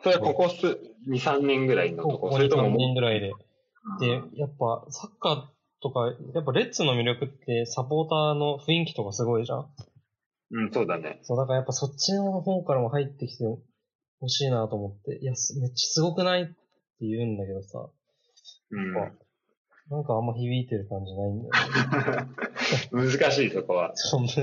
[SPEAKER 1] それはここす、2、3年ぐらいのと
[SPEAKER 2] こ
[SPEAKER 1] こ。
[SPEAKER 2] こ
[SPEAKER 1] それ
[SPEAKER 2] に
[SPEAKER 1] と
[SPEAKER 2] 3
[SPEAKER 1] も、
[SPEAKER 2] 年ぐらいで。で
[SPEAKER 1] うん、
[SPEAKER 2] やっぱサッカーとか、やっぱレッツの魅力ってサポーターの雰囲気とかすごいじゃん。
[SPEAKER 1] うん、そうだね。
[SPEAKER 2] そう、だからやっぱそっちの方からも入ってきてほしいなと思って、いや、すめっちゃすごくないって言うんだけどさ、
[SPEAKER 1] うん。
[SPEAKER 2] なんかあんま響いてる感じないんだよね。
[SPEAKER 1] 難しい、そこは。
[SPEAKER 2] そう、むずい。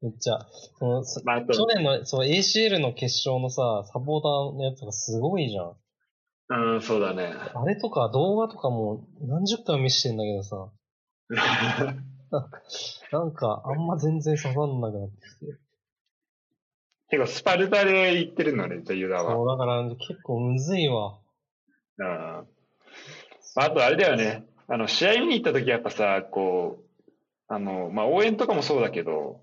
[SPEAKER 2] めっちゃ。そのさ
[SPEAKER 1] まあ、あ
[SPEAKER 2] 去
[SPEAKER 1] と、
[SPEAKER 2] 年の、そう、ACL の決勝のさ、サポーターのやつがすごいじゃん。
[SPEAKER 1] うん、そうだね。
[SPEAKER 2] あれとか動画とかも何十回も見してんだけどさ、なんかあんま全然刺さんなくなってきて。
[SPEAKER 1] 結構スパルタで行ってるのね、じゃあユダは。
[SPEAKER 2] そう、だから結構むずいわ。
[SPEAKER 1] うん。まあ、あとあれだよね。あの、試合見に行った時やっぱさ、こう、あの、まあ、応援とかもそうだけど、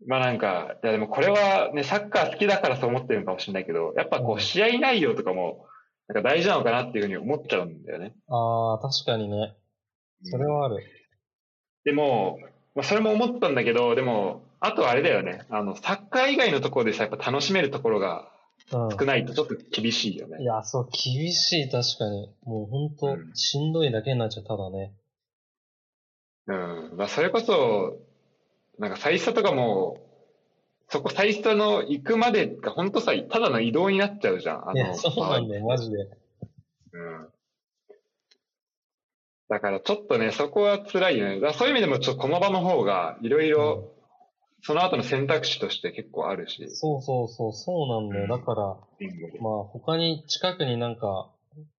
[SPEAKER 2] うん。
[SPEAKER 1] まあなんか、いやでもこれはね、サッカー好きだからそう思ってるのかもしれないけど、やっぱこ
[SPEAKER 2] うん
[SPEAKER 1] う、試合内容とかも、なんか大事なのかなっていうふうに思っちゃうんだよね。
[SPEAKER 2] あー、確かにね。それはある。
[SPEAKER 1] でも、まあ、それも思ったんだけど、でも、あとはあれだよね、あの、サッカー以外のところでさ、やっぱ楽しめるところが少
[SPEAKER 2] う
[SPEAKER 1] ないとちょっと厳しいよ
[SPEAKER 2] ん。い
[SPEAKER 1] ね。
[SPEAKER 2] や、そう、厳しい、確かに。もうほんと
[SPEAKER 1] う、ん
[SPEAKER 2] しんどいだけになっちゃう、ただね。
[SPEAKER 1] うん。まあ、それこそ、なんか最初とかも、そこ最初の行くまでが本当さ、ただの移動になっちゃうじゃん。あ
[SPEAKER 2] いや、
[SPEAKER 1] の、
[SPEAKER 2] そうなんだよ、マジで。
[SPEAKER 1] うんだからちょっとね、そこは辛いよね。だからそういう意味でも、ちょっと駒場の方が、いろいろ、その後の選択肢として結構あるし、
[SPEAKER 2] そうそうそう、そうなんだよ。だから、
[SPEAKER 1] リンゴで
[SPEAKER 2] まあ他に近くになんか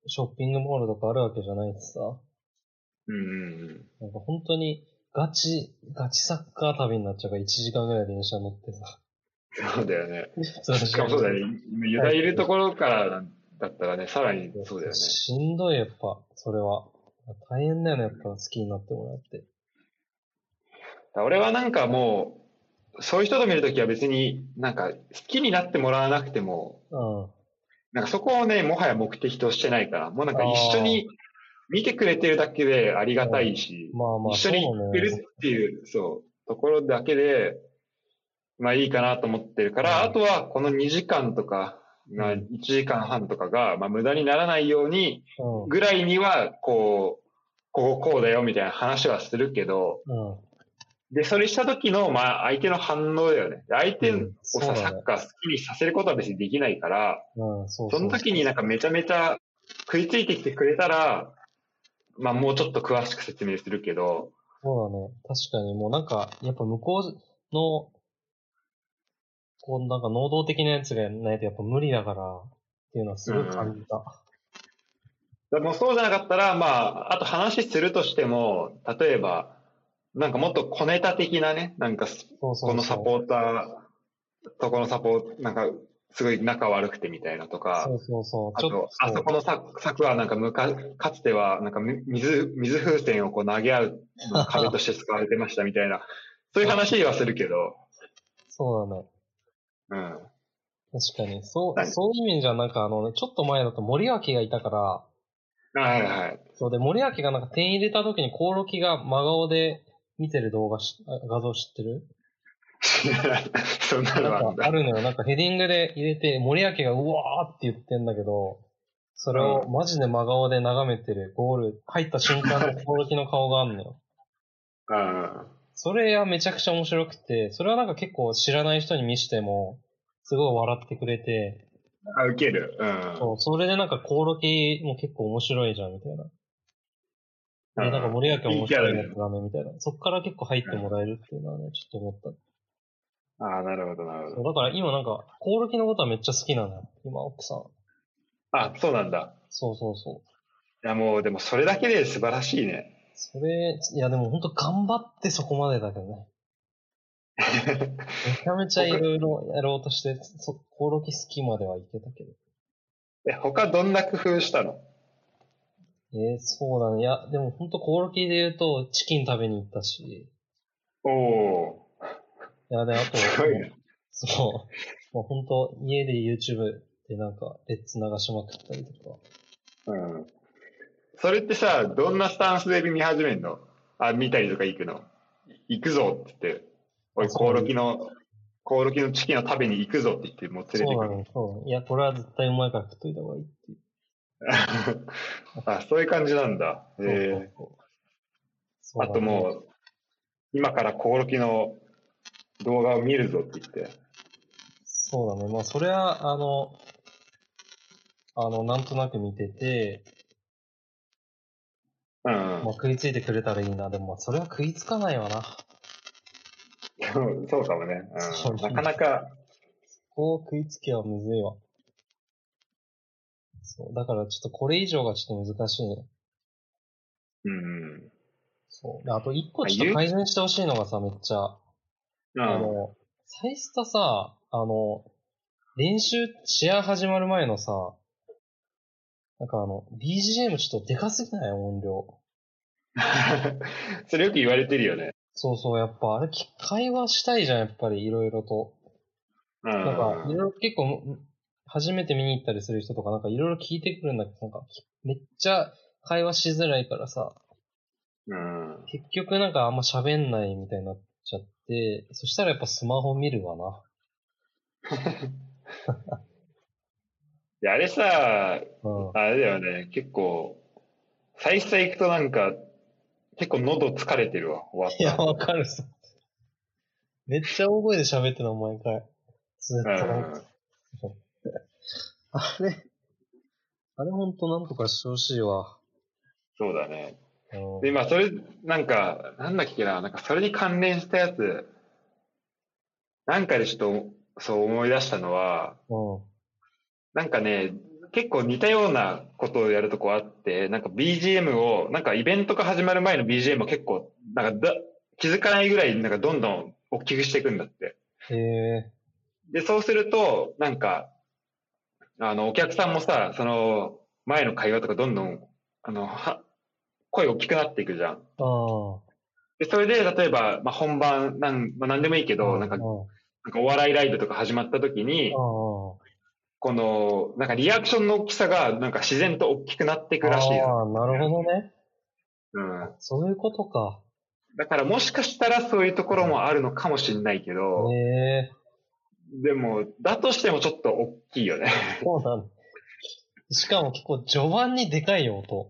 [SPEAKER 2] ショッピングモールとかあるわけじゃないしさ、
[SPEAKER 1] うんうんうん。
[SPEAKER 2] なんか本当にガチ、ガチサッカー旅になっちゃうから1時間ぐらい電車乗って さ。
[SPEAKER 1] そうだよね。
[SPEAKER 2] そう
[SPEAKER 1] しかもそうだよね。ユダいるところからだったらね、さらにそうだよね。
[SPEAKER 2] しんどいやっぱ、それは。大変だよね、やっぱ好きになってもらって。
[SPEAKER 1] 俺はなんかもう、そういう人と見るときは別になんか好きになってもらわなくても、
[SPEAKER 2] うん。
[SPEAKER 1] なんかそこをね、もはや目的としてないから、もうなんか一緒に見てくれてるだけでありがたいし、
[SPEAKER 2] まあまあ、
[SPEAKER 1] 一
[SPEAKER 2] そ
[SPEAKER 1] 緒
[SPEAKER 2] う
[SPEAKER 1] に
[SPEAKER 2] な
[SPEAKER 1] 行
[SPEAKER 2] ん
[SPEAKER 1] って
[SPEAKER 2] だ
[SPEAKER 1] る
[SPEAKER 2] よね。
[SPEAKER 1] っていう、そう、ところだけで、まあいいかなと思ってるから、
[SPEAKER 2] うん
[SPEAKER 1] あとはこの2時間とか、まあ
[SPEAKER 2] うん
[SPEAKER 1] 1時間半とかが、まあ無駄にならないように、
[SPEAKER 2] うん。
[SPEAKER 1] ぐらいには、こう、こうこうだよみたいな話はするけど、
[SPEAKER 2] うん。
[SPEAKER 1] で、それした時の、まあ相手の反応だよね。で相手
[SPEAKER 2] う
[SPEAKER 1] を
[SPEAKER 2] ん
[SPEAKER 1] さ、
[SPEAKER 2] そうだね
[SPEAKER 1] サッカー好きにさせることは別にできないから、
[SPEAKER 2] うん、そうそう
[SPEAKER 1] その時になんかめちゃめちゃ食いついてきてくれたら、まあもうちょっと詳しく説明するけど、
[SPEAKER 2] そうだね。確かに、もうなんか、やっぱ向こうの、こうなんか能動的なやつがないとやっぱ無理だから、っていうのはすごい感じた。
[SPEAKER 1] だからもうそうじゃなかったら、まあ、あと話するとしても、例えば、なんかもっと小ネタ的なね、なんかす
[SPEAKER 2] そうそうそう。
[SPEAKER 1] このサポーターとこのサポーなんかすごい仲悪くてみたいなとか、
[SPEAKER 2] そうそうそう。
[SPEAKER 1] あ
[SPEAKER 2] ちょっ
[SPEAKER 1] と
[SPEAKER 2] と、、
[SPEAKER 1] あそこの柵柵はなんかむか、かつてはなんかみ水、水風船をこう投げ合う壁として使われてましたみたいな、そういう話はするけど、
[SPEAKER 2] そうだね。
[SPEAKER 1] うん。
[SPEAKER 2] 確かに。そ
[SPEAKER 1] は
[SPEAKER 2] う、
[SPEAKER 1] い
[SPEAKER 2] そういう面じゃなんかあの、ちょっと前だと森脇がいたから、
[SPEAKER 1] はいはい。
[SPEAKER 2] そうで、森脇がなんか点入れた時にコオロギが真顔で見てる動画し、あ画像知ってる
[SPEAKER 1] そんなのあ
[SPEAKER 2] なんんか
[SPEAKER 1] だ
[SPEAKER 2] あ。るのよ。なんかヘディングで入れて、森脇がうわーって言ってんだけど、それをマジで真顔で眺めてるゴール、入った瞬間のコオロギの顔があるのよ。
[SPEAKER 1] うん。
[SPEAKER 2] それはめちゃくちゃ面白くて、それはなんか結構知らない人に見しても、すごい笑ってくれて、
[SPEAKER 1] あ、受ける。うん。
[SPEAKER 2] そう、それでなんか、コオロギも結構面白いじゃん、みたいな。
[SPEAKER 1] う
[SPEAKER 2] で、
[SPEAKER 1] ん
[SPEAKER 2] なんか、森脇面白いや
[SPEAKER 1] いいキャラだ
[SPEAKER 2] つだね、みたいな。そっから結構入ってもらえるっていうのはね、ちょっと思っ
[SPEAKER 1] ああ、なるほど、なる
[SPEAKER 2] た。
[SPEAKER 1] ほ
[SPEAKER 2] そ
[SPEAKER 1] ど。
[SPEAKER 2] うだから今なんか、コオロギのことはめっちゃ好きなのよ、今、奥さん。
[SPEAKER 1] あ、そうなんだ。
[SPEAKER 2] そうそうそう。
[SPEAKER 1] いや、もう、でも、それだけで素晴らしいね。
[SPEAKER 2] それ、いやでもほんと頑張ってそこまでだけどね。めちゃめちゃいろいろやろうとして、そコオロギ好きまではいけたけど。
[SPEAKER 1] え、他どんな工夫したの
[SPEAKER 2] えー、そうだね。いや、でもほんとコオロギで言うと、チキン食べに行ったし。い
[SPEAKER 1] おお
[SPEAKER 2] や、で、あと、
[SPEAKER 1] ー、すごいね。
[SPEAKER 2] そう。もう本当家で YouTube でなんか、レッツ流しまくったりとか。
[SPEAKER 1] うん。それってさ、どんなスタンスで見始めるのあ、見たりとか行くの行くぞって言って、おい、コオロギの、コオロギのチキンを食べに行くぞって言って、もう連
[SPEAKER 2] そう
[SPEAKER 1] れ
[SPEAKER 2] なの、そうなの。いや、これは絶対うまいから食っといた方がいいっていう。
[SPEAKER 1] てくる。 あ、そういう感じなんだ。えー
[SPEAKER 2] そうそうそう
[SPEAKER 1] あと
[SPEAKER 2] そうだね
[SPEAKER 1] もう、今からコオロギの動画を見るぞって言って。
[SPEAKER 2] そうだね。まあ、それは、あの、あの、なんとなく見てて、
[SPEAKER 1] うん
[SPEAKER 2] まあ、食いついてくれたらいいな。でも、まあ、それは食いつかないわな。
[SPEAKER 1] うん。 そうかもね。、
[SPEAKER 2] そううん
[SPEAKER 1] なかなか、
[SPEAKER 2] こう食いつけはむずいわ。そう。だから、ちょっとこれ以上がちょっと難しいね。
[SPEAKER 1] うん。
[SPEAKER 2] そう。であと一個ちょっと改善してほしいのがさ、めっちゃ。
[SPEAKER 1] う
[SPEAKER 2] あ
[SPEAKER 1] ん。
[SPEAKER 2] の、サイスタさ、あの、練習、試合始まる前のさ、なんかあの、BGM ちょっとでかすぎない音量。
[SPEAKER 1] それよく言われてるよね。
[SPEAKER 2] そうそう、やっぱあれ、き会話したいじゃん、やっぱりいろいろと。
[SPEAKER 1] うん。
[SPEAKER 2] なんか、いろいろ結構、む初めて見に行ったりする人とか、なんかいろいろ聞いてくるんだけど、なんか、きめっちゃ会話しづらいからさ、
[SPEAKER 1] うん。
[SPEAKER 2] 結局なんかあんま喋んないみたいになっちゃって、そしたらやっぱスマホ見るわな。
[SPEAKER 1] いや、あれさ、
[SPEAKER 2] うん。
[SPEAKER 1] あれだよね、結構、最初行くとなんか、結構喉疲れてるわ、終
[SPEAKER 2] い
[SPEAKER 1] わ
[SPEAKER 2] や、
[SPEAKER 1] った後。
[SPEAKER 2] わかるさ。めっちゃ大声で喋ってたの、毎回。ずっとなんか。あれ、あれほんとなんとかしてほしいわ。
[SPEAKER 1] うん、そうだね。
[SPEAKER 2] うん
[SPEAKER 1] で、今、それ、なんか、なんだっけな、なんか、それに関連したやつ、なんかでちょっと、そう思い出したのは、
[SPEAKER 2] うん。
[SPEAKER 1] なんかね、結構似たようなことをやるとこあって、なんか BGM を、なんかイベントが始まる前の BGM を結構、なんかだ気づかないぐらい、なんかどんどん大きくしていくんだって。
[SPEAKER 2] へえ
[SPEAKER 1] で、そうすると、なんか、あの、お客さんもさ、その、前の会話とかどんどん、あの、は声大きくなっていくじゃん。
[SPEAKER 2] ー。あ
[SPEAKER 1] で、それで、例えば、まあ、本番、なん、まあ、なんでもいいけ
[SPEAKER 2] あ。
[SPEAKER 1] ど、なんか、
[SPEAKER 2] あ
[SPEAKER 1] な
[SPEAKER 2] あ。
[SPEAKER 1] んかお笑いライブとか始まった時に、この、なんかリアクションの大きさが、なんか自然と大きくなっていくらしいよ。
[SPEAKER 2] ああ、なるほどね。
[SPEAKER 1] うん。
[SPEAKER 2] そういうことか。
[SPEAKER 1] だからもしかしたらそういうところもあるのかもしれないけど、
[SPEAKER 2] へえ
[SPEAKER 1] でも、だとしてもちょっと大きいよね。
[SPEAKER 2] ー。そうなんだ。しかも結構序盤にでかいよ、音。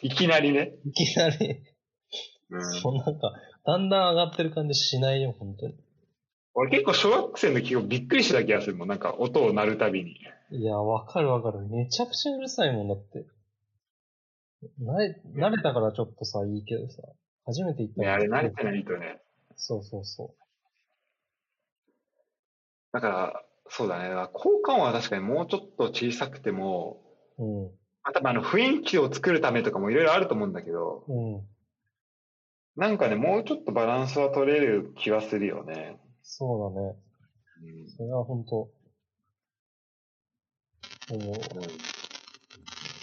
[SPEAKER 1] いきなりね。
[SPEAKER 2] いきなり。
[SPEAKER 1] うん。
[SPEAKER 2] そう、なんか、だんだん上がってる感じしないよ、ほんとに。
[SPEAKER 1] 俺結構小学生の時びっくりしてた気がするもん。なんか音を鳴るたびに。
[SPEAKER 2] いや、わかるわかる。めちゃくちゃうるさいもんだって。慣れ、慣れたからちょっとさ、いいけどさ。初めて行った
[SPEAKER 1] ね、
[SPEAKER 2] ら
[SPEAKER 1] あれ慣れてないとね。
[SPEAKER 2] そうそうそ
[SPEAKER 1] だから、そうだね。効果音は確かにもうちょっと小さくても、
[SPEAKER 2] う。うん。
[SPEAKER 1] まあ、多分あの雰囲気を作るためとかもいろいろあると思うんだけど、
[SPEAKER 2] うん。
[SPEAKER 1] なんかね、もうちょっとバランスは取れる気はするよね。
[SPEAKER 2] そうだね。
[SPEAKER 1] うん
[SPEAKER 2] それは本当思う。
[SPEAKER 1] うん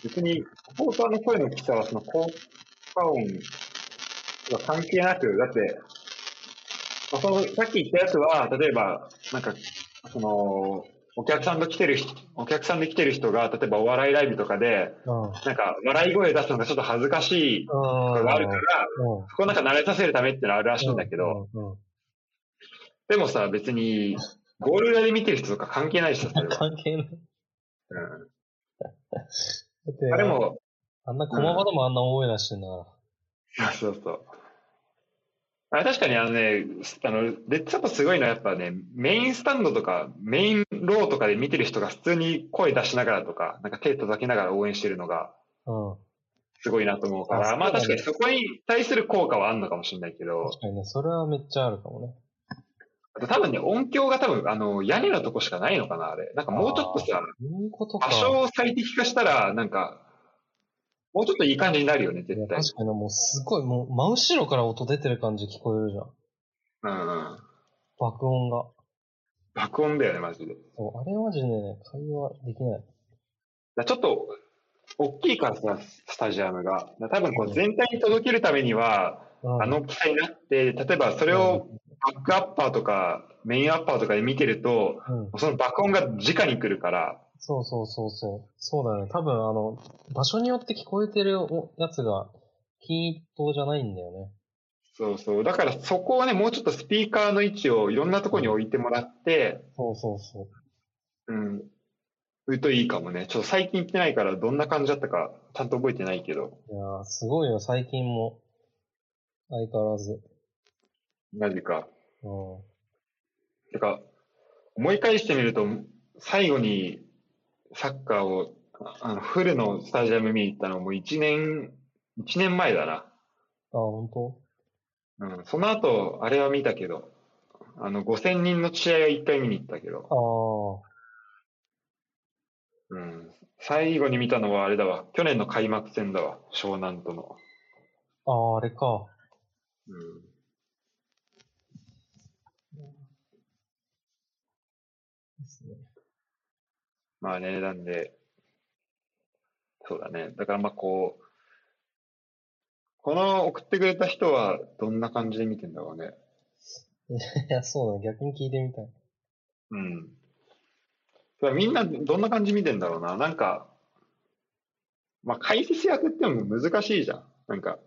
[SPEAKER 1] 別に、サポーターの声の大きさは、その効果音は関係なく、だって、まあ、その、さっき言ったやつは、例えば、なんか、その、お客さんと来てる人、お客さんで来てる人が、例えばお笑いライブとかで、
[SPEAKER 2] うん。
[SPEAKER 1] なんか、笑い声出すのがちょっと恥ずかしいとかがあるから、
[SPEAKER 2] うん。
[SPEAKER 1] そこをなんか慣れさせるためってのはあるらしいんだけど、
[SPEAKER 2] うん。うん
[SPEAKER 1] でもさ、別に、ゴール裏で見てる人とか関係ないしさ、それ は。
[SPEAKER 2] 関係ない。
[SPEAKER 1] う
[SPEAKER 2] だって
[SPEAKER 1] ん、あれも、
[SPEAKER 2] あんな駒場でもあんな大声出してんだから。
[SPEAKER 1] そうそうそう。あれ確かにあのね、あの、レッツアップすごいのはやっぱね、メインスタンドとか、メインローとかで見てる人が普通に声出しながらとか、なんか手叩きながら応援してるのが
[SPEAKER 2] うん。
[SPEAKER 1] すごいなと思うか
[SPEAKER 2] あ
[SPEAKER 1] ら、
[SPEAKER 2] そうだ
[SPEAKER 1] まあ
[SPEAKER 2] ね
[SPEAKER 1] 確かにそこに対する効果はあるのかもしれないけど、
[SPEAKER 2] 確かにね、それはめっちゃあるかもね。
[SPEAKER 1] あと多分ね、音響が多分、あの、屋根のとこしかないのかな、あれ。なんかもうちょっとさ、
[SPEAKER 2] いうことか。
[SPEAKER 1] 場所を最適化したら、なんか、もうちょっといい感じになるよね、
[SPEAKER 2] いや
[SPEAKER 1] 絶対。
[SPEAKER 2] 確かにもうすごい、もう真後ろから音出てる感じ聞こえるじゃん。
[SPEAKER 1] うんうん。
[SPEAKER 2] 爆音が。
[SPEAKER 1] 爆音だよね、マジで。
[SPEAKER 2] そう、あれマジでね、会話できない。
[SPEAKER 1] だからちょっと、大きいからさ、スタジアムが。だから多分こ
[SPEAKER 2] うん
[SPEAKER 1] う全体に届けるためには、
[SPEAKER 2] うん
[SPEAKER 1] あの機械になって、例えばそれを、バックアッパーとか、メインアッパーとかで見てると、
[SPEAKER 2] うんうん。
[SPEAKER 1] その爆音が直に来るから、
[SPEAKER 2] そうそうそうそう。そうだよね。多分あの、場所によって聞こえてるおやつが均一等じゃないんだよね。
[SPEAKER 1] そうそう。だからそこをね、もうちょっとスピーカーの位置をいろんなところに置いてもらって、
[SPEAKER 2] そうそうそう。
[SPEAKER 1] うん。うといいかもね。ちょっと最近行ってないから、どんな感じだったか、ちゃんと覚えてないけど。
[SPEAKER 2] いやー、すごいよ、最近も。相変わらず。
[SPEAKER 1] マジか。
[SPEAKER 2] うん。
[SPEAKER 1] てか、思い返してみると、最後にサッカーを、ああの、フルのスタジアム見に行ったのも1年、一年前だ
[SPEAKER 2] あ、本当
[SPEAKER 1] な。うん。その後、あれは見たけど、あの、5000人の試合は1回見に行ったけど、
[SPEAKER 2] あ
[SPEAKER 1] うん。最後に見たのはあれだわ。去年の開幕戦だわ。湘南との。
[SPEAKER 2] あ、ああ、あれか。
[SPEAKER 1] うん。
[SPEAKER 2] ですね。
[SPEAKER 1] まあね、なんで、そうだね。だからまあこう、この送ってくれた人はどんな感じで見てんだろうね。
[SPEAKER 2] いや、そうだね。逆に聞いてみたい。
[SPEAKER 1] うん。それはみんなどんな感じ見てんだろうな。なんか、まあ、解説役ってのも難しいじゃん。なんか、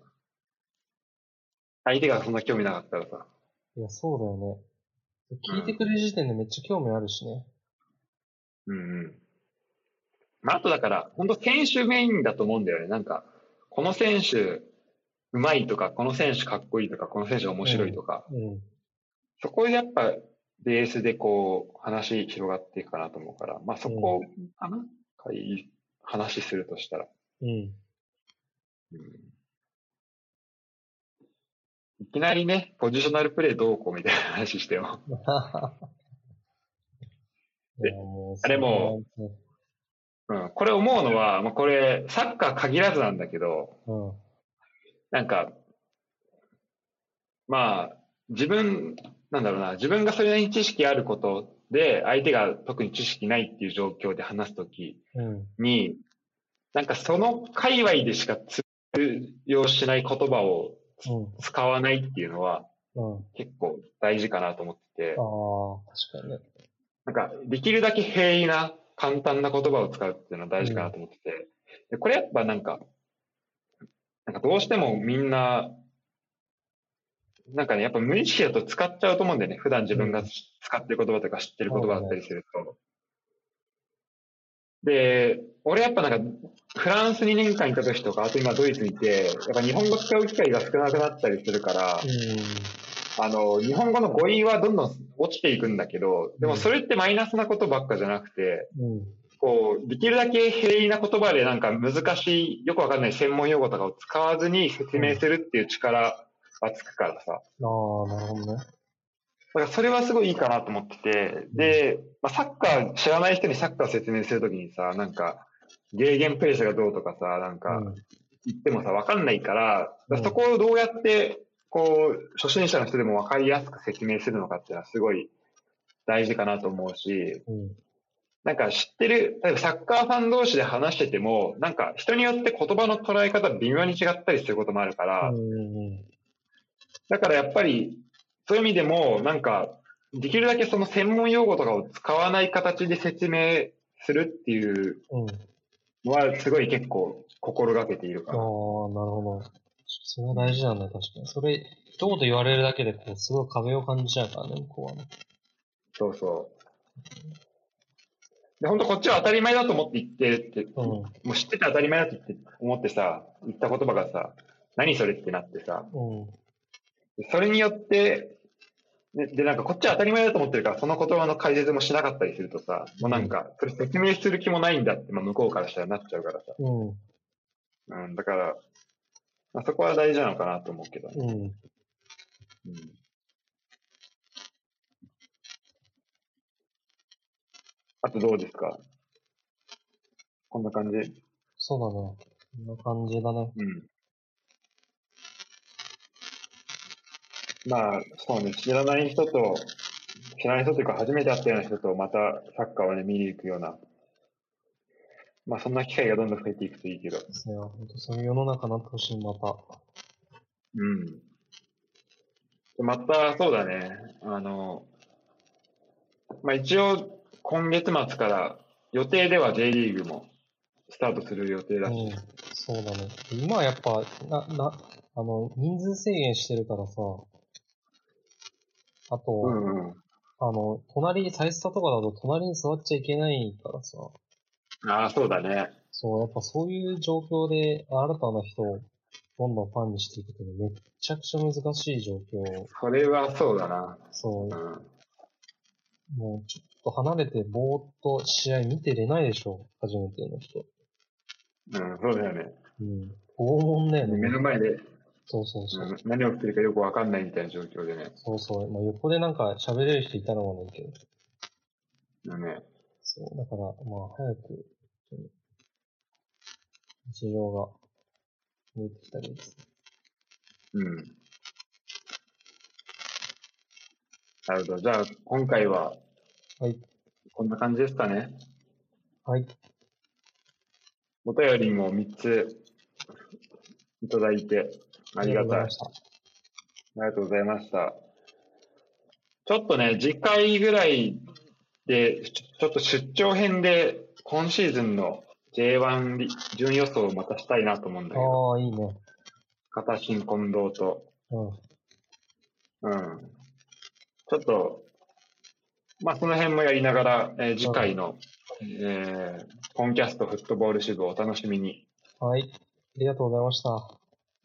[SPEAKER 1] 相手がそんな興味なかったらさ。
[SPEAKER 2] いや、そうだよね。聞いてくれる時点でめっちゃ興味あるしね。
[SPEAKER 1] うんうん。まあ、あとだから、本当選手メインだと思うんだよね。なんか、この選手、うまいとか、この選手かっこいいとか、この選手面白いとか、
[SPEAKER 2] うん。
[SPEAKER 1] そこでやっぱベースでこう、話広がっていくかなと思うから、まあ、そこかな、解話するとしたら。
[SPEAKER 2] うん。
[SPEAKER 1] いきなりね、ポジショナルプレーどうこうみたいな話しても。
[SPEAKER 2] いや、もう、
[SPEAKER 1] あれも
[SPEAKER 2] そんな
[SPEAKER 1] うん、これ思うのは、まあ、これ、サッカー限らずなんだけど、
[SPEAKER 2] うん。
[SPEAKER 1] なんか、まあ、自分、なんだろうな、自分がそれなりに知識あることで、相手が特に知識ないっていう状況で話すとき
[SPEAKER 2] うん。
[SPEAKER 1] に、なんかその界隈でしか通用しない言葉を
[SPEAKER 2] うん。
[SPEAKER 1] 使わないっていうのは
[SPEAKER 2] うん。
[SPEAKER 1] 結構大事かなと思ってて。
[SPEAKER 2] ああ、確かにね。
[SPEAKER 1] なんか、できるだけ平易な、簡単な言葉を使うっていうのは大事かなと思ってて、でこれやっぱなんか、なんかどうしてもみんな、なんかね、やっぱ無意識だと使っちゃうと思うんだよね。普段自分が使ってる言葉とか知ってる言葉だったりすると。で、俺やっぱなんか、フランスに2年間いた時とか、あと今ドイツにいて、やっぱ日本語使う機会が少なくなったりするから、
[SPEAKER 2] うん。
[SPEAKER 1] あの、日本語の語彙はどんどん落ちていくんだけど、でもそれってマイナスなことばっかじゃなくて、
[SPEAKER 2] うん。
[SPEAKER 1] こう、できるだけ平易な言葉でなんか難しい、よくわかんない専門用語とかを使わずに説明するっていう力がつくからさ。
[SPEAKER 2] ああ、なるほどね。
[SPEAKER 1] だからそれはすごいいいかなと思ってて、で、まあ、サッカー、知らない人にサッカー説明するときにさ、なんか、ゲーゲンプレスがどうとかさ、なんか、
[SPEAKER 2] うん
[SPEAKER 1] 言ってもさ、わかんないから、
[SPEAKER 2] うん
[SPEAKER 1] そこをどうやって、こう、初心者の人でもわかりやすく説明するのかっていうのはすごい大事かなと思うし、
[SPEAKER 2] うん。
[SPEAKER 1] なんか知ってる、例えばサッカーファン同士で話してても、なんか人によって言葉の捉え方微妙に違ったりすることもあるから、
[SPEAKER 2] うん。
[SPEAKER 1] だからやっぱり、そういう意味でも、なんか、できるだけその専門用語とかを使わない形で説明するっていう
[SPEAKER 2] うん。
[SPEAKER 1] のは、すごい結構心がけている
[SPEAKER 2] あ
[SPEAKER 1] か
[SPEAKER 2] あ、なる
[SPEAKER 1] な。
[SPEAKER 2] ほど。それは大事なんだ、確かに。それ、一言言われるだけで、こう、すごい壁を感じちゃうからね、向こうはね。
[SPEAKER 1] そうそう。で、本当こっちは当たり前だと思って言ってるって、
[SPEAKER 2] うん。
[SPEAKER 1] もう知ってて当たり前だと言って思ってさ、言った言葉がさ、何それってなってさ、
[SPEAKER 2] うん。
[SPEAKER 1] でそれによって、で、でなんかこっちは当たり前だと思ってるから、その言葉の解説もしなかったりするとさ、もうなんか、それ説明する気もないんだって、まあ向こうからしたらなっちゃうからさ。
[SPEAKER 2] うん。
[SPEAKER 1] うん、だから、まあ、そこは大事なのかなと思うけど、ね
[SPEAKER 2] うん。
[SPEAKER 1] うんあとどうですかこんな感じ
[SPEAKER 2] そうだね。こんな感じだね。
[SPEAKER 1] うん。まあ、そうね、知らない人と、知らない人というか、初めて会ったような人と、またサッカーをね、見に行くような、まあ、そんな機会がどんどん増えていくといいけど、
[SPEAKER 2] ですね。本当そういう世の中になってほしい、また。
[SPEAKER 1] うん。でまた、そうだね。あの、まあ、一応、今月末から、予定では J リーグもスタートする予定だし、
[SPEAKER 2] うん、そうだね。今はやっぱ、な、な、あの、人数制限してるからさ、あと、
[SPEAKER 1] うんうん。
[SPEAKER 2] あの、隣、サイスタとかだと隣に座っちゃいけないからさ、
[SPEAKER 1] ああ、そうだね。
[SPEAKER 2] そう、やっぱそういう状況で新たな人をどんどんファンにしていくっていうのめっちゃくちゃ難しい状況。
[SPEAKER 1] それはそうだな。
[SPEAKER 2] そう
[SPEAKER 1] う、ん。
[SPEAKER 2] もうちょっと離れてぼーっと試合見てれないでしょ、初めての人。
[SPEAKER 1] うん、そうだよね。
[SPEAKER 2] うん。拷問だよ
[SPEAKER 1] 目
[SPEAKER 2] ね。
[SPEAKER 1] の前で、
[SPEAKER 2] そうそうそう。
[SPEAKER 1] うん何が起きてるかよくわかんないみたいな状況でね。
[SPEAKER 2] そうそう。まあ、横でなんか喋れる人いたのもないけど。
[SPEAKER 1] うんね
[SPEAKER 2] そう、だから、まあ、早く、本当に日常が見えてきたらいいですね。
[SPEAKER 1] うん。なるほど。じゃあ、今回は、
[SPEAKER 2] はい。
[SPEAKER 1] こんな感じですかね。
[SPEAKER 2] はい。
[SPEAKER 1] お便りも3ついただいて、ありがたい。あ
[SPEAKER 2] した。
[SPEAKER 1] りがとうございました。ちょっとね、次回ぐらいで、ちょちょっと出張編で、今シーズンの J1 り順予想をまたしたいなと思うんだけど、
[SPEAKER 2] ああ、いいね。
[SPEAKER 1] 片新近藤と、
[SPEAKER 2] う
[SPEAKER 1] う
[SPEAKER 2] ん。
[SPEAKER 1] ん。ちょっと、まあ、その辺もやりながら、えー次回の、えー、コンキャストフットボール支部をお楽しみに。
[SPEAKER 2] はい。ありがとうございました。
[SPEAKER 1] あ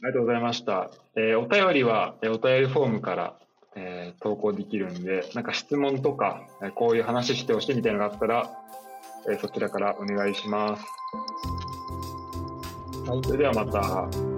[SPEAKER 1] りがとうございました。えーお便りは、えーお便りフォームから、えー投稿できるんで、なんか質問とか、えーこういう話してほしいみたいなのがあったら、えーそちらからお願いします。
[SPEAKER 2] はい。
[SPEAKER 1] それではまた。